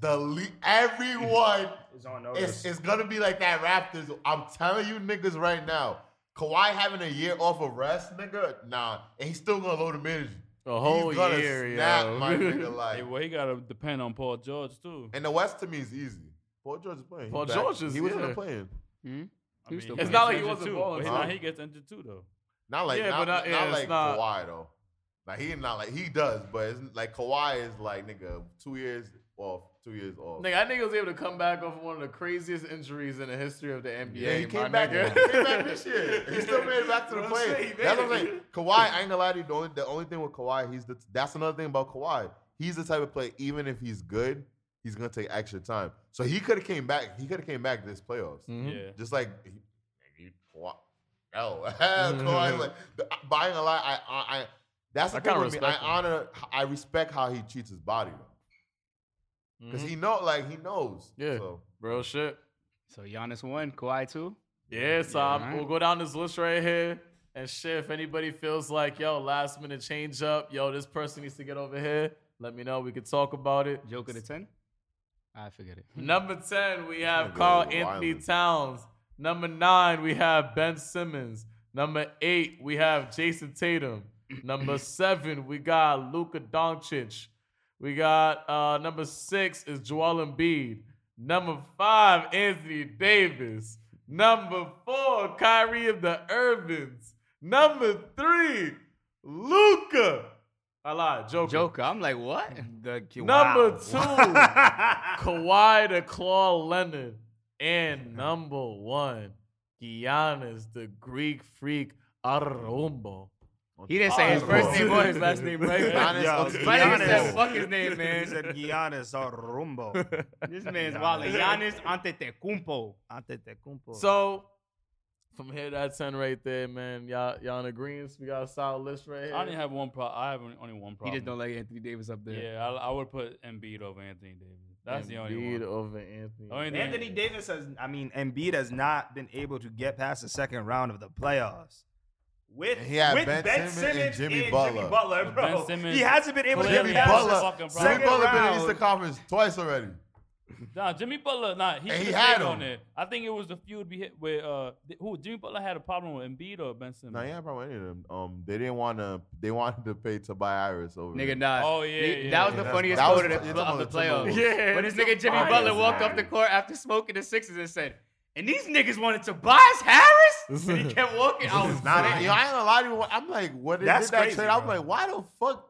[SPEAKER 5] the le- everyone
[SPEAKER 4] It's on
[SPEAKER 1] Oh,
[SPEAKER 5] It's,
[SPEAKER 4] notice.
[SPEAKER 5] it's gonna be like that Raptors. I'm telling you niggas right now. Kawhi having a year off of rest, nigga, nah. And he's still gonna load him energy.
[SPEAKER 1] a whole
[SPEAKER 5] he's gonna
[SPEAKER 1] year,
[SPEAKER 5] snap,
[SPEAKER 1] yo.
[SPEAKER 5] my nigga.
[SPEAKER 7] Hey,
[SPEAKER 5] Like,
[SPEAKER 7] well, he gotta depend on Paul George too.
[SPEAKER 5] and the West to me is easy. Paul George is playing. He
[SPEAKER 1] Paul
[SPEAKER 5] back.
[SPEAKER 1] George is-
[SPEAKER 5] he wasn't
[SPEAKER 1] yeah.
[SPEAKER 5] playing.
[SPEAKER 7] I mean,
[SPEAKER 1] It's not like he
[SPEAKER 7] injured
[SPEAKER 1] wasn't
[SPEAKER 7] too,
[SPEAKER 1] balling,
[SPEAKER 7] But
[SPEAKER 5] huh?
[SPEAKER 7] now he gets injured too though.
[SPEAKER 5] Not like
[SPEAKER 1] Yeah,
[SPEAKER 5] not,
[SPEAKER 1] but not-
[SPEAKER 5] not,
[SPEAKER 1] yeah, it's
[SPEAKER 5] like
[SPEAKER 1] not-
[SPEAKER 5] Kawhi though. Like he not like he does, but it's like Kawhi is like nigga two years off, two years off.
[SPEAKER 1] Nigga, I think he was able to come back off one of the craziest injuries in the history of the NBA.
[SPEAKER 5] Yeah, he
[SPEAKER 1] my
[SPEAKER 5] came back.
[SPEAKER 1] nigga.
[SPEAKER 5] He came back this year. He still made it back to the
[SPEAKER 1] That's what I'm
[SPEAKER 5] play.
[SPEAKER 1] saying,
[SPEAKER 5] That's what I'm
[SPEAKER 1] man.
[SPEAKER 5] saying. Kawhi, I ain't gonna lie to you. The only, the only thing with Kawhi, he's the. That's another thing about Kawhi. He's the type of player. Even if he's good, he's gonna take extra time. So he could have came back. He could have came back this playoffs.
[SPEAKER 1] Mhm.
[SPEAKER 7] Yeah.
[SPEAKER 5] Just like, he, he, Kawhi. Oh, Kawhi's like. the- uh, But I ain't gonna lie. I, I, I that's the
[SPEAKER 1] I
[SPEAKER 5] thing
[SPEAKER 1] kinda
[SPEAKER 5] with me. I
[SPEAKER 1] respect him.
[SPEAKER 5] honor. I respect how he treats his body though, because he know, like he knows.
[SPEAKER 1] Yeah.
[SPEAKER 5] So.
[SPEAKER 1] Mm-hmm. Real shit.
[SPEAKER 3] So Giannis one, Kawhi two.
[SPEAKER 1] Yeah, so I'm-
[SPEAKER 3] right.
[SPEAKER 1] we'll go down this list right here. And shit, if anybody feels like, yo, last minute change up, yo, this person needs to get over here, let me know. We could talk about it.
[SPEAKER 3] Joker to ten. I forget it.
[SPEAKER 1] Number 10, we have
[SPEAKER 5] nigga
[SPEAKER 1] Carl
[SPEAKER 5] is
[SPEAKER 1] Anthony
[SPEAKER 5] wildin'.
[SPEAKER 1] Towns. Number 9, we have Ben Simmons. Number 8, we have Jason Tatum. Number 7, we got Luka Doncic. We got uh, number 6 is Joel Embiid. Number 5, Anthony Davis. Number 4, Kyrie of the Irvins. Number 3, Luka. I lied, Joker.
[SPEAKER 3] Joker. I'm like, what? The,
[SPEAKER 1] Number two, Kawhi to Claw Leonard. And number one, Giannis, the Greek freak, Ah, Arumbo.
[SPEAKER 3] He didn't say his first name or his last name, right?
[SPEAKER 5] Giannis
[SPEAKER 4] Yo,
[SPEAKER 3] My nigga said
[SPEAKER 5] Antetokounmpo.
[SPEAKER 3] fuck his name,
[SPEAKER 4] He
[SPEAKER 3] man.
[SPEAKER 4] said Giannis Arumbo.
[SPEAKER 3] This man's wild. Giannis Antetokounmpo.
[SPEAKER 4] Antetokounmpo.
[SPEAKER 1] So, from here, that's 10 right there, man. Y'all, y'all in agreement? We got a solid list right here.
[SPEAKER 7] I didn't have one pro. I have only- only one
[SPEAKER 3] He
[SPEAKER 7] problem.
[SPEAKER 3] just don't like Anthony Davis up there.
[SPEAKER 7] Yeah, I, I would put Embiid over Anthony Davis. That's the only
[SPEAKER 1] Embiid
[SPEAKER 7] one.
[SPEAKER 1] over Anthony.
[SPEAKER 7] Only thing-
[SPEAKER 4] Anthony Davis has, I mean, Embiid has not been able to get past the second round of the playoffs. With,
[SPEAKER 5] And he had
[SPEAKER 4] with
[SPEAKER 5] Ben
[SPEAKER 4] Ben,
[SPEAKER 5] Simmons and
[SPEAKER 4] Simmons and
[SPEAKER 5] Jimmy
[SPEAKER 4] Jimmy,
[SPEAKER 5] Butler.
[SPEAKER 4] Butler,
[SPEAKER 7] But
[SPEAKER 4] bro.
[SPEAKER 7] Ben Simmons-
[SPEAKER 4] he hasn't been able to
[SPEAKER 7] Clearly
[SPEAKER 4] get
[SPEAKER 5] Jimmy
[SPEAKER 7] that's
[SPEAKER 4] past
[SPEAKER 7] a
[SPEAKER 5] Butler.
[SPEAKER 7] fucking problem.
[SPEAKER 5] Jimmy
[SPEAKER 4] Second
[SPEAKER 5] Butler been in the
[SPEAKER 4] round.
[SPEAKER 5] Eastern Conference twice already.
[SPEAKER 7] Nah, Jimmy Butler. Nah, he,
[SPEAKER 5] And he
[SPEAKER 7] should've
[SPEAKER 5] had
[SPEAKER 7] stayed on
[SPEAKER 5] him.
[SPEAKER 7] it. I think it was the feud we hit with uh th- who Jimmy Butler had a problem with Embiid or Ben Simmons.
[SPEAKER 5] No, yeah, probably any of them. Um, they didn't want to. They wanted to pay Tobias over.
[SPEAKER 3] Nigga, nah.
[SPEAKER 7] Oh, yeah,
[SPEAKER 3] He-
[SPEAKER 7] yeah,
[SPEAKER 3] That was
[SPEAKER 7] yeah.
[SPEAKER 3] the funniest
[SPEAKER 5] That was-
[SPEAKER 3] quote of
[SPEAKER 5] you're
[SPEAKER 3] the,
[SPEAKER 5] talking
[SPEAKER 3] of the
[SPEAKER 5] about the
[SPEAKER 3] playoffs.
[SPEAKER 5] Timberwolves.
[SPEAKER 1] Yeah.
[SPEAKER 3] When this nigga Jimmy
[SPEAKER 1] Tobias
[SPEAKER 3] Butler walked
[SPEAKER 5] Harris.
[SPEAKER 3] off the court after smoking the Sixers and said, and these niggas wanted Tobias Harris? And he kept walking. I was
[SPEAKER 5] Nah,
[SPEAKER 3] mad.
[SPEAKER 5] yo, I ain't gonna lie to you. I'm like, what did
[SPEAKER 4] That's
[SPEAKER 5] did that
[SPEAKER 4] crazy,
[SPEAKER 5] trade? I'm
[SPEAKER 4] bro.
[SPEAKER 5] like, why the fuck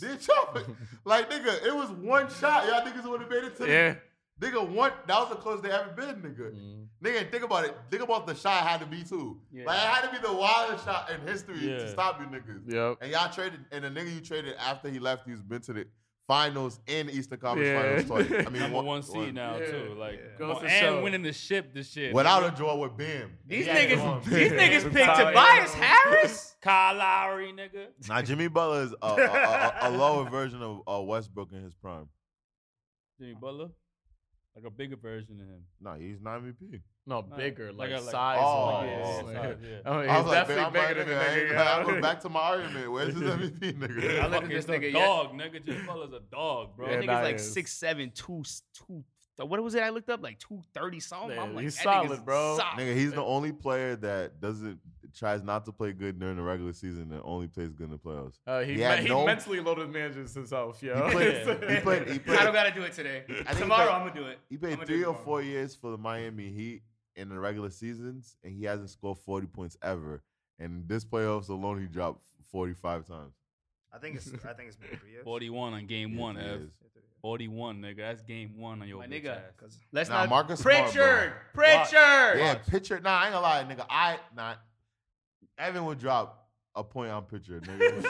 [SPEAKER 5] did y'all? like, nigga, it was one shot. Y'all niggas would have made it to. the-
[SPEAKER 1] Yeah.
[SPEAKER 5] Nigga, one. That was the closest they ever been, nigga.
[SPEAKER 1] Mm. Mm-hmm.
[SPEAKER 5] Nigga, and think about it. Think about the shot had to be too. Like, it had to be the wildest shot in history to
[SPEAKER 7] Yeah.
[SPEAKER 5] stop you niggas.
[SPEAKER 1] Yep.
[SPEAKER 5] And y'all traded, and the nigga you traded after he left, he's been to the finals and Eastern Conference
[SPEAKER 1] Yeah.
[SPEAKER 5] Finals twice. I mean,
[SPEAKER 7] Number one seed now too. Like come
[SPEAKER 1] Goes
[SPEAKER 7] on,
[SPEAKER 1] to
[SPEAKER 7] and
[SPEAKER 1] show.
[SPEAKER 7] winning the ship this year.
[SPEAKER 5] Without a draw with Bam.
[SPEAKER 3] These
[SPEAKER 7] Yeah, come on,
[SPEAKER 3] niggas, these
[SPEAKER 1] man.
[SPEAKER 3] niggas
[SPEAKER 1] Tobias
[SPEAKER 3] picked Tobias Harris?
[SPEAKER 7] Kyle Lowry, nigga.
[SPEAKER 5] Now Jimmy Butler is a, a, a, a lower version of uh, Westbrook in his prime.
[SPEAKER 7] Jimmy Butler, like a bigger version of him.
[SPEAKER 5] No, he's not MVP.
[SPEAKER 1] No,
[SPEAKER 7] Nah,
[SPEAKER 1] bigger,
[SPEAKER 7] like
[SPEAKER 1] like,
[SPEAKER 7] a- like-
[SPEAKER 1] size.
[SPEAKER 5] Oh,
[SPEAKER 1] like,
[SPEAKER 5] yeah,
[SPEAKER 1] it's
[SPEAKER 5] yeah,
[SPEAKER 1] like-
[SPEAKER 7] size, yeah.
[SPEAKER 1] I mean,
[SPEAKER 5] I
[SPEAKER 1] he's
[SPEAKER 5] was like,
[SPEAKER 1] definitely
[SPEAKER 5] "Bam, my
[SPEAKER 1] bigger than the
[SPEAKER 5] nigga, I ain't-
[SPEAKER 1] nigga.
[SPEAKER 5] I go back to my argument. Where's his MVP,
[SPEAKER 3] I
[SPEAKER 5] nigga?
[SPEAKER 3] look at this
[SPEAKER 7] Fucking
[SPEAKER 3] nigga, yeah.
[SPEAKER 7] dog, nigga. Jimmy Butler's a dog, bro.
[SPEAKER 1] Yeah,
[SPEAKER 3] That
[SPEAKER 1] nah,
[SPEAKER 3] nigga's like
[SPEAKER 1] yes.
[SPEAKER 3] six seven, two two. What was it I looked up? Like two thirty something.
[SPEAKER 1] Yeah,
[SPEAKER 3] I'm like,
[SPEAKER 1] he's
[SPEAKER 3] that
[SPEAKER 1] solid,
[SPEAKER 3] nigga's
[SPEAKER 1] bro.
[SPEAKER 3] solid.
[SPEAKER 5] nigga, he's the only player that doesn't tries not to play good during the regular season and only plays good in the playoffs.
[SPEAKER 1] Uh, he
[SPEAKER 5] He
[SPEAKER 1] me-
[SPEAKER 5] had
[SPEAKER 1] he
[SPEAKER 5] no-
[SPEAKER 1] mentally loaded manages himself, yo.
[SPEAKER 5] He played. He played. He
[SPEAKER 3] I don't
[SPEAKER 5] played.
[SPEAKER 3] gotta do it today.
[SPEAKER 5] he
[SPEAKER 3] Tomorrow
[SPEAKER 5] played-
[SPEAKER 3] I'm gonna do it.
[SPEAKER 5] He
[SPEAKER 3] I'ma
[SPEAKER 5] played
[SPEAKER 3] do
[SPEAKER 5] three or
[SPEAKER 3] tomorrow.
[SPEAKER 5] four years for the Miami Heat in the regular seasons, and he hasn't scored forty points ever. And this playoffs alone, he dropped forty-five times.
[SPEAKER 4] I think it's, I think it's been three years.
[SPEAKER 7] Forty-one on game
[SPEAKER 5] Yeah,
[SPEAKER 7] one,
[SPEAKER 5] three
[SPEAKER 7] F.
[SPEAKER 5] years.
[SPEAKER 7] Forty-one, nigga. That's game one on your
[SPEAKER 3] My
[SPEAKER 7] bitch
[SPEAKER 3] nigga.
[SPEAKER 7] ass.
[SPEAKER 3] Let's
[SPEAKER 5] Nah,
[SPEAKER 3] not.
[SPEAKER 5] Marcus Smart,
[SPEAKER 3] Pritchard,
[SPEAKER 5] bro.
[SPEAKER 3] Pritchard.
[SPEAKER 5] Yeah, pitcher. Nah, I ain't gonna lie, nigga. I not. Evan would drop a point on pitcher, nigga.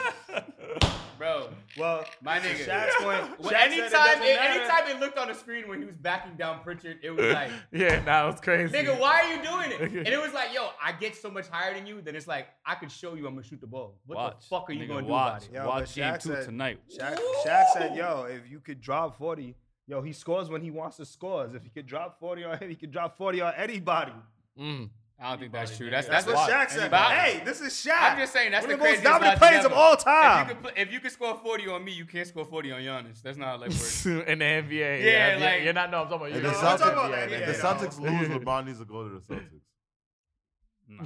[SPEAKER 3] bro.
[SPEAKER 4] Well,
[SPEAKER 3] My
[SPEAKER 4] to
[SPEAKER 3] nigga.
[SPEAKER 4] Shaq's point.
[SPEAKER 3] Well,
[SPEAKER 4] Shaq said it
[SPEAKER 3] anytime,
[SPEAKER 4] doesn't
[SPEAKER 3] it,
[SPEAKER 4] matter.
[SPEAKER 3] anytime it looked on the screen when he was backing down Pritchard, it was like,
[SPEAKER 1] Yeah, nah, it's crazy.
[SPEAKER 3] nigga, why are you doing it?
[SPEAKER 1] Okay.
[SPEAKER 3] And it was like, yo, I get so much higher than you. Then it's like, I could show you I'm gonna shoot the ball. What
[SPEAKER 2] Watch.
[SPEAKER 3] the fuck are you
[SPEAKER 2] Nigga,
[SPEAKER 3] gonna do about
[SPEAKER 2] watch.
[SPEAKER 3] it?
[SPEAKER 4] Yo, but
[SPEAKER 2] watch game
[SPEAKER 4] Shaq
[SPEAKER 2] two
[SPEAKER 4] said-
[SPEAKER 2] tonight.
[SPEAKER 4] Shaq, Shaq said, "Yo, if you could drop 40, yo, he scores when he wants to scores. If he could drop 40 on him, he could drop 40 on anybody."
[SPEAKER 1] Mm.
[SPEAKER 3] I don't think that's true. That's
[SPEAKER 4] That's,
[SPEAKER 3] that's,
[SPEAKER 4] what Shaq said.
[SPEAKER 3] Anybody.
[SPEAKER 4] Hey, this is Shaq.
[SPEAKER 3] I'm just saying that's
[SPEAKER 4] One
[SPEAKER 3] the
[SPEAKER 4] of the most
[SPEAKER 3] craziest
[SPEAKER 4] dominant
[SPEAKER 3] logic
[SPEAKER 4] players of
[SPEAKER 3] ever.
[SPEAKER 4] all
[SPEAKER 3] If
[SPEAKER 4] time.
[SPEAKER 3] you, could, pl- if you could score 40 on me, you can't score 40 on Giannis. That's not how that works.
[SPEAKER 1] In the NBA,
[SPEAKER 3] Yeah,
[SPEAKER 1] yeah,
[SPEAKER 3] like-
[SPEAKER 1] you're not. No, I'm talking about you.
[SPEAKER 5] If
[SPEAKER 1] know,
[SPEAKER 5] the
[SPEAKER 1] I'm talking
[SPEAKER 5] Celtics,
[SPEAKER 1] about
[SPEAKER 4] that,
[SPEAKER 1] NBA,
[SPEAKER 5] if the
[SPEAKER 1] though.
[SPEAKER 4] yeah.
[SPEAKER 5] Celtics lose, LeBron needs to go to the Celtics.
[SPEAKER 2] Nah.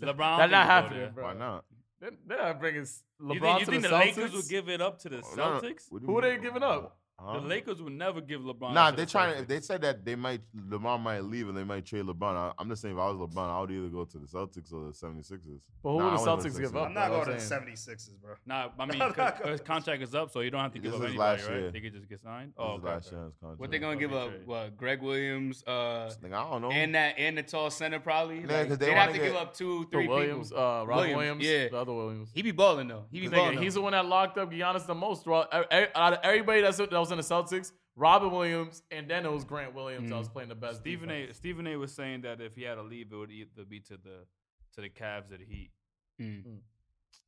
[SPEAKER 1] That's
[SPEAKER 2] LeBron.
[SPEAKER 1] not
[SPEAKER 2] don't
[SPEAKER 1] happening,
[SPEAKER 2] think
[SPEAKER 1] bro.
[SPEAKER 5] Why not?
[SPEAKER 1] They're, they're not bringing s-
[SPEAKER 2] he'll go there. You
[SPEAKER 1] LeBron
[SPEAKER 2] think, you
[SPEAKER 1] to
[SPEAKER 2] think
[SPEAKER 1] the,
[SPEAKER 2] the, Lakers
[SPEAKER 1] Celtics?
[SPEAKER 2] would give it up to the
[SPEAKER 5] No, no.
[SPEAKER 2] Celtics?
[SPEAKER 5] What do you
[SPEAKER 1] Who they
[SPEAKER 5] mean?
[SPEAKER 1] giving up?
[SPEAKER 5] Huh?
[SPEAKER 2] The Lakers would never give LeBron.
[SPEAKER 5] Nah,
[SPEAKER 2] to
[SPEAKER 5] they're
[SPEAKER 2] the
[SPEAKER 5] trying to.
[SPEAKER 2] Celtics.
[SPEAKER 5] If they said that they might, LeBron might leave and they might trade LeBron. I, I'm just saying, if I was LeBron, I would either go to the Celtics or the 76ers.
[SPEAKER 1] But who would
[SPEAKER 5] Nah, I
[SPEAKER 1] the
[SPEAKER 5] wouldn't go
[SPEAKER 1] Celtics give
[SPEAKER 5] Sixers.
[SPEAKER 1] up?
[SPEAKER 4] I'm not
[SPEAKER 1] though?
[SPEAKER 4] going to the
[SPEAKER 1] saying.
[SPEAKER 4] 76ers, bro.
[SPEAKER 2] Nah, I mean,
[SPEAKER 4] I'm not
[SPEAKER 2] 'cause his contract is up, so you don't have to give
[SPEAKER 5] This
[SPEAKER 2] up
[SPEAKER 5] is
[SPEAKER 2] anybody,
[SPEAKER 5] last
[SPEAKER 2] right?
[SPEAKER 5] year.
[SPEAKER 2] They could just get signed.
[SPEAKER 5] This
[SPEAKER 2] Oh,
[SPEAKER 5] is
[SPEAKER 2] okay,
[SPEAKER 5] last
[SPEAKER 2] okay.
[SPEAKER 5] yeans contract.
[SPEAKER 3] what they gonna give up? What Greg Williams, uh,
[SPEAKER 5] Like, I don't know.
[SPEAKER 3] and that and the tall center probably.
[SPEAKER 5] Yeah,
[SPEAKER 3] Like,
[SPEAKER 5] 'cause they
[SPEAKER 3] they'd
[SPEAKER 5] wanna
[SPEAKER 3] have to
[SPEAKER 5] get-
[SPEAKER 3] give up two,
[SPEAKER 1] The
[SPEAKER 3] three
[SPEAKER 1] Williams, uh,
[SPEAKER 3] people.
[SPEAKER 1] Rob Williams,
[SPEAKER 3] Williams, yeah.
[SPEAKER 1] the other Williams.
[SPEAKER 3] He be balling though. He be
[SPEAKER 1] Nigga,
[SPEAKER 3] balling.
[SPEAKER 1] he's the one that locked up Giannis the most throughout e- e- out of everybody that's, that was in the Celtics. Robin Williams, and then it was Grant Williams.
[SPEAKER 3] Mm.
[SPEAKER 1] that was playing the best.
[SPEAKER 2] Stephen
[SPEAKER 1] defense.
[SPEAKER 2] A. Stephen A. was saying that if he had to leave, it would either be to the to the Cavs or the Heat.
[SPEAKER 3] Mm.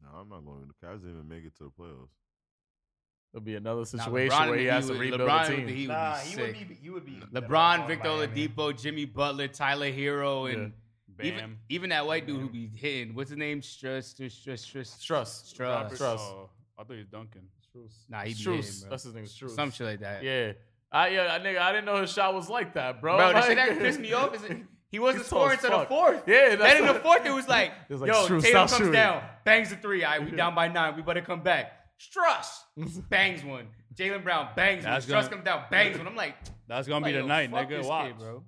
[SPEAKER 5] No, I'm not going. The Cavs didn't even make it to the playoffs.
[SPEAKER 1] It'll be another
[SPEAKER 3] Nah,
[SPEAKER 1] situation
[SPEAKER 3] LeBron
[SPEAKER 1] where
[SPEAKER 3] and
[SPEAKER 1] he
[SPEAKER 3] the
[SPEAKER 1] has
[SPEAKER 3] Heat
[SPEAKER 1] to
[SPEAKER 3] would-
[SPEAKER 1] rebuild
[SPEAKER 3] LeBron
[SPEAKER 1] the
[SPEAKER 3] with
[SPEAKER 1] team.
[SPEAKER 3] the Heat would
[SPEAKER 4] Nah,
[SPEAKER 3] be
[SPEAKER 4] he
[SPEAKER 3] sick.
[SPEAKER 4] would be. You would be.
[SPEAKER 3] LeBron, Victor
[SPEAKER 4] Miami.
[SPEAKER 3] Oladipo, Jimmy Butler, Tyler Hero, and
[SPEAKER 2] Bam.
[SPEAKER 3] even, even that white dude who be hitting. What's his name? Struss, Struss, Struss,
[SPEAKER 1] Struss.
[SPEAKER 3] Struss. Struss.
[SPEAKER 2] Robert-
[SPEAKER 1] Struss.
[SPEAKER 2] oh, I thought he was Duncan.
[SPEAKER 3] Nah, he be hitting,
[SPEAKER 1] Struce.
[SPEAKER 3] bro.
[SPEAKER 1] That's his name. Struce.
[SPEAKER 3] Some shit like that.
[SPEAKER 1] Yeah. I yeah, I- nigga, I didn't know his shot was like that, bro.
[SPEAKER 3] Bro, the
[SPEAKER 1] like,
[SPEAKER 3] shit that pissed me off is that he wasn't
[SPEAKER 1] Oh He's tall
[SPEAKER 3] scoring
[SPEAKER 1] as
[SPEAKER 3] to the
[SPEAKER 1] fuck.
[SPEAKER 3] fourth.
[SPEAKER 1] Yeah, that's
[SPEAKER 3] Then in the fourth, it was like,
[SPEAKER 1] was like,
[SPEAKER 3] yo,
[SPEAKER 1] Struce,
[SPEAKER 3] Tatum
[SPEAKER 1] stop
[SPEAKER 3] comes
[SPEAKER 1] shooting.
[SPEAKER 3] down, bangs a three. All right, we down by nine. We better come back. Struss bangs one. Jalen Brown bangs
[SPEAKER 2] That's
[SPEAKER 3] one. Struss
[SPEAKER 2] gonna-
[SPEAKER 3] comes down, bangs one. I'm like,
[SPEAKER 2] That's gonna be
[SPEAKER 3] like, yo,
[SPEAKER 2] the night,
[SPEAKER 3] fuck
[SPEAKER 2] nigga.
[SPEAKER 3] this
[SPEAKER 2] Watch,
[SPEAKER 3] kid, bro.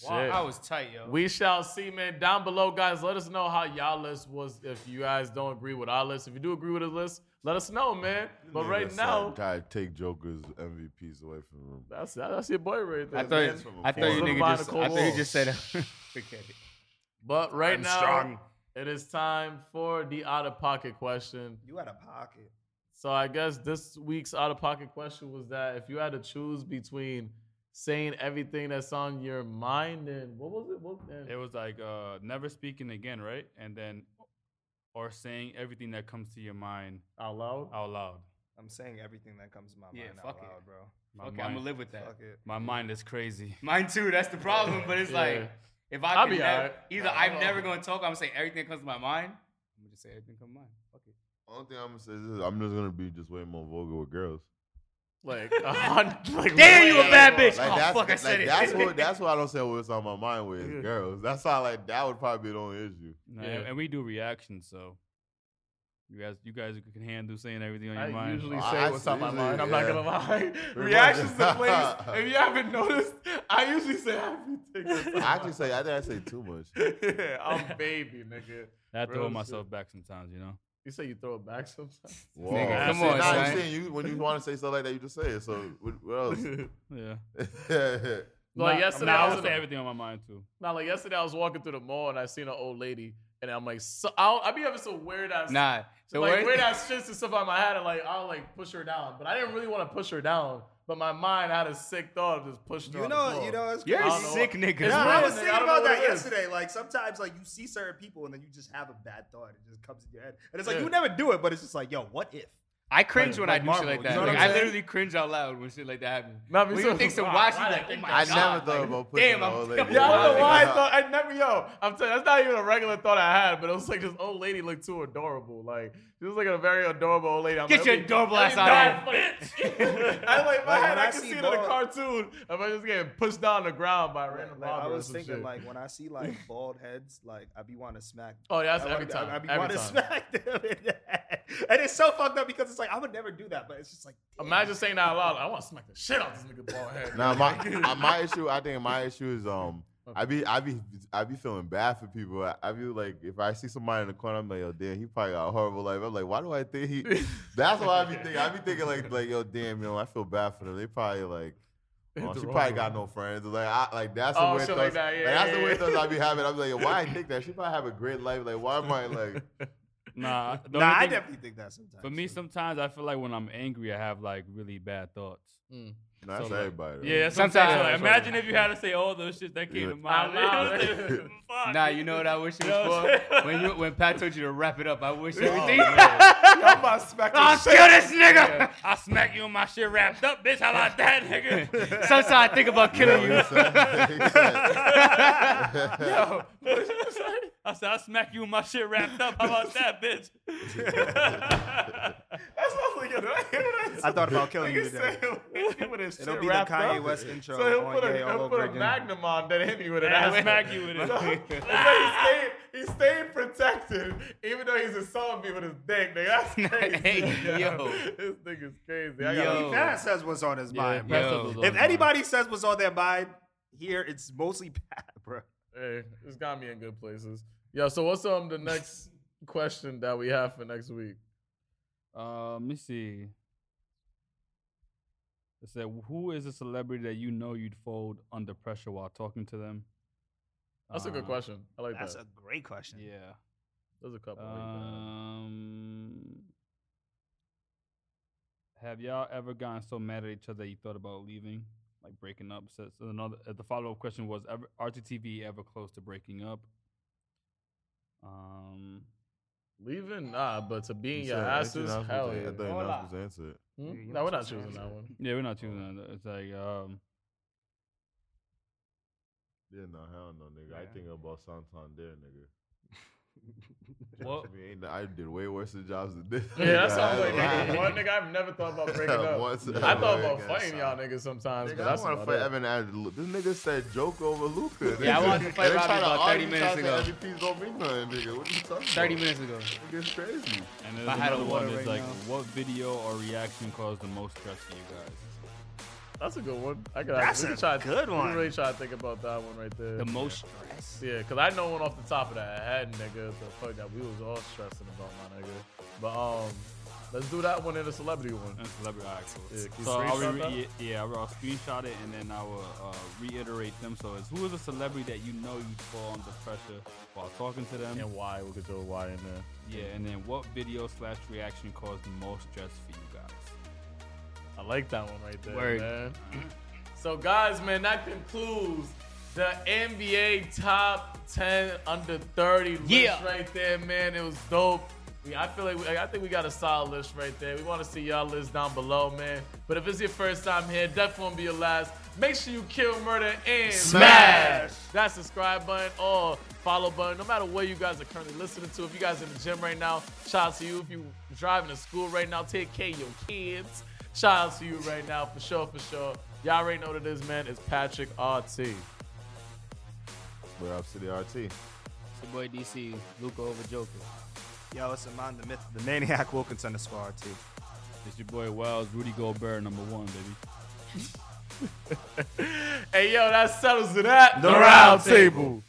[SPEAKER 1] Shit.
[SPEAKER 3] Wow, I was tight, yo.
[SPEAKER 1] We shall see, man. Down below, guys, let us know how y'all list was. If you guys don't agree with our list, if you do agree with his list, let us know, man. But
[SPEAKER 5] Nigga
[SPEAKER 1] right
[SPEAKER 5] said,
[SPEAKER 1] now,
[SPEAKER 5] "Guy, take Joker's MVPs away from him.
[SPEAKER 1] that's that's your boy right there.
[SPEAKER 3] I thought,
[SPEAKER 1] man.
[SPEAKER 3] I thought you
[SPEAKER 1] four.
[SPEAKER 3] nigga just,
[SPEAKER 1] Cold
[SPEAKER 3] I thought he
[SPEAKER 1] War.
[SPEAKER 3] just said, forget it.
[SPEAKER 1] But right
[SPEAKER 4] I'm
[SPEAKER 1] now,
[SPEAKER 4] strong.
[SPEAKER 1] it is time for the out of pocket question.
[SPEAKER 4] You out of pocket.
[SPEAKER 1] So I guess this week's out of pocket question was that if you had to choose between saying everything that's on your mind and what was it? What, and,
[SPEAKER 2] It was like uh, never speaking again, right? And then, or saying everything that comes to your mind
[SPEAKER 1] out loud.
[SPEAKER 2] out loud.
[SPEAKER 4] I'm saying everything that comes to my
[SPEAKER 3] Yeah,
[SPEAKER 4] mind
[SPEAKER 3] fuck
[SPEAKER 4] out
[SPEAKER 3] it.
[SPEAKER 4] loud, bro.
[SPEAKER 2] My
[SPEAKER 3] Okay,
[SPEAKER 2] mind,
[SPEAKER 3] I'm gonna live with that.
[SPEAKER 4] Fuck it.
[SPEAKER 2] My mind is crazy.
[SPEAKER 3] Mine too. That's the problem. But it's
[SPEAKER 1] Yeah.
[SPEAKER 3] like if
[SPEAKER 1] I'll
[SPEAKER 3] I could
[SPEAKER 1] be
[SPEAKER 3] never,
[SPEAKER 1] alright.
[SPEAKER 3] either
[SPEAKER 1] Nah,
[SPEAKER 3] I'm
[SPEAKER 1] I'm
[SPEAKER 3] never
[SPEAKER 1] all-
[SPEAKER 3] gonna talk. I'm gonna say everything that comes to my mind. I'm gonna just say everything comes to mind. Fuck it.
[SPEAKER 5] Only thing I'm gonna say is this, I'm just gonna be just way more vulgar with girls.
[SPEAKER 1] Oh, Like, a hun- like
[SPEAKER 3] Damn, you a
[SPEAKER 1] way
[SPEAKER 3] bad
[SPEAKER 1] more.
[SPEAKER 3] bitch. Oh,
[SPEAKER 5] that's,
[SPEAKER 3] fuck, I said
[SPEAKER 5] like,
[SPEAKER 3] it.
[SPEAKER 5] That's what that's what I don't say what's on my mind with
[SPEAKER 1] Yeah.
[SPEAKER 5] is girls. That's how like that would probably be the only issue.
[SPEAKER 2] Nah,
[SPEAKER 1] Yeah.
[SPEAKER 2] And, and we do reactions, so you guys, you guys can handle saying everything on your
[SPEAKER 1] I
[SPEAKER 2] mind.
[SPEAKER 1] usually
[SPEAKER 5] Oh,
[SPEAKER 1] say
[SPEAKER 5] I
[SPEAKER 1] what's on my
[SPEAKER 5] usually-
[SPEAKER 1] mind. I'm
[SPEAKER 5] yeah.
[SPEAKER 1] not gonna lie.
[SPEAKER 5] We're
[SPEAKER 1] Reactions to
[SPEAKER 5] both-
[SPEAKER 1] plays. If you haven't noticed, I usually say everything. that's on
[SPEAKER 5] I
[SPEAKER 1] my
[SPEAKER 5] actually say I think I say too much.
[SPEAKER 1] mind. yeah, I'm baby, nigga.
[SPEAKER 2] I have to
[SPEAKER 1] Real
[SPEAKER 2] hold
[SPEAKER 1] shit.
[SPEAKER 2] myself back sometimes, you know.
[SPEAKER 1] You say you throw it back sometimes.
[SPEAKER 5] Whoa.
[SPEAKER 3] Nigga, come
[SPEAKER 5] See,
[SPEAKER 3] on,
[SPEAKER 5] nah, you
[SPEAKER 3] son.
[SPEAKER 5] saying you when you want to say stuff like that, you just say it. So what, what else?
[SPEAKER 2] Yeah.
[SPEAKER 1] Like
[SPEAKER 2] Nah,
[SPEAKER 1] yesterday, I
[SPEAKER 2] nah, I
[SPEAKER 1] was
[SPEAKER 2] would
[SPEAKER 1] in
[SPEAKER 2] say
[SPEAKER 1] a-
[SPEAKER 2] everything on my mind too.
[SPEAKER 1] Now, like yesterday, I was walking through the mall and I seen an old lady, and I'm like, so, I'll, I be having some weird ass,
[SPEAKER 3] Nah. The
[SPEAKER 1] like
[SPEAKER 3] worst-
[SPEAKER 1] weird ass shits and stuff on my head, and like I'll like push her down, but I didn't really want to push her down. But my mind had a sick thought of just pushing her.
[SPEAKER 4] You
[SPEAKER 1] on the
[SPEAKER 4] know,
[SPEAKER 1] floor.
[SPEAKER 4] you know, it's
[SPEAKER 3] You're
[SPEAKER 1] I
[SPEAKER 3] a
[SPEAKER 1] don't know
[SPEAKER 3] sick
[SPEAKER 1] what-
[SPEAKER 3] nigga.
[SPEAKER 1] It's
[SPEAKER 4] Nah,
[SPEAKER 1] weird.
[SPEAKER 4] I was
[SPEAKER 1] I
[SPEAKER 4] thinking
[SPEAKER 1] don't
[SPEAKER 4] about
[SPEAKER 1] know
[SPEAKER 4] that
[SPEAKER 1] what it is.
[SPEAKER 4] yesterday. Like sometimes, like you see certain people and then you just have a bad thought. It just comes in your head, and it's like
[SPEAKER 1] Yeah.
[SPEAKER 4] you never do it, but it's just like, yo, what if?
[SPEAKER 3] I cringe
[SPEAKER 4] Like-
[SPEAKER 3] when
[SPEAKER 4] like
[SPEAKER 3] I do
[SPEAKER 4] Marvel,
[SPEAKER 3] shit like
[SPEAKER 4] you
[SPEAKER 3] that.
[SPEAKER 4] know what
[SPEAKER 3] Like,
[SPEAKER 4] I'm
[SPEAKER 3] I
[SPEAKER 4] saying?
[SPEAKER 3] literally cringe out loud when shit like that happens.
[SPEAKER 1] Nah, me
[SPEAKER 3] when
[SPEAKER 1] too.
[SPEAKER 3] you think some
[SPEAKER 1] Wow,
[SPEAKER 3] wild
[SPEAKER 1] why
[SPEAKER 3] shit,
[SPEAKER 1] did I
[SPEAKER 3] like, oh
[SPEAKER 1] think
[SPEAKER 3] my
[SPEAKER 5] I
[SPEAKER 3] god.
[SPEAKER 5] never thought
[SPEAKER 3] like,
[SPEAKER 5] about pushing
[SPEAKER 3] Damn,
[SPEAKER 5] the old
[SPEAKER 3] I'm,
[SPEAKER 5] lady.
[SPEAKER 1] Yeah, I don't know why I
[SPEAKER 5] Yeah.
[SPEAKER 1] thought I never yo. I'm telling you, that's not even a regular thought I had, but it was like this old lady looked too adorable. Like she was like a very adorable old lady. I'm
[SPEAKER 3] Get
[SPEAKER 1] like,
[SPEAKER 3] your
[SPEAKER 1] "That'd be-
[SPEAKER 3] adorable
[SPEAKER 1] that'd
[SPEAKER 3] ass
[SPEAKER 1] be nice, bitch. I like in my
[SPEAKER 4] Like,
[SPEAKER 1] head.
[SPEAKER 4] when
[SPEAKER 1] I
[SPEAKER 4] I
[SPEAKER 1] can
[SPEAKER 4] see
[SPEAKER 1] see it in a
[SPEAKER 4] ball-
[SPEAKER 1] cartoon. Am I just getting pushed down on the ground by a random
[SPEAKER 4] Like, I
[SPEAKER 1] robber or
[SPEAKER 4] was
[SPEAKER 1] some
[SPEAKER 4] thinking,
[SPEAKER 1] shit.
[SPEAKER 4] like when I see like bald heads, like I be want to smack.
[SPEAKER 1] Oh yeah, that's
[SPEAKER 4] I
[SPEAKER 1] every
[SPEAKER 4] wanna-
[SPEAKER 1] time.
[SPEAKER 4] I, I be want
[SPEAKER 1] every
[SPEAKER 4] to
[SPEAKER 1] time.
[SPEAKER 4] smack them in the head, and it's so fucked up because it's like I would never do that, but it's just like damn.
[SPEAKER 1] Imagine saying that out loud. I want to smack the shit out this nigga bald head.
[SPEAKER 5] Now my I- my issue, I think my issue is um, I be I be I be feeling bad for people. I, I be like, if I see somebody in the corner, I'm like, yo, damn, he probably got a horrible life. I'm like, why do I think he? That's what I be thinking. I be thinking like, like, yo, damn, yo, I feel bad for them. They probably like.
[SPEAKER 1] Hit
[SPEAKER 5] oh,
[SPEAKER 1] the
[SPEAKER 5] she
[SPEAKER 1] wrong
[SPEAKER 5] probably
[SPEAKER 1] one.
[SPEAKER 5] got no friends. Like, I, like that's
[SPEAKER 1] Oh,
[SPEAKER 5] the weird
[SPEAKER 1] shit
[SPEAKER 5] thoughts.
[SPEAKER 1] like that, yeah,
[SPEAKER 5] that's
[SPEAKER 1] yeah,
[SPEAKER 5] the weird
[SPEAKER 1] yeah.
[SPEAKER 5] thoughts I be having. I'm like, yo, why I think that? She probably have a great life. Like, why am I like?
[SPEAKER 2] Nah,
[SPEAKER 8] Nah,
[SPEAKER 2] the only
[SPEAKER 8] I
[SPEAKER 2] thing-
[SPEAKER 8] definitely think that sometimes.
[SPEAKER 2] For me, sometimes I feel like when I'm angry, I have like really bad thoughts.
[SPEAKER 5] No, that's
[SPEAKER 2] So, like,
[SPEAKER 5] everybody. right?
[SPEAKER 2] Yeah, that's sometimes. What I'm
[SPEAKER 3] Sometimes.
[SPEAKER 2] saying. Like, imagine if you had to say all those shit that came to mind. Fuck.
[SPEAKER 3] Nah, you know what I wish it was for? When you when Pat told you to wrap it up, I wish everything.
[SPEAKER 5] Oh,
[SPEAKER 8] I'm about to smack the
[SPEAKER 3] I'll
[SPEAKER 8] shit.
[SPEAKER 3] kill this nigga.
[SPEAKER 2] I smack you and my shit wrapped up, bitch. How about that, nigga?
[SPEAKER 3] Sometimes I think about
[SPEAKER 5] You know
[SPEAKER 3] killing
[SPEAKER 5] what
[SPEAKER 3] you.
[SPEAKER 5] I'm saying? Exactly.
[SPEAKER 2] I said, I smack you and my shit wrapped up. How about that, bitch?
[SPEAKER 8] That's what I'm thinking. I hear what
[SPEAKER 4] I thought about killing you
[SPEAKER 8] Nigga
[SPEAKER 4] today.
[SPEAKER 8] say it with his
[SPEAKER 4] It'll
[SPEAKER 8] shit
[SPEAKER 4] be the
[SPEAKER 8] wrapped
[SPEAKER 4] Kanye
[SPEAKER 8] up.
[SPEAKER 4] West intro.
[SPEAKER 8] So he'll
[SPEAKER 4] on
[SPEAKER 8] put a-
[SPEAKER 4] Ye
[SPEAKER 8] he'll
[SPEAKER 4] all
[SPEAKER 8] put
[SPEAKER 4] over
[SPEAKER 8] a
[SPEAKER 4] again.
[SPEAKER 1] Magnum on that hit me with it.
[SPEAKER 2] I smack you with it.
[SPEAKER 8] Like, he, stayed, he stayed protected, even though he's assaulting me with his dick. Nigga, that's crazy.
[SPEAKER 3] Hey, yo.
[SPEAKER 8] this nigga's crazy.
[SPEAKER 3] I gotta- Yo.
[SPEAKER 4] Pat says what's on his mind.
[SPEAKER 3] Pat
[SPEAKER 4] bro.
[SPEAKER 3] Yo.
[SPEAKER 4] If anybody says what's on their mind here, it's mostly Pat, bro.
[SPEAKER 1] Hey, it's got me in good places. Yo, so what's um the next question that we have for next week?
[SPEAKER 2] Uh, let me see. It said, "Who is a celebrity that you know you'd fold under pressure while talking to them?"
[SPEAKER 1] That's a good
[SPEAKER 2] Uh,
[SPEAKER 1] question. I like
[SPEAKER 4] That's
[SPEAKER 1] that.
[SPEAKER 4] a great question.
[SPEAKER 2] Yeah.
[SPEAKER 1] There's a couple. like
[SPEAKER 2] uh,
[SPEAKER 1] that.
[SPEAKER 2] Um, have y'all ever gotten so mad at each other that you thought about leaving, like breaking up? So, so another uh, the follow up question was: ever, RTTV ever close to breaking up? Um,
[SPEAKER 1] Leaving, nah, but to
[SPEAKER 5] You
[SPEAKER 1] being your
[SPEAKER 5] said, ain't you
[SPEAKER 1] asses,
[SPEAKER 5] not supposed
[SPEAKER 1] hell
[SPEAKER 5] to-
[SPEAKER 1] yeah.
[SPEAKER 5] I thought you're not supposed to answer it.
[SPEAKER 1] Hmm?
[SPEAKER 4] you're
[SPEAKER 1] No,
[SPEAKER 4] not
[SPEAKER 1] we're not
[SPEAKER 4] supposed to
[SPEAKER 1] choosing
[SPEAKER 4] answer
[SPEAKER 1] that one.
[SPEAKER 2] yeah, we're not
[SPEAKER 3] Oh.
[SPEAKER 2] choosing that. It's like um,
[SPEAKER 5] Yeah, no, hell no, nigga. I
[SPEAKER 4] Yeah.
[SPEAKER 5] think about Santander, nigga.
[SPEAKER 2] Well-
[SPEAKER 5] I, mean, ain't- I did way worse than jobs than this.
[SPEAKER 1] Yeah, that's
[SPEAKER 5] Nigga,
[SPEAKER 1] how I'm like,
[SPEAKER 5] I ain't
[SPEAKER 1] nigga,
[SPEAKER 5] lying.
[SPEAKER 1] one nigga I've never thought about breaking up.
[SPEAKER 5] Once-
[SPEAKER 1] I thought about
[SPEAKER 5] Yeah,
[SPEAKER 1] fighting
[SPEAKER 5] son.
[SPEAKER 1] y'all niggas sometimes,
[SPEAKER 5] Nigga,
[SPEAKER 1] but
[SPEAKER 5] I
[SPEAKER 1] that's
[SPEAKER 5] want to
[SPEAKER 1] about
[SPEAKER 5] fight
[SPEAKER 1] it.
[SPEAKER 5] Evan Adler. This nigga said joke over Luca.
[SPEAKER 3] Yeah, I wanted to fight Robbie about 30 minutes ago.
[SPEAKER 5] Every piece don't mean nothing, nigga. What you talking
[SPEAKER 3] Thirty
[SPEAKER 5] about?
[SPEAKER 3] minutes ago.
[SPEAKER 5] It's crazy.
[SPEAKER 2] and there's
[SPEAKER 3] I had a
[SPEAKER 2] another one
[SPEAKER 3] water
[SPEAKER 2] that's
[SPEAKER 3] right
[SPEAKER 2] like, what video or reaction caused the most stress for you guys?
[SPEAKER 1] That's a good one. I could
[SPEAKER 4] That's
[SPEAKER 1] we could
[SPEAKER 4] a
[SPEAKER 1] try,
[SPEAKER 4] good
[SPEAKER 1] We
[SPEAKER 4] one.
[SPEAKER 1] could really try to think about that one right there.
[SPEAKER 3] The most stress.
[SPEAKER 1] Yeah, because I know one off the top of that head, nigga. The fuck that we was all stressing about, my nigga. But um, let's do that one and the celebrity one.
[SPEAKER 2] And celebrity articles.
[SPEAKER 1] Yeah, can you
[SPEAKER 2] so I'll
[SPEAKER 1] screenshot
[SPEAKER 2] re-
[SPEAKER 1] that?
[SPEAKER 2] yeah, yeah, I'll I'll screenshot it and then I will uh, reiterate them. So it's who is a celebrity that you know you fall under pressure while talking to them?
[SPEAKER 1] And why? We could throw a why in there.
[SPEAKER 2] Yeah, and then what video slash reaction caused the most stress for you guys?
[SPEAKER 1] I like that one right there,
[SPEAKER 3] Word.
[SPEAKER 1] man. So, guys, man, that concludes the NBA top 10 under 30
[SPEAKER 3] Yeah.
[SPEAKER 1] list right there, man. It was dope. We, I feel like we, I think we got a solid list right there. We want to see y'all list down below, man. But if it's your first time here, definitely won't be your last. Make sure you kill, murder, and
[SPEAKER 3] Smash.
[SPEAKER 1] that subscribe button or follow button, no matter where you guys are currently listening to. If you guys in the gym right now, shout out to you. If you driving to school right now, take care of your kids. Shout out to you right now, for sure, for sure. Y'all already know what it is, man. It's Patrick RT.
[SPEAKER 5] We're up to the RT.
[SPEAKER 3] It's your boy DC, Luca over Joker.
[SPEAKER 4] Yo, it's Amon the Myth, the Maniac Wilkinson, the squad too.
[SPEAKER 2] It's your boy Wells, Rudy Gobert, number one, baby.
[SPEAKER 1] Hey, yo, that settles it at
[SPEAKER 4] The round
[SPEAKER 1] table.